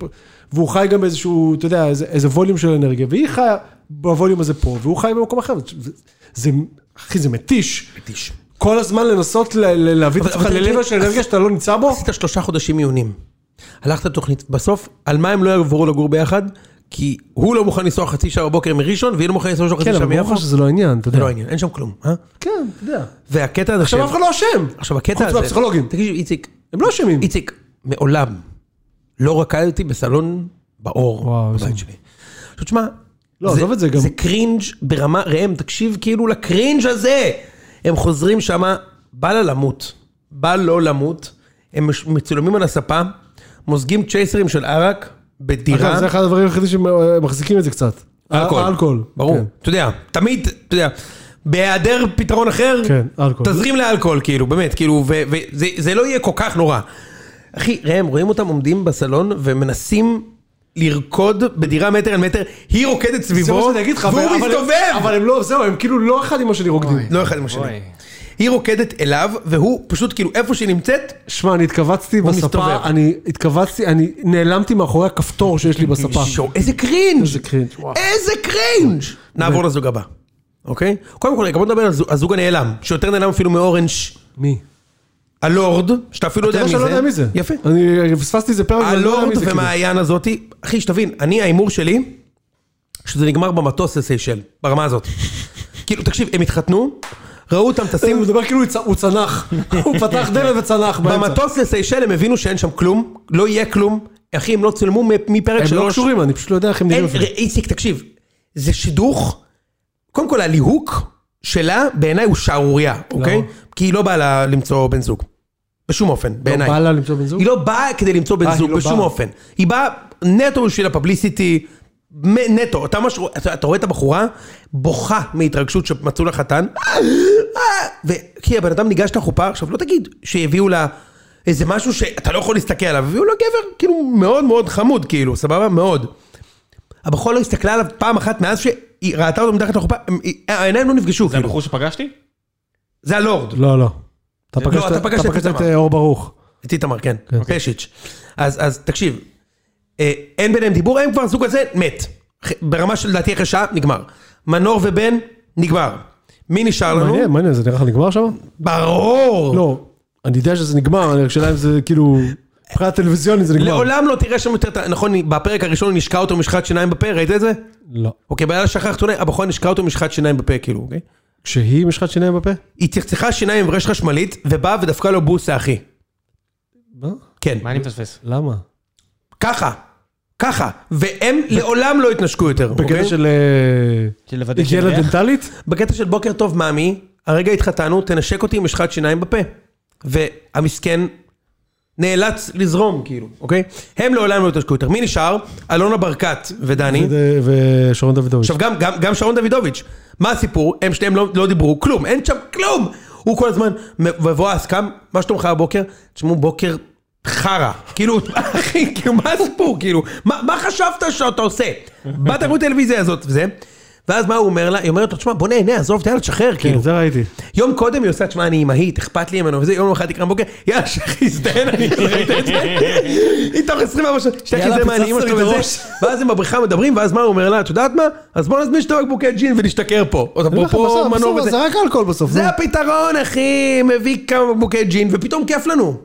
Speaker 3: והוא חי גם באיזשהו, אתה יודע, איזה, איזה ווליום של אנרגיה, והיא חיה בווליום הזה פה, והוא חי במקום אחר. זה, זה אחי, זה מתיש.
Speaker 2: מתיש.
Speaker 3: כל הזמן לנסות ל- ל- להביא את
Speaker 2: אבל-
Speaker 3: עצמך
Speaker 2: אבל תראה,
Speaker 3: ללבל של אנרגיה שאתה לא נמצא בו?
Speaker 2: עשית שלושה חודשים מיונים. הלכת לתוכנית, בסוף, על מה הם לא יעברו לגור ביחד? כי הוא לא מוכן לנסוע חצי שעה בבוקר מראשון, והיא לא מוכנה לנסוע חצי
Speaker 3: כן,
Speaker 2: שעה
Speaker 3: אבל ברור
Speaker 2: מיפו.
Speaker 3: לך שזה לא העניין, אתה יודע.
Speaker 2: זה לא העניין, אין שם כלום, אה?
Speaker 3: כן, אתה יודע.
Speaker 2: והקטע הזה...
Speaker 3: עכשיו
Speaker 2: ש-
Speaker 3: אף אחד לא אשם.
Speaker 2: עכשיו הקטע הזה...
Speaker 3: חוץ מהפסיכולוגים.
Speaker 2: תקשיב, איציק.
Speaker 3: הם לא אשמים.
Speaker 2: איציק, מעולם לא רקדתי בסלון באור
Speaker 3: וואו,
Speaker 2: בבית
Speaker 3: זה-
Speaker 2: שלי. עכשיו תשמע,
Speaker 3: לא, עזוב את זה גם.
Speaker 2: זה קרינג' ברמה, ראם, תקשיב כאילו לקרינג' הזה. הם חוזרים שמה, בא לה למות, בא לא למות, הם מש- מצולמים על הספה, מוזגים צ'ייסרים של ערק בדירה.
Speaker 3: אגב, זה אחד הדברים היחידים שמחזיקים את זה קצת.
Speaker 2: אלכוהול.
Speaker 3: אלכוהול.
Speaker 2: ברור.
Speaker 3: כן.
Speaker 2: אתה יודע, תמיד, אתה יודע, בהיעדר פתרון אחר,
Speaker 3: כן, אלכוהול.
Speaker 2: תזרים לאלכוהול, כאילו, באמת, כאילו, וזה לא יהיה כל כך נורא. אחי, ראם, רואים אותם עומדים בסלון ומנסים לרקוד בדירה מטר על מטר, היא רוקדת
Speaker 3: זה מה
Speaker 2: סביבו,
Speaker 3: שאני אגיד לך, אבל-
Speaker 2: והוא
Speaker 3: אבל-
Speaker 2: מסתובב!
Speaker 3: אבל הם לא, זהו, הם כאילו לא אחד עם השני רוקדים.
Speaker 2: לא אחד עם השני.
Speaker 1: אוי.
Speaker 2: היא רוקדת אליו, והוא פשוט כאילו איפה שהיא נמצאת,
Speaker 3: שמע, אני התכווצתי
Speaker 2: מסתובב.
Speaker 3: בספה, אני התכווצתי, אני נעלמתי מאחורי הכפתור שיש לי בספה.
Speaker 2: שואו, איזה קרינג'!
Speaker 3: איזה קרינג', וואו.
Speaker 2: איזה קרינג'! נעבור לזוג הבא, אוקיי? קודם כל, רגע, בוא נדבר על הזוג- הזוג הנעלם, שיותר נעלם אפילו מאורנג'
Speaker 3: מי?
Speaker 2: הלורד, שאתה אפילו
Speaker 3: אתה
Speaker 2: יודע מי
Speaker 3: יודע שאני
Speaker 2: זה.
Speaker 3: לא יודע מי זה.
Speaker 2: יפה.
Speaker 3: אני פספסתי איזה פרק, ואני לא יודע מי
Speaker 2: הלורד
Speaker 3: זה, כאילו.
Speaker 2: ומעיין הזאתי, אחי, שתבין, אני ההימור שלי, שזה נגמר במטוס לסיישל, ברמה הזאת. כאילו, תקשיב, הם התחתנו, ראו אותם
Speaker 3: הוא
Speaker 2: טסים,
Speaker 3: מדבר כאילו הוא צ- הוא צנח, הוא פתח דלת וצנח באמצע.
Speaker 2: במטוס לסיישל הם הבינו שאין שם כלום, לא יהיה כלום, אחי, הם לא צולמו מ- מפרק
Speaker 3: הם
Speaker 2: שלוש.
Speaker 3: לא קשורים, אני פשוט לא יודע איך הם
Speaker 2: אין,
Speaker 3: נראים. אפילו.
Speaker 2: ראה, איציק, תקשיב, זה שידוך, קודם כל הליהוק שלה בעיניי הוא שערורייה, אוקיי? כי היא לא באה לה למצוא בן זוג. בשום אופן, בעיניי.
Speaker 3: בא לה למצוא בן זוג?
Speaker 2: היא לא באה כדי למצוא בן
Speaker 3: אה, היא
Speaker 2: זוג,
Speaker 3: לא
Speaker 2: בשום
Speaker 3: באה.
Speaker 2: אופן. היא באה נטו בשביל הפבליסיטי, מ- נטו. אתה ממש רוא- אתה אתה רואה את הבחורה בוכה מהתרגשות שמצאו לה חתן, וכי הבן אדם ניגש לחופה, עכשיו לא תגיד שהביאו לה איזה משהו שאתה לא יכול להסתכל עליו, הביאו לה גבר כאילו מאוד מאוד חמוד, כאילו, סבבה? מאוד. הבחורה לא הסתכלה עליו פעם אחת מאז שהיא ראתה אותו מתחת לחופה, הם- היא- העיניים לא נפגשו,
Speaker 1: זה
Speaker 2: כאילו.
Speaker 1: הבחור שפגשתי?
Speaker 2: זה הלורד.
Speaker 3: לא, לא. אתה
Speaker 2: לא,
Speaker 3: פגשת
Speaker 2: אתה
Speaker 3: אתה
Speaker 2: פגשת את
Speaker 3: פגשת את
Speaker 2: איתמר.
Speaker 3: אה, אור ברוך.
Speaker 2: את איתמר, כן, פשיץ'. אז, אז תקשיב, אה, אין ביניהם דיבור, הם כבר הזוג הזה מת. אח- ברמה של לדעתי אחרי שעה, נגמר. מנור ובן, נגמר. מי נשאר לנו?
Speaker 3: מעניין, מעניין, זה נראה לך נגמר שם?
Speaker 2: ברור!
Speaker 3: לא. אני יודע שזה נגמר, אני- השאלה אם זה כאילו... מבחינת טלוויזיונית זה נגמר.
Speaker 2: לעולם לא תראה שם יותר, את ה- נכון, בפרק הראשון הוא נשקע אותו משחת שיניים בפה, ראית את זה?
Speaker 3: לא.
Speaker 2: אוקיי, בעיה שכחת אולי, הבחורה נשקע אותו משחת שיניים בפה, כאילו, אוקיי?
Speaker 3: כשהיא משחת שיניים בפה?
Speaker 2: היא צחצחה שיניים עם רש חשמלית, ובאה ודפקה לו בוסה, אחי.
Speaker 3: מה?
Speaker 2: כן.
Speaker 1: מה אני מפספס?
Speaker 3: למה?
Speaker 2: ככה. ככה. והם לעולם לא התנשקו יותר,
Speaker 3: בקטע
Speaker 2: אוקיי?
Speaker 3: של... אה,
Speaker 1: של לוודא של
Speaker 3: היגיינה
Speaker 1: ריח?
Speaker 3: דנטלית?
Speaker 2: בקטע של בוקר טוב מאמי, הרגע התחתנו, תנשק אותי עם משחת שיניים בפה. והמסכן נאלץ לזרום, כאילו, אוקיי? הם לעולם לא יתנשקו יותר. מי נשאר? אלונה ברקת ודני.
Speaker 3: וד- ושרון דוידוביץ'.
Speaker 2: כן. עכשיו, גם, גם, גם שרון דוידוביץ', מה הסיפור? הם שניהם לא, לא דיברו, כלום, אין שם כלום! הוא כל הזמן מבואס, קם, מה שלומך הבוקר? תשמעו, בוקר חרא. כאילו, אחי, כאילו, מה הסיפור? כאילו, מה, מה חשבת שאתה עושה? באת מול טלוויזיה הזאת וזה. ואז מה הוא אומר לה? היא אומרת לו, תשמע, בוא נהנה, עזוב, יאללה, תשחרר, כאילו.
Speaker 3: כן, זה ראיתי.
Speaker 2: יום קודם היא עושה, תשמע, אני אימהית, אכפת לי ממנו וזה, יום אחד תקרא בבוקר, יאללה, שחי, הזדהן, אני ראית את זה? היא תוך 24 שעות, שתכי
Speaker 3: יאללה,
Speaker 2: זה מעניין, אמא
Speaker 3: פוצצת
Speaker 2: שלו
Speaker 3: לי את
Speaker 2: וזה,
Speaker 3: הראש.
Speaker 2: ואז הם בבריכה מדברים, ואז מה הוא אומר לה, את יודעת מה? אז בוא נזמין שתי בקבוקי ג'ין ונשתכר פה. עוד אפרופו מנור וזה.
Speaker 3: זה רק אלכוהול בסוף.
Speaker 2: זה הפתרון, אחי, מביא כמה בקבוקי ג'ין, ופתאום כיף לנו.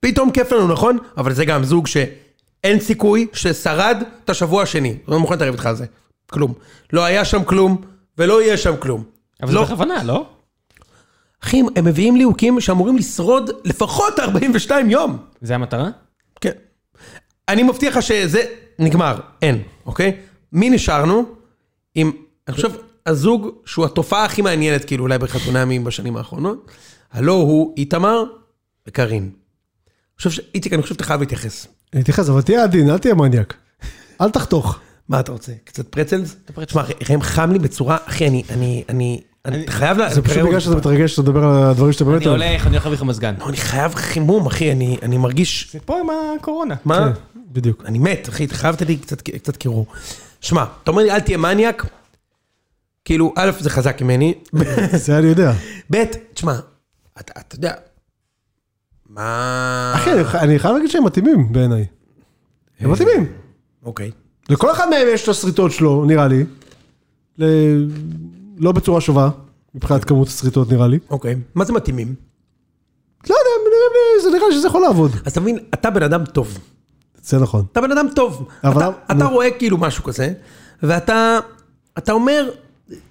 Speaker 2: פתאום כיף לנו, נכון? אבל זה גם זוג שאין סיכוי ששרד את השבוע השני. לא מוכן להתערב איתך על זה. כלום. לא היה שם כלום, ולא יהיה שם כלום.
Speaker 1: אבל זה
Speaker 2: לא.
Speaker 1: בכוונה, לא?
Speaker 2: אחי, הם מביאים ליהוקים שאמורים לשרוד לפחות 42 יום.
Speaker 1: זה המטרה?
Speaker 2: כן. אני מבטיח לך שזה נגמר, אין, אוקיי? מי נשארנו? עם, אני חושב, הזוג שהוא התופעה הכי מעניינת, כאילו, אולי בחתונמים בשנים האחרונות, הלא הוא איתמר וקארין. אני חושב ש... איציק, אני חושב שאתה חייב להתייחס.
Speaker 3: אני אתייחס, אבל תהיה עדין, אל תהיה מניאק. אל תחתוך.
Speaker 2: מה אתה רוצה? קצת פרצלס?
Speaker 1: הפרצלס.
Speaker 2: תשמע, ראם חם לי בצורה, אחי, אני, אני, אני, אני חייב לה...
Speaker 3: זה פשוט
Speaker 2: לקרר
Speaker 3: בגלל
Speaker 2: עוד
Speaker 3: שאתה
Speaker 2: פעם.
Speaker 3: מתרגש שאתה מדבר על הדברים שאתה באמת...
Speaker 1: אני
Speaker 3: אוהב.
Speaker 1: הולך, אני הולך להביא לך מזגן.
Speaker 2: לא, אני חייב חימום, אחי, אני, אני מרגיש...
Speaker 1: זה פה עם הקורונה.
Speaker 2: מה?
Speaker 3: כן, בדיוק.
Speaker 2: אני מת, אחי, חייבת לי קצת, קצת קירור. שמע, אתה אומר לי, אל תהיה מניאק, כאילו, א', זה חזק ממני,
Speaker 3: זה אני יודע.
Speaker 2: ב', תשמע, אתה אתה יודע, מה...
Speaker 3: אחי, אני- אני חייב להגיד שהם מתאימים בעיניי. הם מתאימים.
Speaker 2: אוקיי.
Speaker 3: לכל אחד מהם יש את השריטות שלו, נראה לי. ל- לא בצורה שווה, מבחינת כמות השריטות נראה לי.
Speaker 2: אוקיי. מה זה מתאימים?
Speaker 3: לא יודע, הם נראים לי- זה נראה לי שזה יכול לעבוד.
Speaker 2: אז אתה מבין, אתה בן אדם טוב.
Speaker 3: זה נכון.
Speaker 2: אתה בן אדם טוב.
Speaker 3: אבל-
Speaker 2: אתה, אתה
Speaker 3: נו.
Speaker 2: רואה כאילו משהו כזה, ואתה אתה אומר,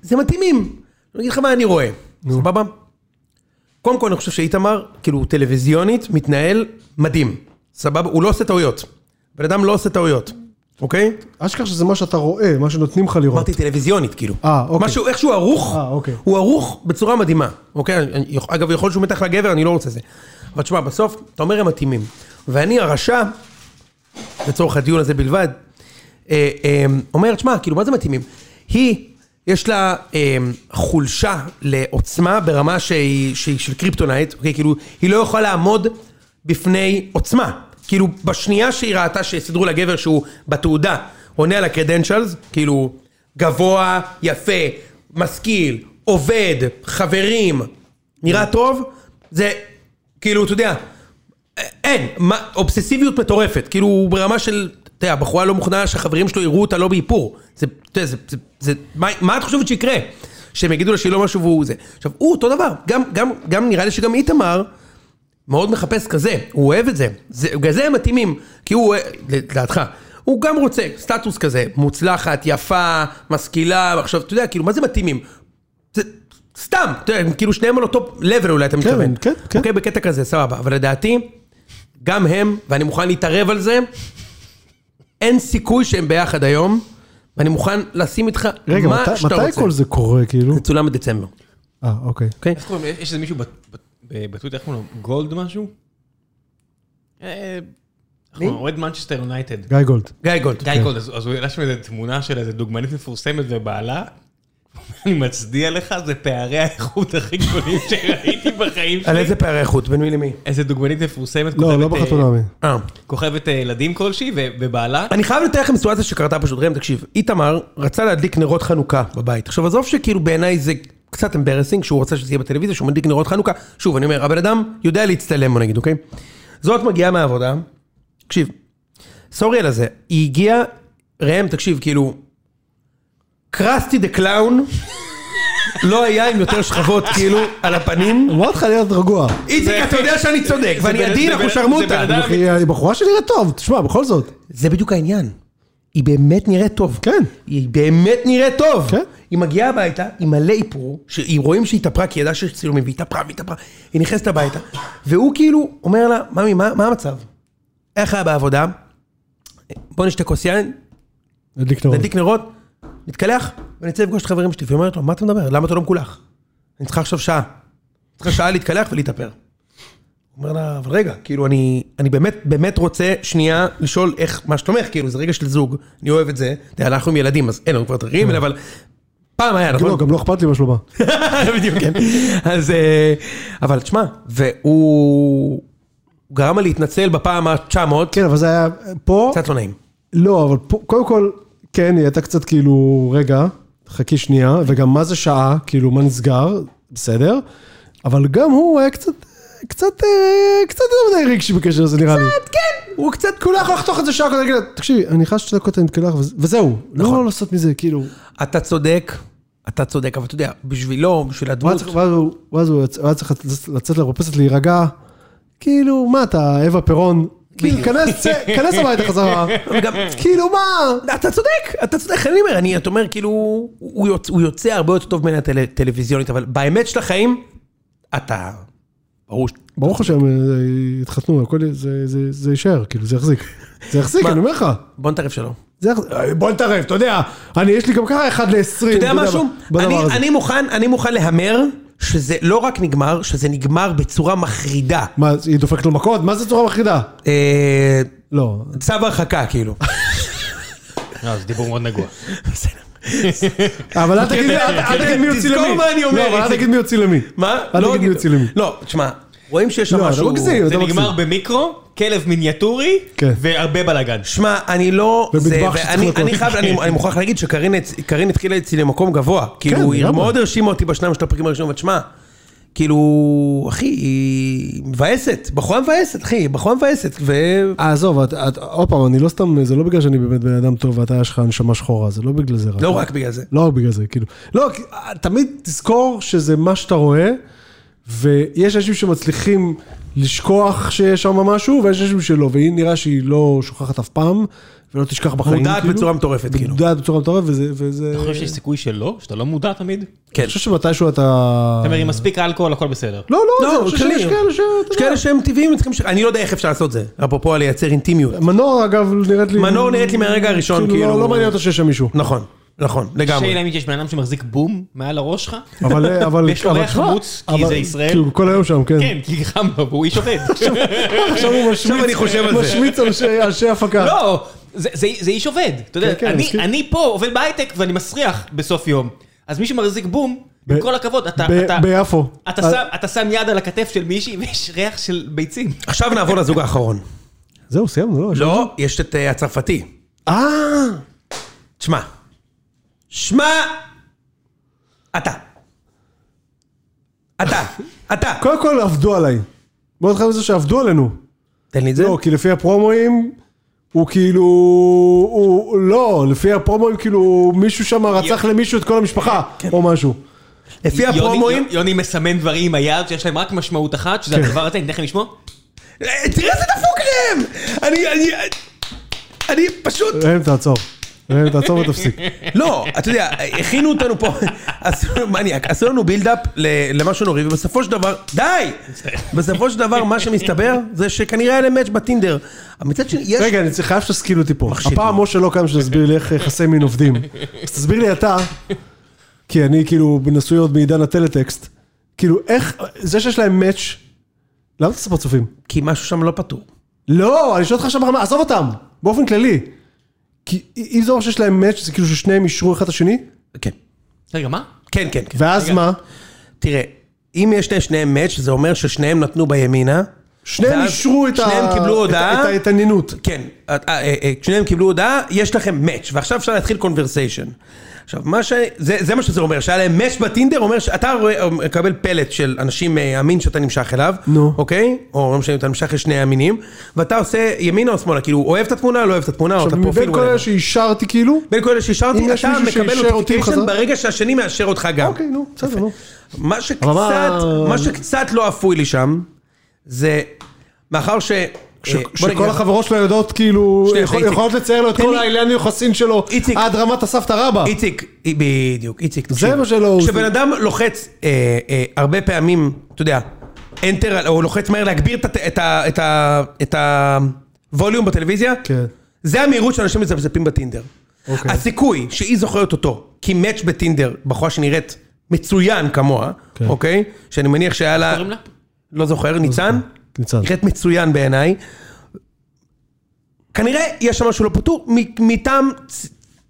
Speaker 2: זה מתאימים. אני אגיד לך מה אני רואה, סבבה? קודם כל אני חושב שאיתמר, כאילו טלוויזיונית, מתנהל מדהים. סבבה? הוא לא עושה טעויות. בן אדם לא עושה טעויות, אוקיי?
Speaker 3: אשכח שזה מה שאתה רואה, מה שנותנים לך לראות.
Speaker 2: אמרתי טלוויזיונית, כאילו.
Speaker 3: אה, אוקיי.
Speaker 2: משהו, איכשהו ערוך,
Speaker 3: אה, אוקיי.
Speaker 2: הוא ערוך בצורה מדהימה, אוקיי? אני- אני- אגב, יכול להיות שהוא מתחת לגבר, אני לא רוצה זה. אבל תשמע, בסוף, אתה אומר הם מתאימים. ואני הרשע, לצורך הדיון הזה בלבד, אה, אה, אומר, תשמע, כאילו, מה זה מתאימים? היא, יש לה אה, חולשה לעוצמה ברמה שהיא, שהיא של קריפטונייט, אוקיי? כאילו, היא לא יכולה לעמוד בפני עוצמה. כאילו, בשנייה שהיא ראתה שסידרו לה גבר שהוא בתעודה עונה על הקרדנשלס, כאילו, גבוה, יפה, משכיל, עובד, חברים, נראה טוב, זה, כאילו, אתה יודע, אין, מה, אובססיביות מטורפת, כאילו ברמה של, אתה יודע, הבחורה לא מוכנה שהחברים שלו יראו אותה לא באיפור. זה, אתה יודע, זה, זה, זה, מה, מה את חושבת שיקרה? שהם יגידו לה שהיא לא משהו והוא זה. עכשיו, הוא אותו דבר, גם, גם, גם נראה לי שגם איתמר מאוד מחפש כזה, הוא אוהב את זה. זה- בגלל זה הם מתאימים, כי הוא, אוה- לדעתך, הוא גם רוצה סטטוס כזה, מוצלחת, יפה, משכילה, עכשיו, אתה יודע, כאילו, מה זה מתאימים? זה סתם, אתה יודע, הם כאילו שניהם על אותו level אולי, אתה מתכוון.
Speaker 3: כן, כן.
Speaker 2: אוקיי, בקטע כזה, סבבה. אבל לדעתי, גם הם, ואני מוכן להתערב על זה, אין סיכוי שהם ביחד היום, ואני מוכן לשים איתך
Speaker 3: רגע,
Speaker 2: מה
Speaker 3: מתי-
Speaker 2: שאתה
Speaker 3: מתי
Speaker 2: רוצה.
Speaker 3: כל זה קורה, כאילו?
Speaker 2: זה צולם בדצמבר,
Speaker 3: אה, אוקיי.
Speaker 2: אוקיי?
Speaker 1: איך קוראים? יש איזה מישהו בט- בט- בטוויטר, איך קוראים לו? גולד משהו? אה, איך קוראים לו? אוהד מנצ'סטר יונייטד.
Speaker 3: גיא גולד.
Speaker 2: גיא גולד.
Speaker 1: גיא גולד, אז אז הוא הראה שם איזה תמונה של איזה דוגמנית מפורסמת ובעלה. אני מצדיע לך, זה פערי האיכות הכי גדולים שראיתי בחיים
Speaker 2: על
Speaker 1: שלי.
Speaker 2: איזה פערי איכות? בין מי למי?
Speaker 1: איזה דוגמנית מפורסמת,
Speaker 3: לא,
Speaker 1: כוכבת,
Speaker 3: לא
Speaker 1: אה,
Speaker 3: בחתונמי.
Speaker 2: אה.
Speaker 1: כוכבת אה, ילדים כלשהי ו- ובעלה.
Speaker 2: אני חייב לתאר לכם סיטואציה שקרתה פשוט, ראם, תקשיב, איתמר רצה להדליק נרות חנוכה בבית. עכשיו עזוב שכאילו בעיניי זה קצת אמברסינג שהוא רוצה שזה יהיה בטלוויזיה, שהוא מדליק נרות חנוכה. שוב, אני אומר, הבן אדם יודע להצטלם, בוא נגיד, אוקיי? זאת מגיעה מהעבודה, תקשיב, סורי על זה, היא הגיעה, ראם, תקשיב, כאילו, קרסטי דה קלאון, לא היה עם יותר שכבות, כאילו, על הפנים.
Speaker 3: אמרתי לך להיות רגוע.
Speaker 2: איציק, אתה יודע שאני צודק, ואני
Speaker 1: בן-
Speaker 2: עדין,
Speaker 1: זה
Speaker 2: אנחנו
Speaker 1: בן- זה בן
Speaker 2: שרמוטה.
Speaker 1: אדם
Speaker 3: אחי, היא בחורה שנראית טוב, תשמע, בכל זאת.
Speaker 2: זה בדיוק העניין. היא באמת נראית טוב.
Speaker 3: כן.
Speaker 2: היא באמת נראית טוב.
Speaker 3: כן.
Speaker 2: היא מגיעה הביתה עם מלא איפור, שהיא רואים שהיא התאפרה כי היא ידעה שיש צילומים, והיא התאפרה, והיא התאפרה. היא נכנסת הביתה, והוא כאילו אומר לה, ממי, מה, מה המצב? איך היה בעבודה? בוא נשתה כוס יין,
Speaker 3: נדליק נורא.
Speaker 2: נדליק נרות, נתקלח, ונצא לפגוש את חברים שלי. והיא אומרת לו, מה אתה מדבר? למה אתה לא מקולח? אני צריכה עכשיו שעה. צריכה שעה להתקלח ולהתאפר. הוא אומר לה, אבל רגע, כאילו, אני, אני באמת, באמת רוצה שנייה לשאול איך, מה שלומך, כאילו, זה רגע של זוג, אני אוהב את זה. אתה יודע, אנחנו עם ילדים, אז אין לנו כבר את
Speaker 3: כן.
Speaker 2: הרגעים האלה, אבל פעם היה, נכון?
Speaker 3: לא, גם לא אכפת לי מה שלומה.
Speaker 2: בדיוק, כן. אז, אה, אבל תשמע, והוא הוא גרם לה להתנצל בפעם ה-900,
Speaker 3: כן, אבל זה היה פה.
Speaker 2: קצת לא נעים.
Speaker 3: לא, אבל פה, קודם כל, כן, היא הייתה קצת כאילו, רגע, חכי שנייה, וגם מה זה שעה, כאילו, מה נסגר, בסדר, אבל גם הוא היה קצת, קצת, אה, קצת יותר מדי רגשי בקשר לזה, נראה לי. קצת, כן. הוא קצת כולה יכול לחתוך את זה שעה כזה, להגיד לה, תקשיבי, אני נכנס שתי דקות, אני מתקלח, וזה- וזהו. לא לעשות מזה, כאילו,
Speaker 2: אתה צודק, אתה צודק, אבל אתה יודע, בשבילו, בשביל
Speaker 3: הוא היה
Speaker 2: הדמות,
Speaker 3: צריך- ואז הוא- ואז הוא יצא- הוא היה צריך לצאת למרפסת להירגע, כאילו, מה אתה, אווה פירון? כאילו, כנס, צא, כנס הביתה חזרה.
Speaker 2: גם-
Speaker 3: כאילו, מה?
Speaker 2: אתה צודק, אתה צודק, אני אומר, אני, אתה אומר, כאילו, הוא יוצא, הוא יוצא הרבה יותר טוב מן הטלוויזיונית, אבל באמת של החיים, אתה, ברור, ש-
Speaker 3: ברוך השם, אה, התחתנו, הכל, זה- זה- זה יישאר, כאילו, זה יחזיק. זה יחזיק,
Speaker 2: מה?
Speaker 3: אני אומר לך.
Speaker 2: בוא נטרף שלא.
Speaker 3: זה יחזיק. אה, בוא נתערב, אתה יודע, אני, יש לי גם ככה אחד ל-20.
Speaker 2: אתה יודע משהו? אני-
Speaker 3: בדבר הזה.
Speaker 2: אני מוכן, אני מוכן להמר שזה לא רק נגמר, שזה נגמר בצורה מחרידה.
Speaker 3: מה, היא דופקת לו מכות? מה זה צורה מחרידה?
Speaker 2: אה,
Speaker 3: לא.
Speaker 2: צו הרחקה, כאילו.
Speaker 1: לא, זה דיבור מאוד נגוע.
Speaker 2: בסדר.
Speaker 3: אבל אל תגיד מי- אל- אל תגיד מי הוציא למי.
Speaker 2: תזכור מה אני אומר,
Speaker 3: לא, אבל אל
Speaker 2: איציק.
Speaker 3: תגיד מי הוציא למי.
Speaker 2: מה? לא
Speaker 3: אל תגיד מי
Speaker 2: אגיד-
Speaker 3: הוציא למי.
Speaker 2: לא, תשמע, רואים שיש שם
Speaker 3: לא, אתה
Speaker 2: משהו...
Speaker 3: לא
Speaker 1: זה
Speaker 3: מגזים. אתה מקסים.
Speaker 1: נגמר במיקרו, כלב מיניאטורי,
Speaker 3: כן.
Speaker 1: והרבה בלאגן.
Speaker 2: שמע, אני לא...
Speaker 3: במטבח
Speaker 2: זה-
Speaker 3: שצריך כן.
Speaker 2: ואני-
Speaker 3: לחכות.
Speaker 2: אני חייב, אני אני מוכרח להגיד שקארין הצ- קארין התחילה אצלי למקום גבוה. כאילו, היא
Speaker 3: כן, לגמרי.
Speaker 2: מאוד הרשימה אותי בשניים של הפרקים הראשונים, ותשמע, כאילו, אחי, היא מבאסת, בחורה מבאסת, אחי, בחורה מבאסת, ו...
Speaker 3: אה, עזוב, את- את- עוד פעם, אני לא סתם, זה לא בגלל שאני באמת בן אדם טוב ואתה יש לך הנשמה שחורה, זה לא בגלל זה רק.
Speaker 2: לא רק בגלל זה.
Speaker 3: לא רק בגלל זה, כאילו. לא, כי, אה, תמיד תזכור שזה מה שאתה רואה, ויש אנשים שמצליחים לשכוח שיש שם משהו, ויש אנשים שלא, והיא נראה שהיא לא שוכחת אף פעם, ולא תשכח בחיים,
Speaker 2: מודעת בצורה מטורפת, כאילו.
Speaker 3: מודעת בצורה מטורפת, וזה... וזה...
Speaker 1: אתה חושב שיש סיכוי שלא? שאתה לא מודע תמיד? אתה
Speaker 2: כן.
Speaker 3: אני חושב שמתישהו אתה...
Speaker 1: אומר, עם מספיק אלכוהול הכל בסדר.
Speaker 3: לא, לא,
Speaker 2: לא,
Speaker 3: אני חושב
Speaker 2: כללי.
Speaker 3: שיש כאלה ש...
Speaker 2: יש כאלה שהם טבעיים, צריכים ש... אני לא יודע איך אפשר לעשות זה, אפרופו על לייצר אינטימיות.
Speaker 3: מנור, אגב, נראית לי...
Speaker 2: מנור נראית לי מהרגע הראשון, כאילו-
Speaker 3: לא, לא מעניין אותה שיש שם מישהו.
Speaker 2: נכון, נכון,
Speaker 1: שאלה
Speaker 2: לגמרי.
Speaker 1: אם יש בן אדם שמחזיק בום מעל הראש שלך?
Speaker 3: אבל... אה, אבל...
Speaker 1: ויש לו
Speaker 3: אבל- לא,
Speaker 1: ריח חמוץ, כי
Speaker 3: אבל-
Speaker 1: זה ישראל.
Speaker 3: כאילו, כל היום שם, כן.
Speaker 1: כן, כי חם לו, והוא איש עובד.
Speaker 3: עכשיו הוא משמיץ-
Speaker 2: אני חושב על זה.
Speaker 3: משמיץ אנשי- אנשי הפקה.
Speaker 1: לא, זה- זה זה איש עובד. אתה יודע,
Speaker 3: כן, כן,
Speaker 1: אני-
Speaker 3: מסכים.
Speaker 1: אני פה עובד בהייטק ואני מסריח בסוף יום. אז מי שמחזיק בום,
Speaker 3: ב-
Speaker 1: עם כל הכבוד, אתה...
Speaker 3: ב-
Speaker 1: אתה-
Speaker 3: ביפו.
Speaker 1: אתה
Speaker 3: אה.
Speaker 1: שם, אתה שם יד על הכתף של מישהי ויש ריח של ביצים.
Speaker 2: עכשיו נעבור לזוג האחרון.
Speaker 3: זהו, סיימנו, לא?
Speaker 2: לא, יש את אה, הצרפתי.
Speaker 3: אה,
Speaker 2: שמע. שמע! אתה. אתה. אתה.
Speaker 3: קודם כל עבדו עליי. מאוד חייב לזה שעבדו עלינו.
Speaker 2: תן לי את זה.
Speaker 3: לא, כי לפי הפרומואים, הוא כאילו... הוא... לא, לפי הפרומואים כאילו מישהו שם רצח למישהו את כל המשפחה,
Speaker 1: כן.
Speaker 3: או משהו.
Speaker 2: לפי
Speaker 1: יוני-
Speaker 2: הפרומואים...
Speaker 1: יוני מסמן דברים עם היד שיש להם רק משמעות אחת,
Speaker 3: כן.
Speaker 1: שזה הדבר הזה, אני אתן לכם לשמוע.
Speaker 2: אה, תראה איזה דפוק ראם! אני... אני... אני פשוט...
Speaker 3: ראם, תעצור. ראם, תעצור ותפסיק.
Speaker 2: לא, אתה יודע, הכינו אותנו פה, עשו- מניאק, עשו לנו בילדאפ ל- למשהו נורי, ובסופו של דבר, די! בסופו של דבר, מה שמסתבר, זה שכנראה היה להם מאץ' בטינדר. מצד שני, יש...
Speaker 3: רגע, אני צריך- חייב שתשכיל אותי פה.
Speaker 2: מחשיד.
Speaker 3: הפעם משה לא קם שתסביר לי איך יחסי מין עובדים. אז תסביר לי אתה, כי אני כאילו נשוי עוד מעידן הטלטקסט, כאילו איך, זה שיש להם מאץ', למה אתה עושה פרצופים?
Speaker 2: כי משהו שם לא פתור.
Speaker 3: לא, אני שואל אותך עכשיו ברמה, עזוב אותם, באופן כללי. כי אם זה אומר שיש להם מאץ', זה כאילו ששניהם אישרו אחד את השני,
Speaker 2: כן.
Speaker 1: רגע, מה?
Speaker 2: כן, כן, כן.
Speaker 3: ואז מה?
Speaker 2: תראה, אם יש לשניהם מאץ', זה אומר ששניהם נתנו בימינה.
Speaker 3: שניהם
Speaker 2: ואז
Speaker 3: אישרו את ה...
Speaker 2: שניהם קיבלו
Speaker 3: את ה-
Speaker 2: הודעה.
Speaker 3: את ההתעניינות.
Speaker 2: כן, אה, אה, אה, כששניהם קיבלו הודעה, יש לכם מאץ', ועכשיו אפשר להתחיל קונברסיישן. עכשיו, מה ש... זה, זה מה שזה אומר, שהיה להם מאץ' בטינדר, אומר שאתה רואה, אה, מקבל פלט של אנשים אה, המין שאתה נמשך אליו,
Speaker 3: נו.
Speaker 2: אוקיי? או לא משנה, אתה נמשך לשני המינים, ואתה עושה ימינה או שמאלה, כאילו, אוהב את התמונה, לא אוהב את התמונה, או את
Speaker 3: עכשיו,
Speaker 2: הפרופיל,
Speaker 3: מבין כל
Speaker 2: whatever.
Speaker 3: אלה שאישרתי כאילו,
Speaker 2: בין כל אלה שאישרתי,
Speaker 3: אם יש
Speaker 2: אתה
Speaker 3: מישהו
Speaker 2: מקבל
Speaker 3: שאישר אותי
Speaker 2: נוטיפיקיישן
Speaker 3: חזרה?
Speaker 2: ברגע שהשני מאשר אותך גם.
Speaker 3: אוקיי, נו, בסדר, נו.
Speaker 2: מה שקצת,
Speaker 3: אבל מה-
Speaker 2: מה שקצת לא אפוי לי שם, זה מאחר ש...
Speaker 3: ש-
Speaker 2: אה, בוא נגיד-
Speaker 3: שכל החברות שלו יודעות כאילו,
Speaker 2: שנייה,
Speaker 3: יכול-
Speaker 2: איציק.
Speaker 3: יכולות לצייר לו את
Speaker 2: תן
Speaker 3: כל
Speaker 2: לי-
Speaker 3: האילן יוחסין שלו,
Speaker 2: איציק.
Speaker 3: עד רמת הסבתא רבא.
Speaker 2: איציק, אי- בדיוק, איציק, תקשיב.
Speaker 3: מה שלא הוא-
Speaker 2: כשבן אדם לוחץ אה, אה, הרבה פעמים, אתה יודע, enter, או לוחץ מהר להגביר את ה- את ה- את ה- את הווליום בטלוויזיה,
Speaker 3: כן.
Speaker 2: זה המהירות שאנשים מזפזפים בטינדר.
Speaker 3: אוקיי.
Speaker 2: הסיכוי שהיא זוכרת אותו, כי מאץ' בטינדר, בחורה שנראית מצוין כמוה,
Speaker 3: כן.
Speaker 2: אוקיי? שאני מניח שהיה לה...
Speaker 1: קוראים לה?
Speaker 2: לא זוכר, ניצן?
Speaker 3: ניצן.
Speaker 2: נראית מצוין בעיניי. כנראה יש שם משהו לא פתור, מ- מטעם צ-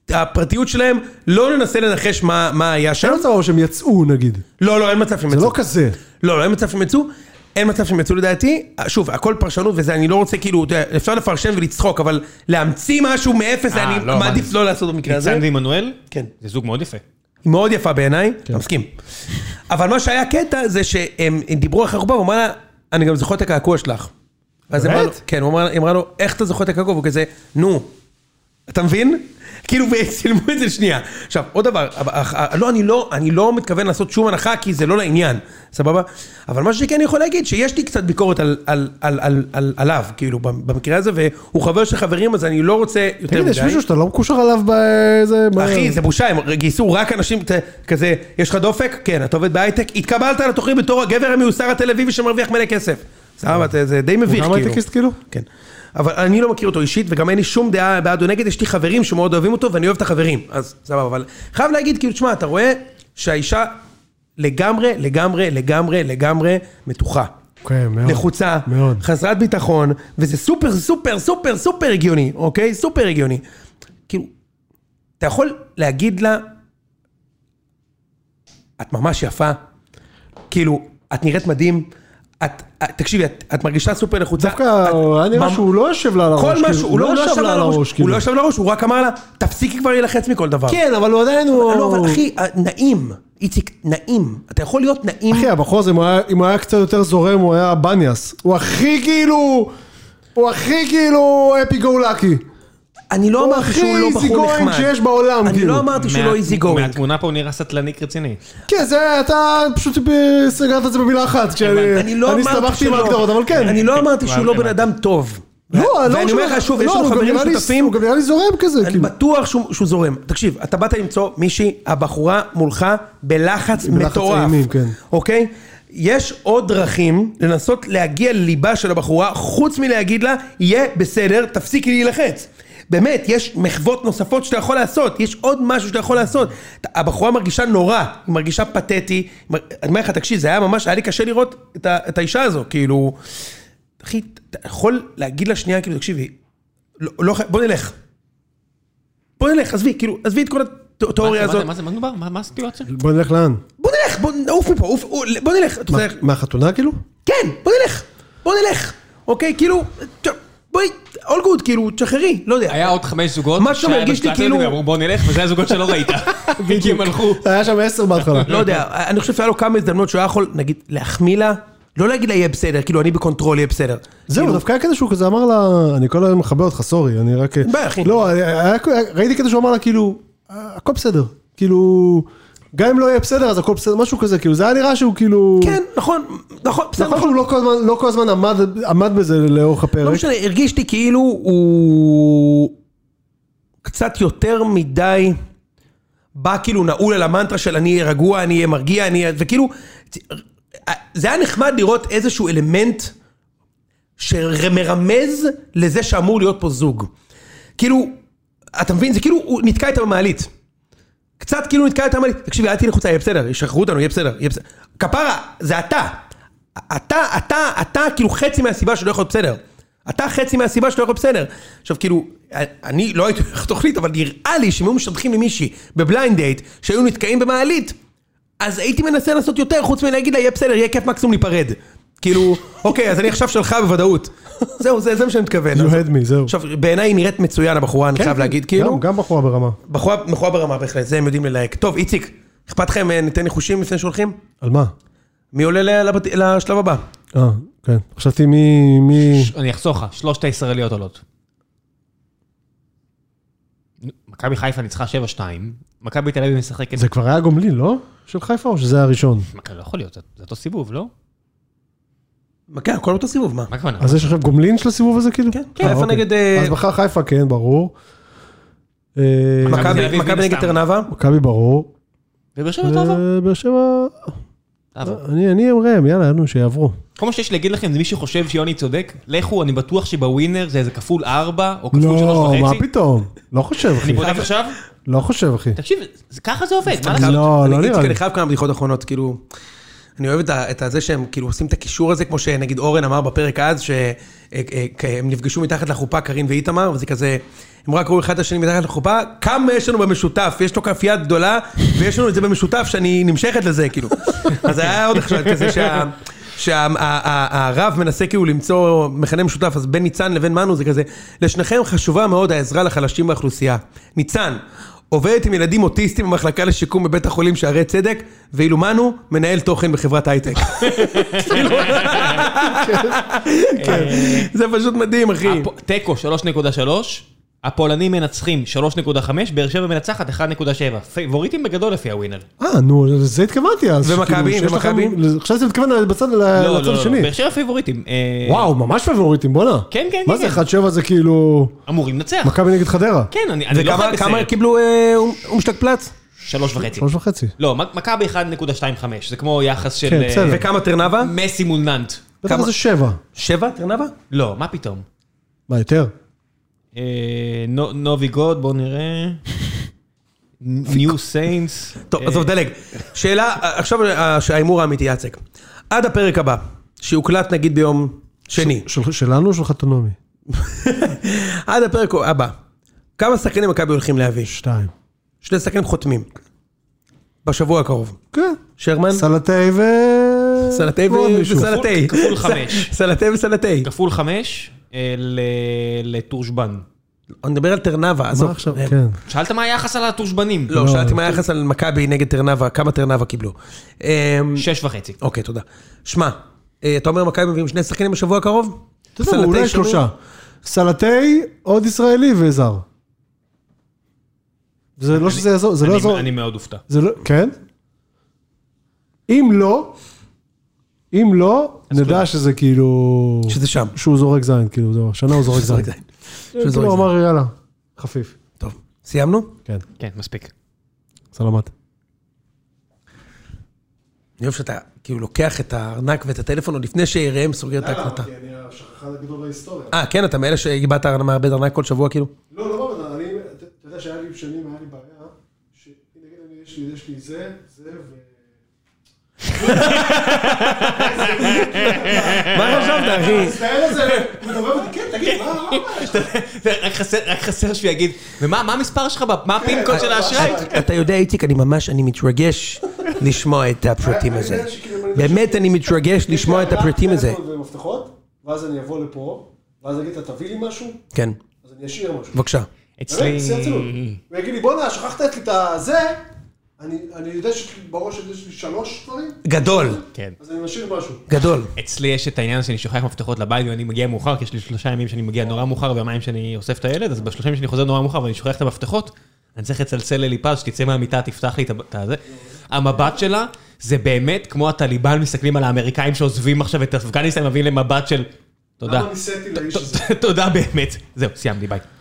Speaker 2: הפרטיות שלהם, לא ננסה לנחש מה, מה היה שם.
Speaker 3: אין מצב אבל שהם יצאו נגיד,
Speaker 2: לא, לא, אין מצב שהם
Speaker 3: זה
Speaker 2: יצאו.
Speaker 3: לא כזה.
Speaker 2: לא, לא, אין מצב שהם יצאו. אין מצב שהם יצאו לדעתי. שוב, הכל פרשנות וזה, אני לא רוצה כאילו, אתה יודע, אפשר לפרשן ולצחוק, אבל להמציא משהו מאפס,
Speaker 1: אה,
Speaker 2: אני
Speaker 1: לא,
Speaker 2: מעדיף
Speaker 1: אבל-
Speaker 2: לא לעשות במקרה הזה.
Speaker 1: ניצן ועמנואל?
Speaker 2: כן.
Speaker 1: זה זוג מאוד יפה.
Speaker 2: היא מאוד יפה בעיניי,
Speaker 3: כן.
Speaker 2: אתה מסכים. אבל מה שהיה קטע זה שהם דיברו אחרי חופה, הוא אמר לה, אני גם זוכר את הקעקוע שלך. אז היא אמרה לו-
Speaker 3: באמת?
Speaker 2: כן, הוא אמר- היא אמרה לו, איך אתה זוכר את הקעקוע? והוא כזה, נו. אתה מבין? כאילו, וצילמו את זה שנייה. עכשיו, עוד דבר, אבל- אך- אה, לא, אני לא, אני לא מתכוון לעשות שום הנחה, כי זה לא לעניין, סבבה? אבל מה שכן אני יכול להגיד, שיש לי קצת ביקורת על, על, על, על, על, עליו, כאילו, במקרה הזה, והוא חבר של חברים, אז אני לא רוצה יותר
Speaker 3: תגיד,
Speaker 2: מדי.
Speaker 3: יש מישהו שאתה לא מקושר עליו באיזה...
Speaker 2: אחי, זה בושה, הם גייסו רק אנשים ת- כזה, יש לך דופק? כן, אתה עובד בהייטק, התקבלת לתוכנית בתור הגבר המיוסר התל אביבי שמרוויח מלא כסף. סבבה, אתה- זה די מביך,
Speaker 3: הוא גם
Speaker 2: כאילו.
Speaker 3: הייטקיסט כאילו?
Speaker 2: כן. אבל אני לא מכיר אותו אישית, וגם אין לי שום דעה בעד או נגד, יש לי חברים שמאוד אוהבים אותו, ואני אוהב את החברים, אז סבבה, אבל חייב להגיד, כאילו, תשמע, אתה רואה שהאישה לגמרי, לגמרי, לגמרי, לגמרי מתוחה.
Speaker 3: כן, מאוד.
Speaker 2: נחוצה,
Speaker 3: מאוד.
Speaker 2: חסרת ביטחון, וזה סופר סופר סופר סופר הגיוני, אוקיי? סופר הגיוני. כאילו, אתה יכול להגיד לה, את ממש יפה, כאילו, את נראית מדהים, את, את תקשיבי, את, את מרגישה סופר נחוצה.
Speaker 3: דווקא
Speaker 2: את-
Speaker 3: היה נראה
Speaker 2: ממ-
Speaker 3: שהוא לא יושב לה על הראש,
Speaker 2: כל
Speaker 3: כאילו,
Speaker 2: משהו, הוא לא לא ישב לה על הראש, הוא
Speaker 3: כאילו.
Speaker 2: לא ישב לה על הראש, הוא רק אמר לה, תפסיקי כבר להילחץ מכל דבר.
Speaker 3: כן, אבל הוא עדיין הוא...
Speaker 2: לא, אבל אחי, נעים, איציק, נעים, אתה יכול להיות נעים.
Speaker 3: אחי, הבחור הזה, אם הוא היה- אם הוא היה קצת יותר זורם, הוא היה בניאס. הוא הכי כאילו... הוא הכי כאילו אפי גו לקי.
Speaker 2: אני לא
Speaker 3: הוא
Speaker 2: אמרתי
Speaker 3: הכי
Speaker 2: שהוא לא
Speaker 3: easy
Speaker 2: בחור
Speaker 3: going
Speaker 2: נחמד.
Speaker 3: אוקיי, שיש בעולם,
Speaker 2: אני
Speaker 3: כאילו.
Speaker 2: לא אמרתי שהוא לא
Speaker 1: מה-
Speaker 2: איזי גוינג.
Speaker 1: מהתמונה פה הוא נראה סטלניק רציני.
Speaker 3: כן, זה, אתה פשוט ב- סגרת את זה במילה אחת. כשאני-
Speaker 2: אני לא
Speaker 3: אני
Speaker 2: אמרתי
Speaker 3: הסתבכתי עם
Speaker 2: שהוא
Speaker 3: ההגדרות,
Speaker 2: לא...
Speaker 3: אבל כן.
Speaker 2: אני לא אמרתי
Speaker 1: כן,
Speaker 2: שהוא לא בן
Speaker 1: הבנתי.
Speaker 2: אדם טוב.
Speaker 3: לא, לא
Speaker 2: ואני אומר לך שוב, יש
Speaker 3: לא,
Speaker 2: לנו
Speaker 3: הוא גם
Speaker 2: חברים
Speaker 3: נראה לי-
Speaker 2: שותפים,
Speaker 3: הוא גם נראה לי זורם כזה,
Speaker 2: אני
Speaker 3: כאילו.
Speaker 2: בטוח שהוא שהוא זורם. תקשיב, אתה באת למצוא מישהי, הבחורה מולך בלחץ
Speaker 3: בלחץ
Speaker 2: מטורף.
Speaker 3: אימים, כן.
Speaker 2: אוקיי? יש עוד דרכים לנסות להגיע לליבה של הבחורה, חוץ מלהגיד לה, יהיה בסדר, תפסיקי להילחץ. באמת, יש מחוות נוספות שאתה יכול לעשות, יש עוד משהו שאתה יכול לעשות. אתה- הבחורה מרגישה נורא, היא מרגישה פתטי. היא מר- אני אומר לך, תקשיב, זה היה ממש, היה לי קשה לראות את, ה, את האישה הזו, כאילו... אחי, אתה יכול להגיד לה שנייה, כאילו, תקשיבי, לא, לא, חי- בוא נלך. בוא נלך, עזבי, כאילו, עזבי את כל התיאוריה
Speaker 1: מה זה-
Speaker 2: הזאת.
Speaker 1: מה זה, מה מדובר? מה מה הסיטואציה?
Speaker 3: בוא נלך לאן?
Speaker 2: בוא נלך, בוא נעוף מפה, עוף, עוף, בוא נלך. את רוצה ללכת?
Speaker 3: מהחתונה כאילו?
Speaker 2: כן, בוא נלך, בוא נלך. אוקיי, כאילו, ת- בואי, all good, כאילו, תשחררי, לא יודע.
Speaker 1: היה עוד חמש זוגות,
Speaker 2: משהו
Speaker 1: שהיה
Speaker 2: מרגיש
Speaker 1: בשלט
Speaker 2: לי
Speaker 1: הזה,
Speaker 2: כאילו-
Speaker 1: ואמרו, בוא נלך, וזה הזוגות שלא ראית. כי הם הלכו.
Speaker 3: היה שם עשר בהתחלה.
Speaker 2: לא יודע, אני חושב שהיה לו כמה הזדמנות שהוא היה יכול, נגיד, להחמיא לה, לא להגיד לה יהיה בסדר, כאילו, אני בקונטרול, יהיה בסדר.
Speaker 3: זהו,
Speaker 2: כאילו,
Speaker 3: דווקא היה כזה שהוא כזה אמר לה, אני כל היום מכבה אותך, סורי, אני רק...
Speaker 2: בעיה, אחי.
Speaker 3: לא, היה- היה- ראיתי כזה שהוא אמר לה, כאילו, הכל בסדר. כאילו, גם אם לא יהיה בסדר, אז הכל בסדר, משהו כזה, כאילו, זה היה נראה שהוא כאילו...
Speaker 2: כן, נכון, נכון, בסדר,
Speaker 3: נכון
Speaker 2: נכון.
Speaker 3: שהוא לא כל הזמן- לא כל הזמן עמד, עמד בזה לאורך
Speaker 2: לא
Speaker 3: הפרק.
Speaker 2: משנה, הרגיש לי כאילו הוא... קצת יותר מדי בא כאילו נעול על המנטרה של אני אהיה רגוע, אני אהיה מרגיע, אני אהיה... וכאילו, זה היה נחמד לראות איזשהו אלמנט שמרמז לזה שאמור להיות פה זוג. כאילו, אתה מבין? זה כאילו, הוא נתקע איתה במעלית. קצת כאילו נתקע איתה במעלית. תקשיבי, אל תלך החוצה, יהיה בסדר, ישחררו אותנו, יהיה בסדר, יהיה בסדר. כפרה, זה אתה. אתה, אתה, אתה כאילו חצי מהסיבה שלא יכול להיות בסדר. אתה חצי מהסיבה שלא יכול להיות בסדר. עכשיו כאילו, אני לא הייתי הולך לתוכנית, אבל נראה לי שאם היו משתלחים ממישהי בבליינד דייט, שהיו נתקעים במעלית, אז הייתי מנסה לעשות יותר, חוץ מלהגיד לה, יהיה בסדר, יהיה כיף מקסימום להיפרד. כאילו, אוקיי, אז אני עכשיו שלך בוודאות. זהו, זה זה מה שאני מתכוון.
Speaker 3: You had me, זהו.
Speaker 2: עכשיו, בעיניי היא נראית מצוין, הבחורה, אני חייב להגיד, כאילו.
Speaker 3: כן, גם, גם בחורה ברמה.
Speaker 2: בחורה מכורה ברמה בהחלט, זה הם יודעים ללהק. טוב, איציק, אכפת לכם, אה, ניתן ניחושים לפני שהולכים?
Speaker 3: על מה?
Speaker 2: מי עולה ל- לבת- לשלב הבא?
Speaker 3: אה, כן. חשבתי מי... מי...
Speaker 1: ש- אני אחסוך לך, שלושת הישראליות עולות. מכבי חיפה ניצחה 7-2, מכבי תל אביב משחקת...
Speaker 3: זה כבר היה גומלין, לא? של חיפה או שזה היה הראשון?
Speaker 1: מכבי לא יכול להיות, זה זה אותו סיבוב, לא?
Speaker 2: מה, כן, הכל אותו סיבוב, מה?
Speaker 1: מה הכוונה?
Speaker 3: אז יש עכשיו גומלין של הסיבוב הזה כאילו?
Speaker 2: כן,
Speaker 3: אה,
Speaker 2: חיפה
Speaker 3: אוקיי.
Speaker 2: נגד, אה,
Speaker 3: אז בחר חיפה, כן, ברור. אה,
Speaker 1: מכבי תל
Speaker 2: מכבי
Speaker 1: אביב, מן
Speaker 2: מכבי נגד
Speaker 1: הסתם.
Speaker 2: טרנבה?
Speaker 3: מכבי ברור.
Speaker 1: ובאר שבע תעבור.
Speaker 3: אה, באר שבע... אה,
Speaker 1: תעבור.
Speaker 3: אני אני עם ראם, יאללה, נו, שיעברו.
Speaker 1: כל מה שיש לי להגיד לכם זה מי שחושב שיוני צודק, לכו, אני בטוח שבווינר זה איזה כפול 4 או כפול 3.5.
Speaker 3: לא, מה פתאום? לא חושב, אחי.
Speaker 1: אני בודק עכשיו,
Speaker 3: לא חושב, אחי.
Speaker 1: תקשיב, זה- ככה זה עובד, מה לעשות?
Speaker 3: לא,
Speaker 2: אני-
Speaker 3: לא
Speaker 2: איציק,
Speaker 3: נראה לי.
Speaker 2: אני חייב כמה בדיחות אחרונות, כאילו... אני אוהב את ה- את זה שהם כאילו עושים את הקישור הזה, כמו שנגיד אורן אמר בפרק אז, אה, שהם נפגשו מתחת לחופה, קארין ואיתמר, וזה כזה, הם רק ראו אחד את השני מתחת לחופה, כמה יש לנו במשותף, יש לו כף יד גדולה, ויש לנו את זה במשותף שאני נמשכת לזה, כאילו. אז היה עוד עכשיו כזה שה... שהרב מנסה כאילו למצוא מכנה משותף, אז בין ניצן לבין מנו זה כזה, לשניכם חשובה מאוד העזרה לחלשים באוכלוסייה. ניצן, עובדת עם ילדים אוטיסטים במחלקה לשיקום בבית החולים שערי צדק, ואילו מנו, מנהל תוכן בחברת הייטק. כאילו, זה פשוט מדהים, אחי.
Speaker 1: הפ- תיקו 3.3, הפולנים מנצחים 3.5, באר שבע מנצחת 1.7. פייבוריטים בגדול לפי הווינר.
Speaker 3: אה, נו, לזה התכוונתי אז.
Speaker 2: ומכבי?
Speaker 3: כאילו, שיש לכם-
Speaker 2: ומכבי?
Speaker 3: חשבתי שאתה מתכוון בצד,
Speaker 1: לא,
Speaker 3: לצד
Speaker 1: לא, לא,
Speaker 3: השני.
Speaker 1: באר שבע פייבוריטים. אה,
Speaker 3: וואו, ממש פבוריטים, בואנה.
Speaker 1: כן, כן,
Speaker 3: מה
Speaker 1: כן,
Speaker 3: זה
Speaker 1: כן.
Speaker 3: 1-7 זה כאילו...
Speaker 1: אמורים לנצח.
Speaker 3: מכבי נגד חדרה.
Speaker 1: כן, אני אני לא חי
Speaker 2: וכמה כמה
Speaker 1: בסרט.
Speaker 2: קיבלו אה, אום- אומשלג פלץ?
Speaker 1: שלוש וחצי.
Speaker 3: שלוש וחצי.
Speaker 1: לא, מק- מכבי 1.25, זה כמו יחס של
Speaker 3: כן,
Speaker 1: אה,
Speaker 3: בסדר.
Speaker 2: וכמה טרנבה?
Speaker 1: מסי מול נאנט.
Speaker 3: בטח
Speaker 2: כמה-
Speaker 3: זה שבע.
Speaker 2: שבע טרנבה?
Speaker 1: לא, מה פתאום?
Speaker 3: מה, יותר?
Speaker 1: אה, נו- נובי גוד, בואו נראה. ניו סיינס.
Speaker 2: טוב, עזוב,
Speaker 3: אה.
Speaker 2: דלג. שאלה, עכשיו אה, ההימור האמיתי, יצק. עד הפרק הבא, שיוקלט נגיד ביום שני,
Speaker 3: של- שלנו או של חתונומי?
Speaker 2: עד הפרק הבא, כמה שחקנים מכבי הולכים להביא?
Speaker 3: שתיים.
Speaker 2: שני שחקנים חותמים. בשבוע הקרוב.
Speaker 3: כן.
Speaker 2: שרמן?
Speaker 3: סלטי ו...
Speaker 2: סלטי ו-
Speaker 3: ועוד לא, מישהו.
Speaker 2: וסלטי.
Speaker 1: כפול- כפול חמש.
Speaker 2: סלטי וסלטי.
Speaker 1: כפול חמש אה, ל- לטורשבן.
Speaker 2: אני מדבר על טרנבה, עזוב. אה,
Speaker 3: מה עכשיו? כן.
Speaker 1: שאלת מה היחס על הטורשבנים?
Speaker 2: לא, שאלתי מה היחס על מכבי נגד טרנבה, כמה טרנבה קיבלו. אמ,
Speaker 1: שש וחצי.
Speaker 2: אוקיי, תודה. שמע, אה, אתה אומר מכבי מביאים שני שחקנים בשבוע הקרוב?
Speaker 3: אתה יודע,
Speaker 2: סלטי
Speaker 3: אולי
Speaker 2: שלו?
Speaker 3: שלושה. סלטי, עוד ישראלי וזר. זה לא שזה יעזור, זה לא
Speaker 1: אני-
Speaker 3: יעזור.
Speaker 1: אני מאוד אופתע.
Speaker 3: זה לא... כן? אם לא, אם לא, נדע שזה כאילו...
Speaker 2: שזה שם.
Speaker 3: שהוא זורק זין, כאילו, זהו, השנה הוא זורק זין.
Speaker 2: שהוא זורק
Speaker 3: כאילו, הוא
Speaker 2: זין.
Speaker 3: אמר, יאללה, חפיף.
Speaker 2: טוב, סיימנו?
Speaker 3: כן,
Speaker 1: כן, מספיק.
Speaker 3: סלמת.
Speaker 2: אני אוהב שאתה כאילו לוקח את הארנק ואת הטלפון עוד לפני שראם סוגר את ההקלטה.
Speaker 3: אה, אני השכחן הגדול בהיסטוריה.
Speaker 2: אה, כן, אתה מאלה שהגבעת מאבד ארנק כל שבוע כאילו?
Speaker 3: לא, לא בעבודה, אני, אתה אתה יודע שהיה לי שנים, היה לי בעיה, שנגיד אני, יש לי, יש לי זה, זה ו...
Speaker 1: אה.
Speaker 2: מה חשבת, אחי?
Speaker 3: מצטער על זה, הוא מדבר איתי, כן, תגיד, מה, מה הבעיה
Speaker 1: אה,
Speaker 3: שלך?
Speaker 1: רק חסר- רק חסר שהוא יגיד, ומה מה המספר שלך, ב- מה הפינקוד של האשראי?
Speaker 2: אתה יודע, איציק, אני ממש, אני מתרגש לשמוע את הפרטים הזה. באמת, אני מתרגש לשמוע את הפרטים הזה.
Speaker 3: טלפון ומפתחות, ואז אני אבוא לפה, ואז אני אגיד, אתה תביא לי משהו,
Speaker 2: כן,
Speaker 3: אז אני אשאיר משהו.
Speaker 2: בבקשה.
Speaker 1: אצלי...
Speaker 3: באמת, שיא הרצינות. הוא יגיד לי, בואנה, שכחת את הזה, אני אני יודע שיש לי בראש יש לי שלוש דברים,
Speaker 2: גדול,
Speaker 1: כן.
Speaker 3: אז אני משאיר משהו.
Speaker 2: גדול.
Speaker 1: אצלי יש את העניין שאני שוכח מפתחות לבית ואני מגיע מאוחר, כי יש לי שלושה ימים שאני מגיע נורא מאוחר והמים שאני אוסף את הילד, אז בשלושה ימים שאני חוזר נורא מאוחר ואני שוכח את המפתחות, אני צריך לצלצל לליפז, שתצא מהמיטה, תפתח לי את הב- את הזה. המבט שלה, זה באמת כמו הטליבן מסתכלים על האמריקאים שעוזבים עכשיו את אפגניסטן, מביאים למבט של... תודה.
Speaker 3: למה ניסיתי לאיש הזה?
Speaker 1: תודה באמת. זהו, סיימתי, ביי.